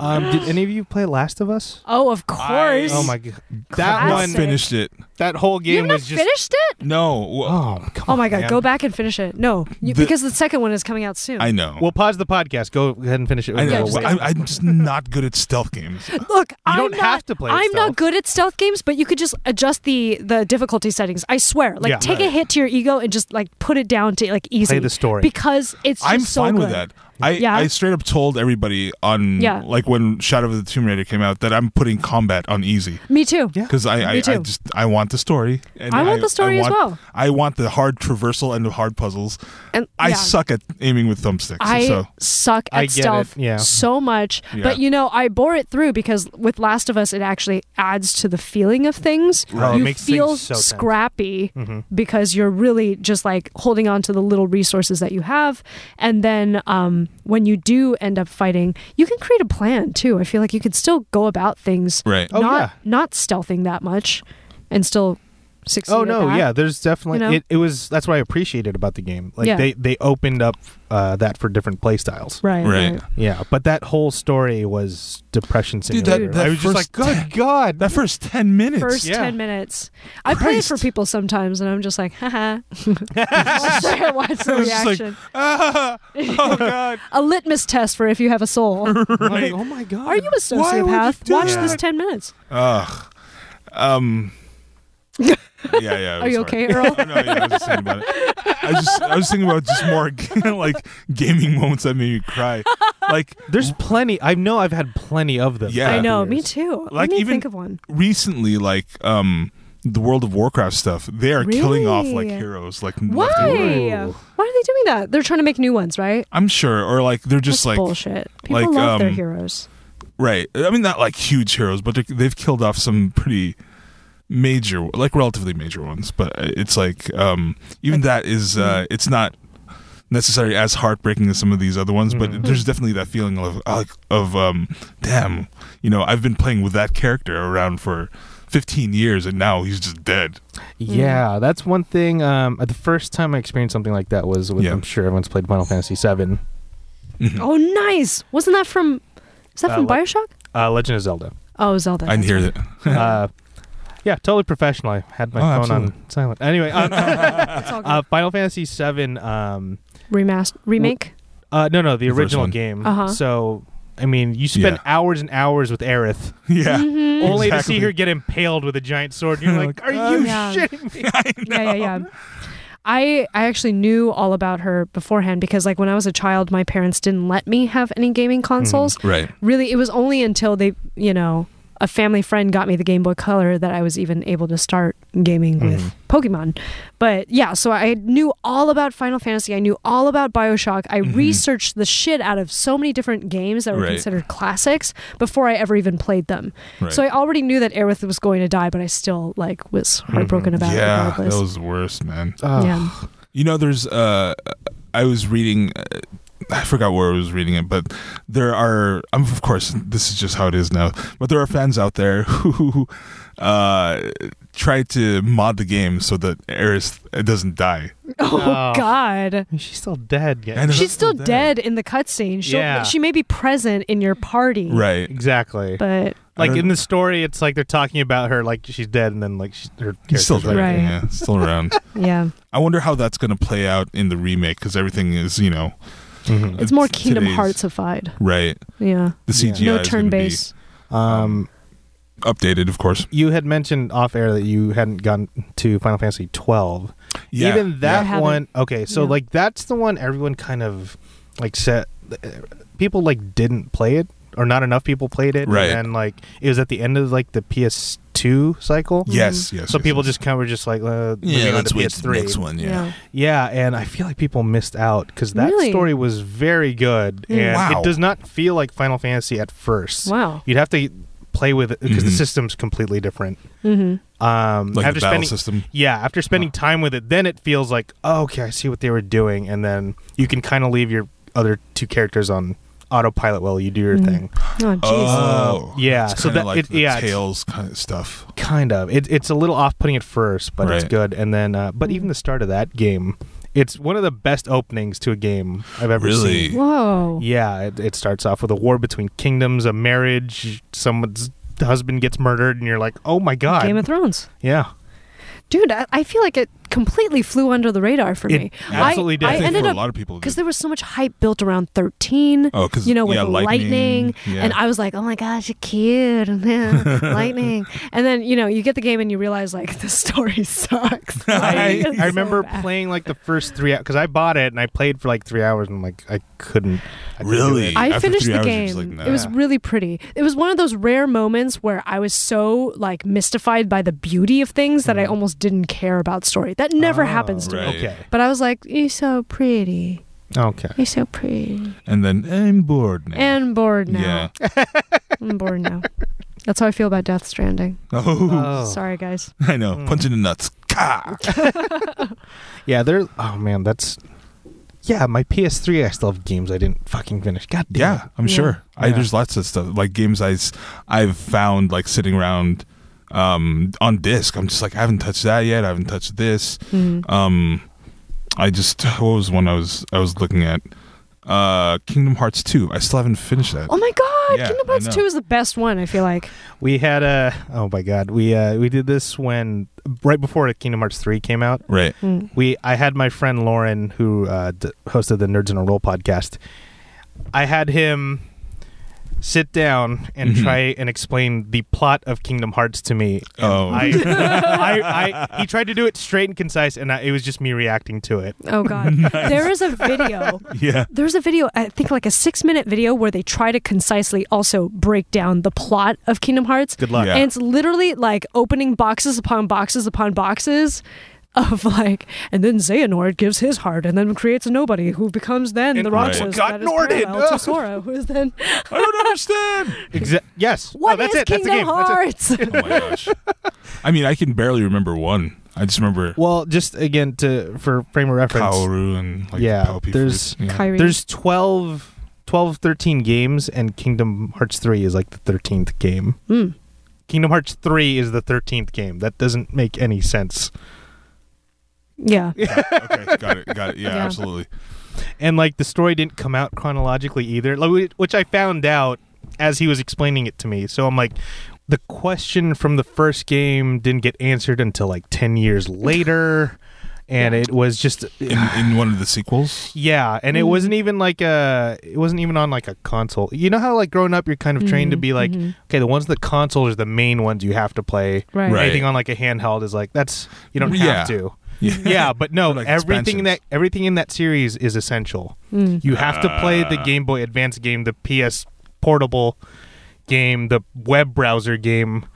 Speaker 1: Um, did any of you play Last of Us?
Speaker 3: Oh, of course.
Speaker 1: Oh my god, that
Speaker 3: Classic.
Speaker 1: one,
Speaker 2: finished it
Speaker 1: that whole
Speaker 3: You
Speaker 1: game
Speaker 3: haven't
Speaker 1: was just.
Speaker 3: finished it?
Speaker 2: No. Well,
Speaker 1: Oh, come
Speaker 3: Oh my
Speaker 1: on,
Speaker 3: god,
Speaker 1: man.
Speaker 3: go back and finish it. No, you,
Speaker 2: The-
Speaker 3: because the second one is coming out soon.
Speaker 2: I know.
Speaker 1: We'll pause the podcast. Go ahead and finish it. We'll
Speaker 2: I know.
Speaker 1: go
Speaker 3: Oh. just
Speaker 2: but
Speaker 1: away.
Speaker 2: I'm, I'm just not good at stealth games.
Speaker 3: Look, I'm
Speaker 1: don't
Speaker 3: not,
Speaker 1: have to play
Speaker 3: I'm
Speaker 1: stealth.
Speaker 3: not good at stealth games, but you could just adjust the the difficulty settings. I swear, like
Speaker 1: Yeah.
Speaker 3: take a
Speaker 1: Right.
Speaker 3: hit to your ego and just like put it down to like easy.
Speaker 1: Play the story.
Speaker 3: because it's. Just
Speaker 2: I'm
Speaker 3: so
Speaker 2: fine with
Speaker 3: good.
Speaker 2: that. I,
Speaker 3: Yeah.
Speaker 2: I straight up told everybody on
Speaker 3: Yeah.
Speaker 2: like when Shadow of the Tomb Raider came out that I'm putting combat on easy
Speaker 3: Me too.
Speaker 1: Yeah.
Speaker 2: because I, I,
Speaker 3: Me
Speaker 2: I
Speaker 3: too.
Speaker 2: just I want the story. And
Speaker 3: I want the story as
Speaker 2: want-
Speaker 3: well.
Speaker 2: I want the hard traversal and the hard puzzles.
Speaker 3: And
Speaker 2: I
Speaker 3: yeah.
Speaker 2: suck at aiming with thumbsticks.
Speaker 3: I
Speaker 2: so
Speaker 3: suck at
Speaker 1: I get it,
Speaker 3: stealth
Speaker 1: yeah.
Speaker 3: so much,
Speaker 2: Yeah.
Speaker 3: but you know I bore it through because with Last of Us it actually adds to the feeling of things.
Speaker 1: Oh, it
Speaker 3: you
Speaker 1: makes
Speaker 3: feel
Speaker 1: things so tense. Mm-hmm.
Speaker 3: scrappy because you're really just like holding on to the little resources that you have, and then um, when you do end up fighting, you can create a plan too. I feel like you could still go about things
Speaker 2: right.
Speaker 1: Oh,
Speaker 3: not
Speaker 1: yeah.
Speaker 3: not stealthing that much. and still succeed.
Speaker 1: Oh
Speaker 3: at
Speaker 1: no,
Speaker 3: that.
Speaker 1: yeah. There's definitely
Speaker 3: You know?
Speaker 1: it, it. was that's what I appreciated about the game. Like
Speaker 3: Yeah.
Speaker 1: they they opened up uh, that for different play styles.
Speaker 3: right,
Speaker 2: Right.
Speaker 3: right.
Speaker 1: Yeah, but that whole story was depression
Speaker 2: Dude,
Speaker 1: simulator.
Speaker 2: that- that
Speaker 1: I was just
Speaker 2: first
Speaker 1: like, good God,
Speaker 2: That first 10 minutes.
Speaker 3: First
Speaker 1: Yeah.
Speaker 3: ten minutes, I play it for
Speaker 2: Christ.
Speaker 3: people sometimes, and I'm just like, haha. watch, their, watch the
Speaker 2: I was just like,
Speaker 3: reaction.
Speaker 2: ah, oh God.
Speaker 3: a litmus test for if you have a soul.
Speaker 1: I'm like,
Speaker 2: Right.
Speaker 1: oh my God.
Speaker 3: Are you a
Speaker 2: Why would you
Speaker 3: sociopath?
Speaker 2: do
Speaker 3: Watch
Speaker 1: that?
Speaker 3: this ten minutes.
Speaker 2: Ugh. Um. Yeah, yeah.
Speaker 3: Are you okay, Earl?
Speaker 2: no, yeah, I was just thinking about it. I was just, I was thinking about just more like gaming moments that made me cry. Like
Speaker 1: There's plenty. I know I've had plenty of them.
Speaker 2: Yeah.
Speaker 1: over
Speaker 3: I
Speaker 1: the
Speaker 3: know, me
Speaker 1: years.
Speaker 3: too.
Speaker 2: Like,
Speaker 3: Let me
Speaker 2: even-
Speaker 3: think of one.
Speaker 2: recently, like um, the World of Warcraft stuff. They are killing off like
Speaker 3: Really?
Speaker 2: heroes, like
Speaker 3: Why?
Speaker 2: left and right.
Speaker 3: Why are they doing that? They're trying to make new ones, right?
Speaker 2: I'm sure, or like they're just like
Speaker 3: That's bullshit. People
Speaker 2: like,
Speaker 3: love their
Speaker 2: um,
Speaker 3: heroes.
Speaker 2: right. I mean, not like huge heroes, but they're- they've killed off some pretty major, like relatively major ones. But it's like um, even that is
Speaker 3: Mm-hmm.
Speaker 2: uh, it's not necessarily as heartbreaking as some of these other ones.
Speaker 3: Mm-hmm.
Speaker 2: But there's definitely that feeling of uh, like of um, damn, you know, I've been playing with that character around for 15 years, and now he's just dead.
Speaker 3: Mm.
Speaker 1: Yeah, that's one thing. Um, the first time I experienced something like that was with.
Speaker 2: Yeah.
Speaker 1: I'm sure everyone's played Final Fantasy VII,
Speaker 3: Oh, nice. Wasn't that from? Is that
Speaker 1: Uh,
Speaker 3: from
Speaker 1: what-
Speaker 3: Bioshock?
Speaker 1: uh, Legend of Zelda.
Speaker 3: Oh, Zelda.
Speaker 2: I didn't
Speaker 3: that's
Speaker 2: hear
Speaker 3: right.
Speaker 2: that.
Speaker 1: uh, yeah, totally professional. I had my
Speaker 2: Oh,
Speaker 1: phone
Speaker 2: absolutely.
Speaker 1: on silent. Anyway, uh,
Speaker 3: It's all good.
Speaker 1: uh, Final Fantasy VII. Um,
Speaker 3: Remaster, remake.
Speaker 1: uh, no, no, the
Speaker 2: The first
Speaker 1: original
Speaker 2: one.
Speaker 1: game.
Speaker 3: Uh-huh.
Speaker 1: So, I mean, you spend
Speaker 2: Yeah.
Speaker 1: hours and hours with Aerith,
Speaker 2: Yeah.
Speaker 3: mm-hmm. Mm.
Speaker 1: only to see
Speaker 2: Exactly.
Speaker 1: her get impaled with a giant sword. And you're like, are
Speaker 2: Oh,
Speaker 1: you
Speaker 3: yeah.
Speaker 1: shitting me?
Speaker 3: yeah, yeah, yeah. I I actually knew all about her beforehand because like when I was a child, my parents didn't let me have any gaming
Speaker 2: Mm-hmm.
Speaker 3: consoles.
Speaker 2: Right.
Speaker 3: Really, it was only until they, you know, a family friend got me the Game Boy Color that I was even able to start gaming
Speaker 2: Mm-hmm.
Speaker 3: with Pokemon. But yeah, so I knew all about Final Fantasy. I knew all about Bioshock. I researched the shit out of so many different games that were
Speaker 2: Mm-hmm. Right.
Speaker 3: considered classics before I ever even played them.
Speaker 2: Right. Mm-hmm.
Speaker 3: So I already knew that Aerith was going to die, but I still like was heartbroken about it
Speaker 2: yeah,
Speaker 3: regardless.
Speaker 2: that was the worst, man.
Speaker 3: yeah.
Speaker 2: You know, there's. Uh, I was reading. Uh, I forgot where I was reading it, but there are. Um, of course, this is just how it is now. But there are fans out there who uh, try to mod the game so that Eris doesn't die.
Speaker 3: Oh,
Speaker 1: Oh.
Speaker 3: God.
Speaker 1: She's still dead. Yeah.
Speaker 2: And- No,
Speaker 3: She's
Speaker 2: that's
Speaker 3: still
Speaker 2: not
Speaker 3: dead in the cutscene. She'll,
Speaker 1: Yeah.
Speaker 3: She may be present in your party.
Speaker 2: Right.
Speaker 1: Exactly.
Speaker 3: But
Speaker 2: I
Speaker 1: like
Speaker 2: don't-
Speaker 1: in the story, it's like they're talking about her like she's dead, and then like she's, her
Speaker 2: He's still
Speaker 1: character's
Speaker 2: there.
Speaker 1: right.
Speaker 3: Right.
Speaker 2: Yeah, still around.
Speaker 3: yeah,
Speaker 2: I wonder how that's going to play out in the remake because everything is, you know,
Speaker 1: Mhm.
Speaker 3: it's more
Speaker 2: It's
Speaker 3: Kingdom
Speaker 2: today's-
Speaker 3: Heartsified.
Speaker 2: right.
Speaker 3: Yeah.
Speaker 2: The CGI
Speaker 3: No
Speaker 2: is going
Speaker 3: turn
Speaker 2: to be
Speaker 3: base.
Speaker 1: Um,
Speaker 2: updated, of course.
Speaker 1: you had mentioned off air that you hadn't gotten to Final Fantasy twelve.
Speaker 2: Yeah.
Speaker 1: Even
Speaker 3: I
Speaker 1: that
Speaker 3: haven't.
Speaker 1: one. Okay, so
Speaker 3: Yeah.
Speaker 1: like that's the one everyone kind of like said people like didn't play it or not enough people played it.
Speaker 2: Right.
Speaker 1: And then, like it was at the end of like the PS2 cycle.
Speaker 2: Yes. Yes.
Speaker 1: So
Speaker 2: yes,
Speaker 1: people
Speaker 2: yes.
Speaker 1: just kind of were just like, uh,
Speaker 2: yeah.
Speaker 1: moving on
Speaker 2: Let's
Speaker 1: to
Speaker 2: wait to the
Speaker 1: PS3.
Speaker 2: next one. Yeah.
Speaker 1: Yeah, and I feel like people missed out because that
Speaker 3: Really?
Speaker 1: story was very good,
Speaker 3: Mm.
Speaker 1: and
Speaker 2: Wow.
Speaker 1: it does not feel like Final Fantasy at first.
Speaker 3: Wow.
Speaker 1: You'd have to play with it because the
Speaker 2: Mhm.
Speaker 1: system's completely different.
Speaker 3: Mm-hmm.
Speaker 1: Um,
Speaker 2: Like
Speaker 1: after
Speaker 2: the battle
Speaker 1: spending,
Speaker 2: system.
Speaker 1: yeah, after spending time with it, then it feels like oh, okay, I see what they were doing, and then you can kind of leave your other two characters on autopilot while you do your
Speaker 3: Mhm.
Speaker 1: thing.
Speaker 3: Oh, jeez.
Speaker 2: Oh,
Speaker 1: yeah,
Speaker 2: It's
Speaker 1: so
Speaker 2: kinda
Speaker 1: that-
Speaker 2: like
Speaker 1: it-
Speaker 2: the
Speaker 1: yeah, it's-
Speaker 2: tails kind of stuff.
Speaker 1: Kind of, it, it's a little off-putting at first, but it's
Speaker 2: Right.
Speaker 1: good. And then, uh, but
Speaker 3: Mm-hmm.
Speaker 1: even the start of that game, it's one of the best openings to a game I've ever seen.
Speaker 2: Really?
Speaker 3: Whoa.
Speaker 1: Yeah, it, it starts off with a war between kingdoms, a marriage, someone's husband gets murdered, and you're like, oh my god.
Speaker 3: Game of Thrones.
Speaker 1: yeah.
Speaker 3: Dude, I, I feel like it completely flew under the radar for
Speaker 1: It
Speaker 3: me.
Speaker 1: absolutely
Speaker 3: I,
Speaker 1: did.
Speaker 2: I,
Speaker 3: I
Speaker 2: think
Speaker 3: ended
Speaker 2: for
Speaker 3: up
Speaker 2: a lot of people, it
Speaker 3: because
Speaker 2: did.
Speaker 3: there was so much hype built around 13.
Speaker 2: oh, because
Speaker 3: you know, with
Speaker 2: yeah,
Speaker 3: lightning,
Speaker 2: yeah.
Speaker 3: and I was like, "Oh my gosh, you're cute, lightning!" And then you know, you get the game and you realize like the story sucks.
Speaker 1: I,
Speaker 3: It's
Speaker 1: I
Speaker 3: so
Speaker 1: remember
Speaker 3: bad.
Speaker 1: playing like the first three because I bought it and I played for like three hours and like I couldn't. I couldn't do
Speaker 2: Really?
Speaker 1: it.
Speaker 2: I-
Speaker 3: I
Speaker 2: After
Speaker 3: finished
Speaker 2: three
Speaker 3: the
Speaker 2: hours, you're
Speaker 3: game.
Speaker 2: just like,
Speaker 3: It was
Speaker 1: nah.
Speaker 3: really pretty. It was one of those rare moments where I was so like mystified by the beauty of things that I almost didn't care about story. That never
Speaker 1: Oh,
Speaker 3: happens to me.
Speaker 2: Mm-hmm. right.
Speaker 1: Okay.
Speaker 3: But I was like, "You're so pretty.
Speaker 1: Okay.
Speaker 3: You're so pretty."
Speaker 2: and then I'm bored now.
Speaker 3: And bored now.
Speaker 2: Yeah.
Speaker 3: I'm bored now. That's how I feel about Death Stranding.
Speaker 2: Oh,
Speaker 3: Sorry, guys.
Speaker 2: I know.
Speaker 1: Mm.
Speaker 2: Punch in the nuts. Ka!
Speaker 1: Yeah, they're. Oh man, that's. Yeah, my PS3. I still have games I didn't fucking finish. God damn.
Speaker 2: Yeah, I'm
Speaker 3: Yeah.
Speaker 2: sure. I
Speaker 1: Yeah.
Speaker 2: there's lots of stuff like games I s- I've found like sitting around um, on disc. I'm just like I haven't touched that yet. I haven't touched this.
Speaker 3: Mm.
Speaker 2: Um, I just what was one I was I was looking at uh Kingdom Hearts 2. I still haven't finished that.
Speaker 3: Oh my God!
Speaker 2: Yeah,
Speaker 3: Kingdom
Speaker 2: I
Speaker 3: Hearts
Speaker 2: know.
Speaker 3: Two is the best one. I feel like.
Speaker 1: We had a oh my god, we uh, we did this when right before Kingdom Hearts three came out.
Speaker 2: Right.
Speaker 3: Mm.
Speaker 1: We I had my friend Lauren who uh, d- hosted the Nerds in a Roll podcast. I had him sit down and
Speaker 2: Mhm.
Speaker 1: try and explain the plot of Kingdom Hearts to me. And
Speaker 2: Oh.
Speaker 1: I, I, I, he tried to do it straight and concise, and I, it was just me reacting to it.
Speaker 3: Oh God! There is a video.
Speaker 2: Yeah.
Speaker 3: There's a video. I think like a six-minute video where they try to concisely also break down the plot of Kingdom Hearts.
Speaker 1: Good luck.
Speaker 2: Yeah.
Speaker 3: And it's literally like opening boxes upon boxes upon boxes of like, and then Xehanort gives his heart and then creates a nobody who becomes then
Speaker 1: And
Speaker 3: the
Speaker 2: Right.
Speaker 3: Roxas.
Speaker 1: got
Speaker 3: that is
Speaker 1: Norted.
Speaker 3: parallel to Sora, who is then.
Speaker 2: I don't understand.
Speaker 1: Exa- yes.
Speaker 3: What
Speaker 1: oh, that's
Speaker 3: is
Speaker 1: it. that's the game.
Speaker 3: Kingdom
Speaker 1: That's it.
Speaker 3: Hearts?
Speaker 2: Oh my gosh. I mean, I can barely remember one. I just remember
Speaker 1: Well, just again to for frame of reference.
Speaker 2: Kaoru and like
Speaker 1: Yeah,
Speaker 2: Palpy
Speaker 1: there's-
Speaker 2: Fruit. Yeah.
Speaker 3: Kyrie.
Speaker 1: There's 12, 12, 13 games, and Kingdom Hearts 3 is like the 13th game.
Speaker 3: Mm.
Speaker 1: Kingdom Hearts 3 is the 13th game. That doesn't make any sense.
Speaker 3: Yeah.
Speaker 2: okay, got it. Got it. Yeah,
Speaker 3: Yeah.
Speaker 2: absolutely.
Speaker 1: And like the story didn't come out chronologically either, like, whi- which I found out as he was explaining it to me. So I'm like, the question from the first game didn't get answered until like 10 years later. And it was just
Speaker 2: In in one of the sequels?
Speaker 1: Yeah, and it wasn't even like a it wasn't even on like a console. You know how like growing up you're kind of trained to be like okay, the ones that consoles are the main ones you have to play.
Speaker 3: Right.
Speaker 2: Right.
Speaker 1: Anything on like a handheld is like that's you don't
Speaker 2: Yeah.
Speaker 1: have to.
Speaker 2: Yeah.
Speaker 1: Yeah, but no,
Speaker 2: Or, like,
Speaker 1: everything in that
Speaker 2: expansions.
Speaker 1: everything in that series is essential.
Speaker 3: Hmm.
Speaker 1: You have to play the Game Boy Advance game, the PS portable game, the web browser game,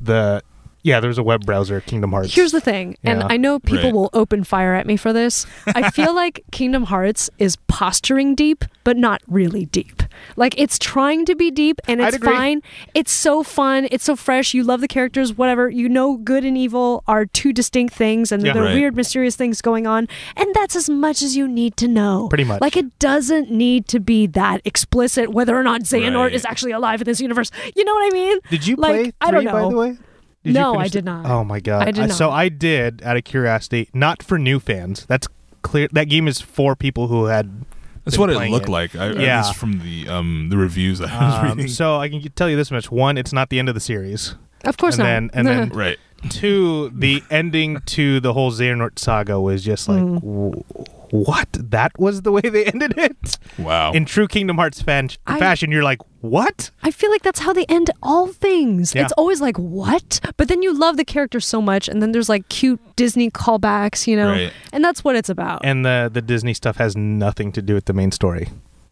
Speaker 1: the yeah, there's a web browser Kingdom Hearts.
Speaker 3: Here's the thing, and
Speaker 1: Yeah.
Speaker 3: I know people
Speaker 2: Right.
Speaker 3: will open fire at me for this. I feel like Kingdom Hearts is posturing deep, but not really deep. Like it's trying to be deep, and
Speaker 1: I'd
Speaker 3: it's
Speaker 1: agree.
Speaker 3: fine. It's so fun. It's so fresh. You love the characters, whatever. You know, good and evil are two distinct things, and
Speaker 1: Yeah.
Speaker 3: there are
Speaker 2: Right.
Speaker 3: weird, mysterious things going on, and that's as much as you need to know.
Speaker 1: Pretty much.
Speaker 3: Like it doesn't need to be that explicit whether or not Xehanort
Speaker 2: Right.
Speaker 3: is actually alive in this universe. You know what I mean?
Speaker 1: Did you
Speaker 3: Like,
Speaker 1: play? Three,
Speaker 3: I don't know.
Speaker 1: By the way, you
Speaker 3: No,
Speaker 1: finish
Speaker 3: I did
Speaker 1: it?
Speaker 3: not.
Speaker 1: Oh my god!
Speaker 3: I did
Speaker 1: Uh, So
Speaker 3: not.
Speaker 1: I did out of curiosity, not for new fans. That's clear. That game is for people who had.
Speaker 2: That's
Speaker 1: been
Speaker 2: what it
Speaker 1: playing
Speaker 2: looked like. I,
Speaker 1: Yeah.
Speaker 2: At least from the um the reviews I was
Speaker 1: Um,
Speaker 2: reading.
Speaker 1: so I can tell you this much: one, it's not the end of the series.
Speaker 3: Of course
Speaker 1: And then-
Speaker 3: not.
Speaker 1: and then-
Speaker 2: right.
Speaker 1: Two, the ending to the whole Xehanort saga was just like,
Speaker 3: Mm.
Speaker 1: w- what? That was the way they ended it.
Speaker 2: Wow.
Speaker 1: In true Kingdom Hearts fan-
Speaker 3: I-
Speaker 1: fashion, you're like, what?
Speaker 3: I feel like that's how they end all things.
Speaker 1: Yeah.
Speaker 3: It's always like, what? But then you love the character so much, and then there's like cute Disney callbacks, you know?
Speaker 2: Right.
Speaker 3: And that's what it's about.
Speaker 1: And the the Disney stuff has nothing to do with the main story.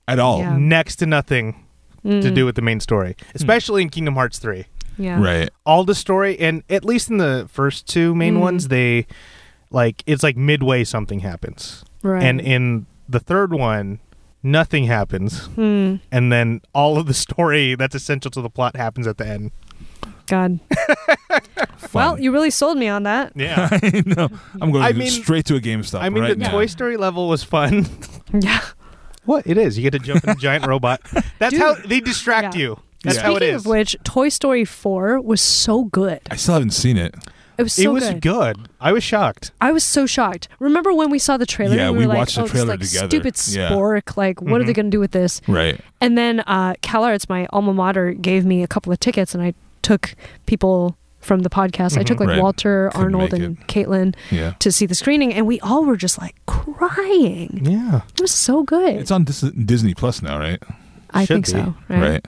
Speaker 2: At all.
Speaker 3: Yeah. Mm.
Speaker 2: Right.
Speaker 1: Next to nothing to do with the main story, especially in Kingdom Hearts three.
Speaker 3: yeah.
Speaker 1: all the story and at least in the first two main
Speaker 3: Mm.
Speaker 1: ones they like it's like midway something happens
Speaker 3: Right.
Speaker 1: and in the third one nothing happens
Speaker 3: Hmm.
Speaker 1: and then all of the story that's essential to the plot happens at the end
Speaker 3: God. well,
Speaker 2: Fun.
Speaker 3: you really sold me on that.
Speaker 1: yeah
Speaker 2: I know. I'm going
Speaker 1: I mean-
Speaker 2: straight to a GameStop.
Speaker 1: i mean
Speaker 2: right
Speaker 1: the
Speaker 2: now.
Speaker 1: toy story level was fun
Speaker 3: Yeah.
Speaker 1: what it is you get to jump in a giant robot that's
Speaker 3: Dude.
Speaker 1: how they distract
Speaker 3: Yeah.
Speaker 1: you that's
Speaker 2: Yeah.
Speaker 1: how it
Speaker 3: Speaking
Speaker 1: is
Speaker 3: of which, Toy Story 4 was so good.
Speaker 2: I still haven't seen it.
Speaker 3: It was so
Speaker 1: it was
Speaker 3: good.
Speaker 1: good i was shocked
Speaker 3: I was so shocked. Remember when we saw the trailer?
Speaker 2: Yeah,
Speaker 3: and
Speaker 2: we
Speaker 3: were
Speaker 2: watched the
Speaker 3: like, oh,
Speaker 2: trailer
Speaker 3: this,
Speaker 2: together.
Speaker 3: like, Stupid
Speaker 2: Yeah.
Speaker 3: spork. Like, what are they
Speaker 1: Mhm.
Speaker 3: going to do with this?
Speaker 2: Right.
Speaker 3: And then uh, CalArts, my alma mater, gave me a couple of tickets, and I took people from the podcast. I took like
Speaker 2: Right.
Speaker 3: Walter,
Speaker 2: Couldn't
Speaker 3: Arnold,
Speaker 2: make
Speaker 3: and Caitlin
Speaker 2: Yeah.
Speaker 3: to see the screening, and we all were just like crying.
Speaker 1: yeah
Speaker 3: It was so good.
Speaker 2: It's on Dis- Disney Plus now, right?
Speaker 3: I
Speaker 1: should
Speaker 3: think
Speaker 1: be.
Speaker 3: so. Right.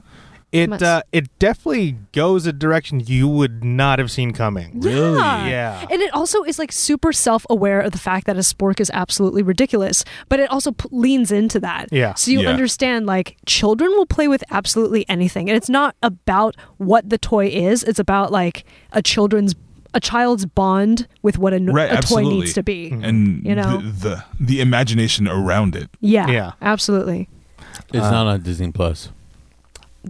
Speaker 1: it
Speaker 3: Must-
Speaker 1: uh, it definitely goes a direction you would not have seen coming
Speaker 2: Really?
Speaker 3: Yeah.
Speaker 1: yeah
Speaker 3: And it also is like super self aware of the fact that a spork is absolutely ridiculous, but it also p- leans into that.
Speaker 1: Yeah.
Speaker 3: So you
Speaker 2: Yeah.
Speaker 3: understand like children will play with absolutely anything. And it's not about what the toy is, it's about like a children's a child's bond with what a, n-
Speaker 2: Right,
Speaker 3: a toy
Speaker 2: absolutely.
Speaker 3: needs to be.
Speaker 1: Mm-hmm.
Speaker 2: And
Speaker 3: You know?
Speaker 2: the, the the imagination around it.
Speaker 3: Yeah.
Speaker 1: Yeah.
Speaker 3: Absolutely.
Speaker 4: It's not on Disney Plus.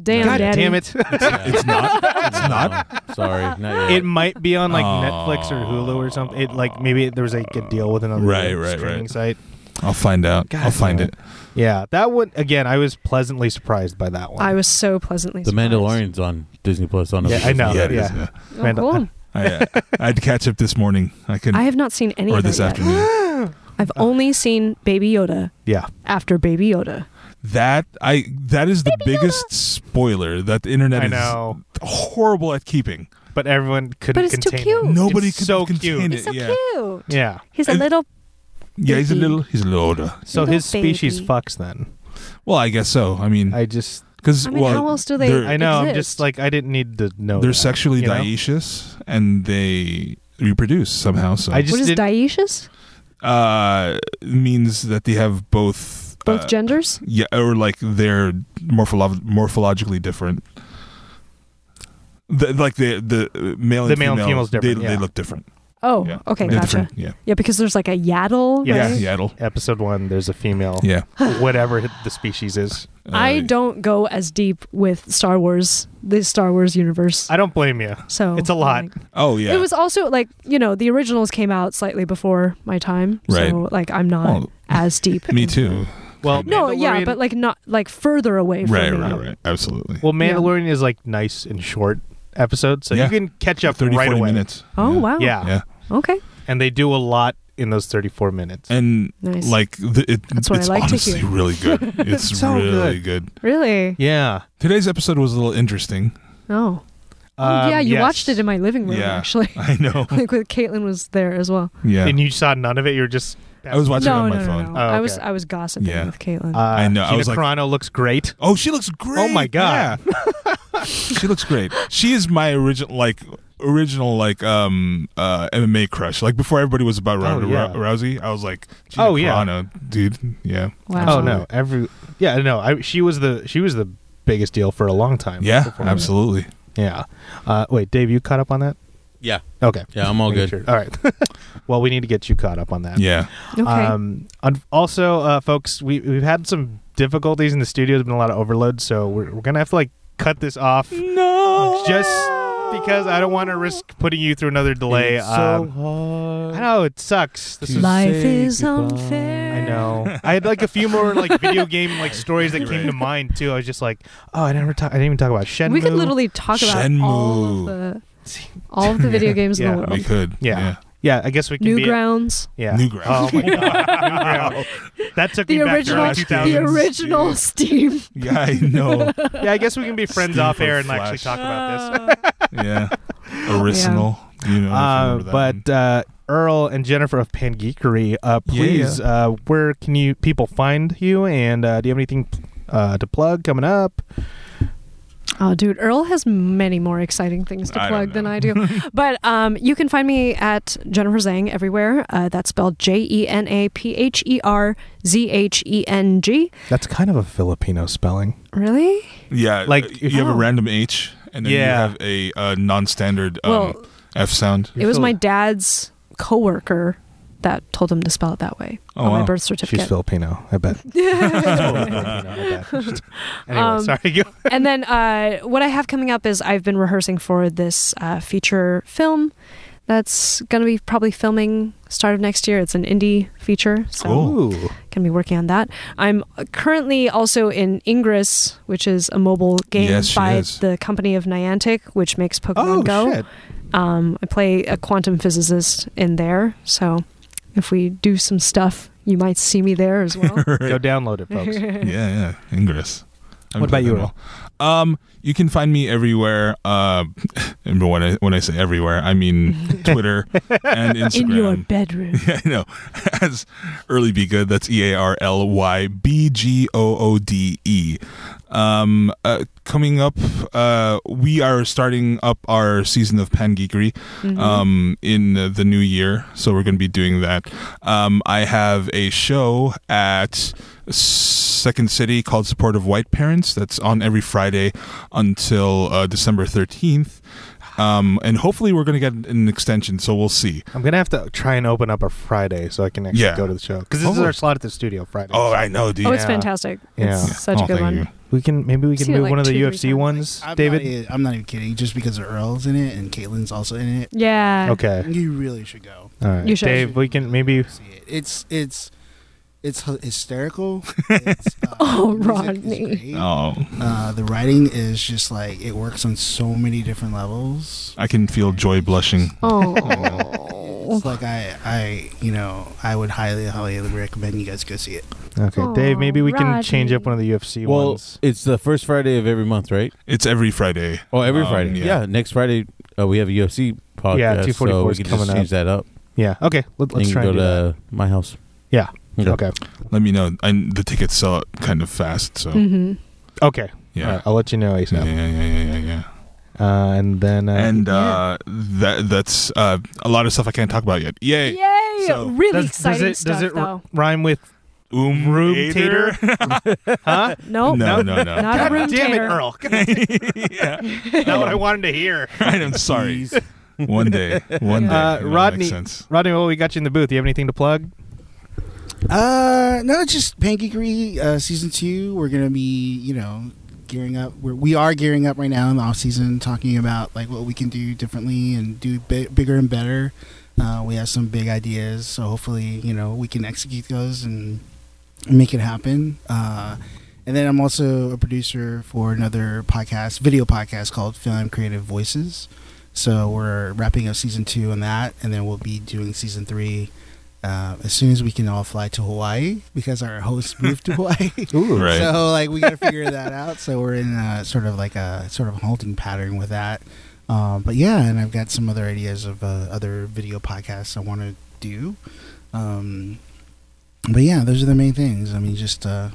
Speaker 3: Damn,
Speaker 1: God
Speaker 3: Daddy.
Speaker 1: damn it
Speaker 2: It's not. It's not.
Speaker 4: No, sorry, not yet.
Speaker 1: It might be on like Netflix or Hulu or something. It like maybe there was like a deal with another
Speaker 2: Right, right,
Speaker 1: streaming
Speaker 2: right.
Speaker 1: site.
Speaker 2: I'll find out.
Speaker 1: God
Speaker 2: I'll find
Speaker 1: damn
Speaker 2: it.
Speaker 1: Yeah, that one again. I was pleasantly surprised by that one.
Speaker 3: I was so pleasantly
Speaker 4: The
Speaker 3: surprised.
Speaker 4: Mandalorian's on Disney Plus. On
Speaker 1: Yeah, I know.
Speaker 2: Yeah, it is,
Speaker 1: Yeah.
Speaker 2: yeah.
Speaker 3: Oh,
Speaker 1: Mandal-
Speaker 3: cool.
Speaker 2: I, uh, I'd catch up this morning. I couldn't.
Speaker 3: I have not seen any
Speaker 2: or
Speaker 3: of
Speaker 2: this
Speaker 3: it yet.
Speaker 2: afternoon.
Speaker 3: I've only seen Baby Yoda
Speaker 1: yeah,
Speaker 3: after Baby Yoda.
Speaker 2: That I that is the biggest spoiler that the internet
Speaker 1: I
Speaker 2: is
Speaker 1: know.
Speaker 2: horrible at keeping.
Speaker 1: But everyone couldn't
Speaker 3: But it's too
Speaker 1: contain
Speaker 3: cute.
Speaker 1: it.
Speaker 2: Nobody
Speaker 1: It's
Speaker 2: could
Speaker 1: so
Speaker 2: contain
Speaker 1: cute.
Speaker 2: it.
Speaker 3: He's so
Speaker 2: yeah,
Speaker 3: cute.
Speaker 1: Yeah.
Speaker 3: He's a
Speaker 2: And-
Speaker 3: little.
Speaker 2: yeah, he's a
Speaker 3: Baby.
Speaker 2: little, he's a little older.
Speaker 1: So
Speaker 3: Little
Speaker 1: his species
Speaker 3: baby.
Speaker 1: fucks then.
Speaker 2: Well, I guess so. I mean,
Speaker 1: I just
Speaker 2: because
Speaker 3: I mean,
Speaker 2: well,
Speaker 3: how else do they-
Speaker 2: They're,
Speaker 1: I know. I'm just
Speaker 3: Exist.
Speaker 1: like I didn't need to know.
Speaker 2: they're
Speaker 1: that,
Speaker 2: sexually
Speaker 1: you know?
Speaker 2: dioecious and they reproduce somehow. So
Speaker 1: I just
Speaker 3: What is
Speaker 1: did-
Speaker 3: dioecious?
Speaker 2: uh, means that they have both
Speaker 3: Both
Speaker 2: uh,
Speaker 3: genders?
Speaker 2: yeah, or like they're morpholo- morphologically different. The, like the the male and
Speaker 1: The male and
Speaker 2: female,
Speaker 1: female's different,
Speaker 2: They,
Speaker 1: yeah.
Speaker 2: they look different.
Speaker 3: Oh,
Speaker 2: yeah.
Speaker 3: okay,
Speaker 2: They're
Speaker 3: gotcha.
Speaker 2: different, Yeah,
Speaker 3: Yeah, because there's like a yaddle.
Speaker 1: Yeah.
Speaker 2: yeah,
Speaker 3: right?
Speaker 2: yeah, it'll-
Speaker 1: Episode one. There's a female.
Speaker 2: yeah.
Speaker 1: Whatever the species is.
Speaker 2: Uh,
Speaker 3: I don't go as deep with Star Wars, the Star Wars universe.
Speaker 1: I don't blame you.
Speaker 3: so
Speaker 1: it's a lot.
Speaker 3: like,
Speaker 2: Oh yeah.
Speaker 3: It was also like you know the originals came out slightly before my time, so
Speaker 2: Right.
Speaker 3: like I'm not
Speaker 2: Well,
Speaker 3: as deep.
Speaker 2: me
Speaker 3: in-
Speaker 2: too.
Speaker 1: Well,
Speaker 3: No, yeah,
Speaker 1: Mandalorian-
Speaker 3: but like not like further away. From
Speaker 2: Right,
Speaker 3: me.
Speaker 2: right, right. Absolutely.
Speaker 1: well, Mandalorian is like nice and short episodes, so
Speaker 2: Yeah.
Speaker 1: you can catch up
Speaker 2: 30,
Speaker 1: right
Speaker 2: 40
Speaker 1: away.
Speaker 2: minutes.
Speaker 3: Oh
Speaker 2: yeah.
Speaker 3: wow.
Speaker 1: Yeah.
Speaker 2: Yeah,
Speaker 3: Okay.
Speaker 1: and they do a lot in those 34 minutes.
Speaker 2: and
Speaker 3: Nice.
Speaker 2: like the, it,
Speaker 3: That's what I
Speaker 2: it's
Speaker 3: like to
Speaker 2: honestly
Speaker 3: hear.
Speaker 2: really good. It's
Speaker 1: So
Speaker 2: really good.
Speaker 3: Really?
Speaker 1: yeah.
Speaker 2: Today's episode was a little interesting.
Speaker 3: Oh. oh yeah,
Speaker 1: Um,
Speaker 3: you
Speaker 1: yes.
Speaker 3: watched it in my living room
Speaker 2: Yeah.
Speaker 3: actually.
Speaker 2: I know.
Speaker 3: like with Caitlin was there as well.
Speaker 2: Yeah,
Speaker 1: And you saw none of it. You were just.
Speaker 2: I was watching it
Speaker 3: no,
Speaker 2: on my
Speaker 3: no, no,
Speaker 2: phone.
Speaker 3: no,
Speaker 1: Oh,
Speaker 3: I was
Speaker 1: okay.
Speaker 3: I was gossiping
Speaker 2: Yeah.
Speaker 3: with Caitlin.
Speaker 1: Uh,
Speaker 2: I know, I
Speaker 1: Gina
Speaker 2: was like-
Speaker 1: Carano looks great.
Speaker 2: Oh, she looks great.
Speaker 1: Oh my God.
Speaker 2: Yeah. she looks great. She is my original like original like um uh MMA crush. Like before everybody was about Ronda
Speaker 1: Oh, yeah.
Speaker 2: Rou- Rousey, I was like, Gina
Speaker 1: Oh, yeah.
Speaker 2: Carano, dude, yeah,
Speaker 3: wow.
Speaker 1: Oh no, every yeah, no, I, she was the she was the biggest deal for a long time.
Speaker 2: yeah,
Speaker 1: Before-
Speaker 2: absolutely.
Speaker 1: yeah. Uh, wait, Dave, you caught up on that?
Speaker 4: Yeah.
Speaker 1: Okay,
Speaker 4: Yeah, I'm all
Speaker 1: Making
Speaker 4: good.
Speaker 1: sure. All right. well, we need to get you caught up on that.
Speaker 2: Yeah,
Speaker 3: Okay.
Speaker 1: Um, un- also, uh, folks, we we've had some difficulties in the studio. There's been a lot of overload, so we're we're gonna have to like cut this off
Speaker 2: no,
Speaker 1: just because I don't want to risk putting you through another delay.
Speaker 4: It's so
Speaker 1: um,
Speaker 4: hard.
Speaker 1: I know it sucks. This
Speaker 4: to
Speaker 1: is
Speaker 3: Life
Speaker 4: say
Speaker 3: is
Speaker 4: goodbye.
Speaker 3: unfair.
Speaker 1: I know. I had like a few more like video game like stories that came to mind too. I was just like, oh, I never talk. I didn't even talk about Shenmue.
Speaker 3: we could literally talk about all of the all of the video games
Speaker 1: Yeah.
Speaker 3: in the
Speaker 2: we
Speaker 3: world.
Speaker 2: could.
Speaker 1: Um, Yeah. Yeah, I guess we can be.
Speaker 3: Newgrounds.
Speaker 1: Yeah.
Speaker 2: Newgrounds.
Speaker 1: Oh my god. Newgrounds. That took
Speaker 3: The
Speaker 1: me
Speaker 3: original,
Speaker 1: back to the early 2000s.
Speaker 3: the original Steam.
Speaker 2: yeah, yeah. I know.
Speaker 1: Yeah, I guess we can be friends
Speaker 2: Steam
Speaker 1: off air
Speaker 2: for
Speaker 1: and actually
Speaker 2: Flash.
Speaker 1: talk about
Speaker 3: Uh,
Speaker 1: this.
Speaker 2: yeah, original. You know, if you
Speaker 1: Uh,
Speaker 2: remember that one.
Speaker 1: but uh, Earl and Jennifer of Pangeekery, uh, please, uh, where can you people find you? And uh, do you have anything uh, to plug coming up?
Speaker 3: Oh, dude, Earl has many more exciting things to
Speaker 2: I
Speaker 3: plug
Speaker 2: don't
Speaker 3: than
Speaker 2: know.
Speaker 3: I do. but um, you can find me at Jennifer Zhang everywhere. Uh, that's spelled J E N A P H E R Z H E N G.
Speaker 1: That's kind of a Filipino spelling.
Speaker 3: Really?
Speaker 2: yeah,
Speaker 1: like,
Speaker 2: like you
Speaker 1: if-
Speaker 2: have
Speaker 3: Oh.
Speaker 2: a random H, and then
Speaker 1: Yeah.
Speaker 2: you have a uh, non-standard um,
Speaker 3: Well-
Speaker 2: F sound.
Speaker 3: it was
Speaker 1: Fili-
Speaker 3: my dad's coworker that told him to spell it that way
Speaker 2: Oh,
Speaker 3: on my
Speaker 2: wow.
Speaker 3: birth
Speaker 1: She's
Speaker 3: certificate.
Speaker 1: Filipino, I bet. Totally Filipino, I bet. anyway,
Speaker 3: Um,
Speaker 1: sorry. go-
Speaker 3: and then uh, what I have coming up is I've been rehearsing for this uh, feature film that's going to be probably filming start of next year. It's an indie feature, so
Speaker 2: Cool.
Speaker 1: Ooh.
Speaker 3: going to be working on that. I'm currently also in Ingress, which is a mobile game
Speaker 2: Yes, she
Speaker 3: by
Speaker 2: is.
Speaker 3: the company of Niantic, which makes Pokemon
Speaker 1: Oh
Speaker 3: Go.
Speaker 1: shit!
Speaker 3: Um, I play a quantum physicist in there, so if we do some stuff, you might see me there as well.
Speaker 1: Go download it, folks.
Speaker 2: yeah, yeah, Ingress. I'm
Speaker 1: What about you,
Speaker 2: glad they know. Um, you can find me everywhere. Uh, and when I when I say everywhere, I mean Twitter and Instagram.
Speaker 3: in your bedroom.
Speaker 2: yeah, I know. As early be good. That's E A R L Y B G O O D E. Um, uh, coming up, uh, we are starting up our season of Pan Geekery um, in the, the new year, so we're going to be doing that. Um, I have a show at Second City called Supportive White Parents that's on every Friday until uh, December 13th. Um, and hopefully, we're going to get an extension, so we'll see.
Speaker 1: I'm gonna have to try and open up a Friday so I can actually
Speaker 2: Yeah.
Speaker 1: go to the show because this is
Speaker 2: Oh.
Speaker 1: our slot at the studio Friday.
Speaker 2: Oh, I know, dude.
Speaker 3: Oh, it's
Speaker 1: Yeah.
Speaker 3: fantastic.
Speaker 1: Yeah.
Speaker 3: It's such a
Speaker 2: Oh,
Speaker 3: good
Speaker 2: thank
Speaker 3: one.
Speaker 2: you.
Speaker 1: we can maybe we
Speaker 3: I've
Speaker 1: can
Speaker 3: seen it
Speaker 1: move
Speaker 3: like
Speaker 1: one of the
Speaker 3: two,
Speaker 1: UFC
Speaker 3: three times.
Speaker 1: ones,
Speaker 5: I'm
Speaker 1: David.
Speaker 5: Not, e- I'm not even kidding. Just because Earl's in it and Caitlin's also in it,
Speaker 3: Yeah.
Speaker 1: okay,
Speaker 5: you really should go
Speaker 1: all right.
Speaker 3: You should.
Speaker 1: Dave, we can maybe.
Speaker 5: see it. It's it's It's hy- hysterical. It's, uh,
Speaker 3: Oh,
Speaker 5: the music is
Speaker 3: Rodney.
Speaker 5: great.
Speaker 2: Oh,
Speaker 5: Uh, the writing is just like it works on so many different levels.
Speaker 2: I can feel joy blushing.
Speaker 3: Oh.
Speaker 5: It's like I, I, you know, I would highly, highly recommend you guys go see it.
Speaker 1: Okay,
Speaker 3: Aw,
Speaker 1: Dave, maybe we can change up
Speaker 3: Rodney.
Speaker 1: one of the UFC
Speaker 4: Well,
Speaker 1: ones.
Speaker 4: it's the first Friday of every month, right?
Speaker 2: It's every Friday.
Speaker 4: Oh, every
Speaker 2: Um,
Speaker 4: Friday.
Speaker 2: yeah.
Speaker 4: Yeah. next Friday uh, we have a UFC podcast.
Speaker 1: Yeah, 244
Speaker 4: so we
Speaker 1: is
Speaker 4: can
Speaker 1: coming
Speaker 4: just
Speaker 1: up.
Speaker 4: change that up.
Speaker 1: Yeah. Okay. Let,
Speaker 4: and
Speaker 1: let's
Speaker 4: you
Speaker 1: try
Speaker 4: can
Speaker 1: and do
Speaker 4: go
Speaker 1: that.
Speaker 4: to my house.
Speaker 1: Yeah.
Speaker 4: Okay.
Speaker 1: Okay.
Speaker 2: Let me know. I, the tickets sell out kind of fast, so
Speaker 3: Mm-hmm.
Speaker 1: Okay.
Speaker 2: yeah.
Speaker 1: All right, I'll let you know
Speaker 2: yeah,
Speaker 1: ASAP.
Speaker 2: yeah, yeah, yeah, yeah, yeah.
Speaker 1: Uh, and then. Uh,
Speaker 2: and uh, that that's uh, a lot of stuff I can't talk about yet. Yay!
Speaker 3: Yay!
Speaker 2: so-
Speaker 3: really
Speaker 1: does,
Speaker 3: exciting
Speaker 1: does it,
Speaker 3: stuff,
Speaker 1: does it r-
Speaker 3: though.
Speaker 1: rhyme with
Speaker 2: Um,
Speaker 1: room tater? huh?
Speaker 3: Oh, Nope.
Speaker 2: No, no, no.
Speaker 3: Not a room
Speaker 1: damn it,
Speaker 3: tater.
Speaker 1: Earl. Not what I wanted to hear.
Speaker 2: Right, I'm sorry. one day, one day.
Speaker 1: Uh,
Speaker 2: It all
Speaker 1: Rodney-
Speaker 2: makes sense.
Speaker 1: Rodney, well, we got you in the booth. Do you have anything to plug?
Speaker 5: Uh, no, it's just Pangeekery uh, season two. We're gonna be, you know, gearing up. We're, we are gearing up right now in the off season, talking about like what we can do differently and do bi- bigger and better. Uh, we have some big ideas, so hopefully, you know, we can execute those and make it happen. Uh, and then I'm also a producer for another podcast, video podcast called Film Creative Voices. So we're wrapping up season two on that, and then we'll be doing season three uh, as soon as we can all fly to Hawaii because our host moved to Hawaii.
Speaker 2: Right.
Speaker 5: So like we got to figure that out. So we're in a, sort of like a sort of halting pattern with that. Um, but yeah, and I've got some other ideas of uh, other video podcasts I want to do. Um, but yeah, those are the main things. I mean, just. Uh,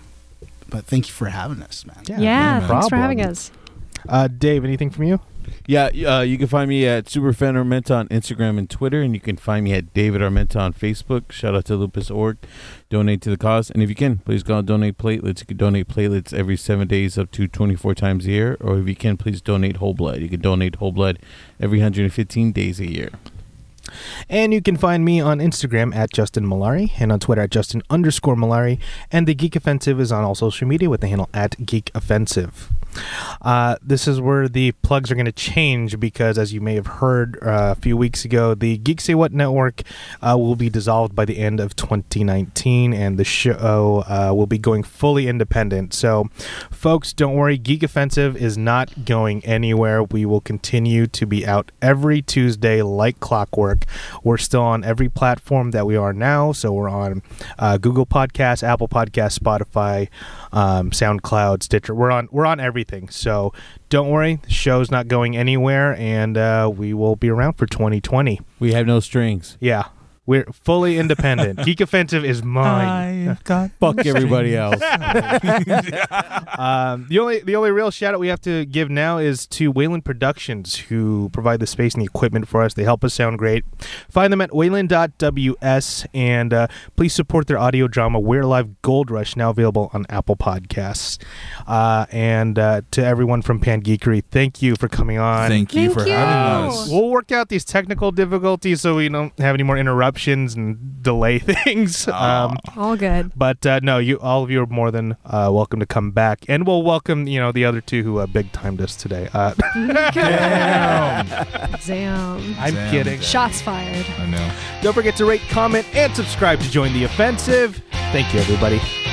Speaker 5: but thank you for having us, man.
Speaker 1: Yeah,
Speaker 3: Yeah,
Speaker 2: no
Speaker 3: thanks for
Speaker 1: problem.
Speaker 3: having us.
Speaker 1: Uh, Dave, anything from you?
Speaker 4: Yeah, uh, you can find me at Superfan Armenta on Instagram and Twitter, and you can find me at David Armenta on Facebook. Shout out to Lupus.org. Donate to the cause. And if you can, please go and donate platelets. You can donate platelets every seven days up to 24 times a year. Or if you can, please donate whole blood. You can donate whole blood every 115 days a year.
Speaker 1: And you can find me on Instagram at Justin Malari and on Twitter at Justin underscore Malari. And the Geek Offensive is on all social media with the handle at Geek Offensive. Uh, this is where the plugs are going to change because, as you may have heard uh, a few weeks ago, the Geek Say What network uh, will be dissolved by the end of 2019 and the show uh, will be going fully independent. So, folks, don't worry. Geek Offensive is not going anywhere. We will continue to be out every Tuesday like clockwork. We're still on every platform that we are now. So, we're on uh, Google Podcasts, Apple Podcasts, Spotify, um, SoundCloud, Stitcher. We're on, we're on everything. So, don't worry. The show's not going anywhere and uh, we will be around for 2020.
Speaker 4: We have no strings.
Speaker 1: Yeah. We're fully independent. Geek Offensive is mine.
Speaker 2: I've got
Speaker 4: Fuck everybody else.
Speaker 1: Um, the only the only real shout out we have to give now is to Wayland Productions, who provide the space and the equipment for us. They help us sound great. Find them at wayland.ws and uh, please support their audio drama We're Live Gold Rush, now available on Apple Podcasts. Uh, and uh, to everyone from Pan Geekery, thank you for coming on.
Speaker 2: Thank you
Speaker 3: Thank
Speaker 2: for
Speaker 3: you.
Speaker 2: having us.
Speaker 1: We'll work out these technical difficulties so we don't have any more interruptions and delay things. Um,
Speaker 3: All good.
Speaker 1: but uh, no, you all of you are more than uh, welcome to come back, and we'll welcome you know the other two who uh, big timed us today. Uh,
Speaker 3: Damn.
Speaker 1: I'm
Speaker 2: Damn,
Speaker 1: kidding.
Speaker 2: damn.
Speaker 3: Shots fired.
Speaker 2: I know.
Speaker 1: Don't forget to rate, comment, and subscribe to join the offensive. Thank you, everybody.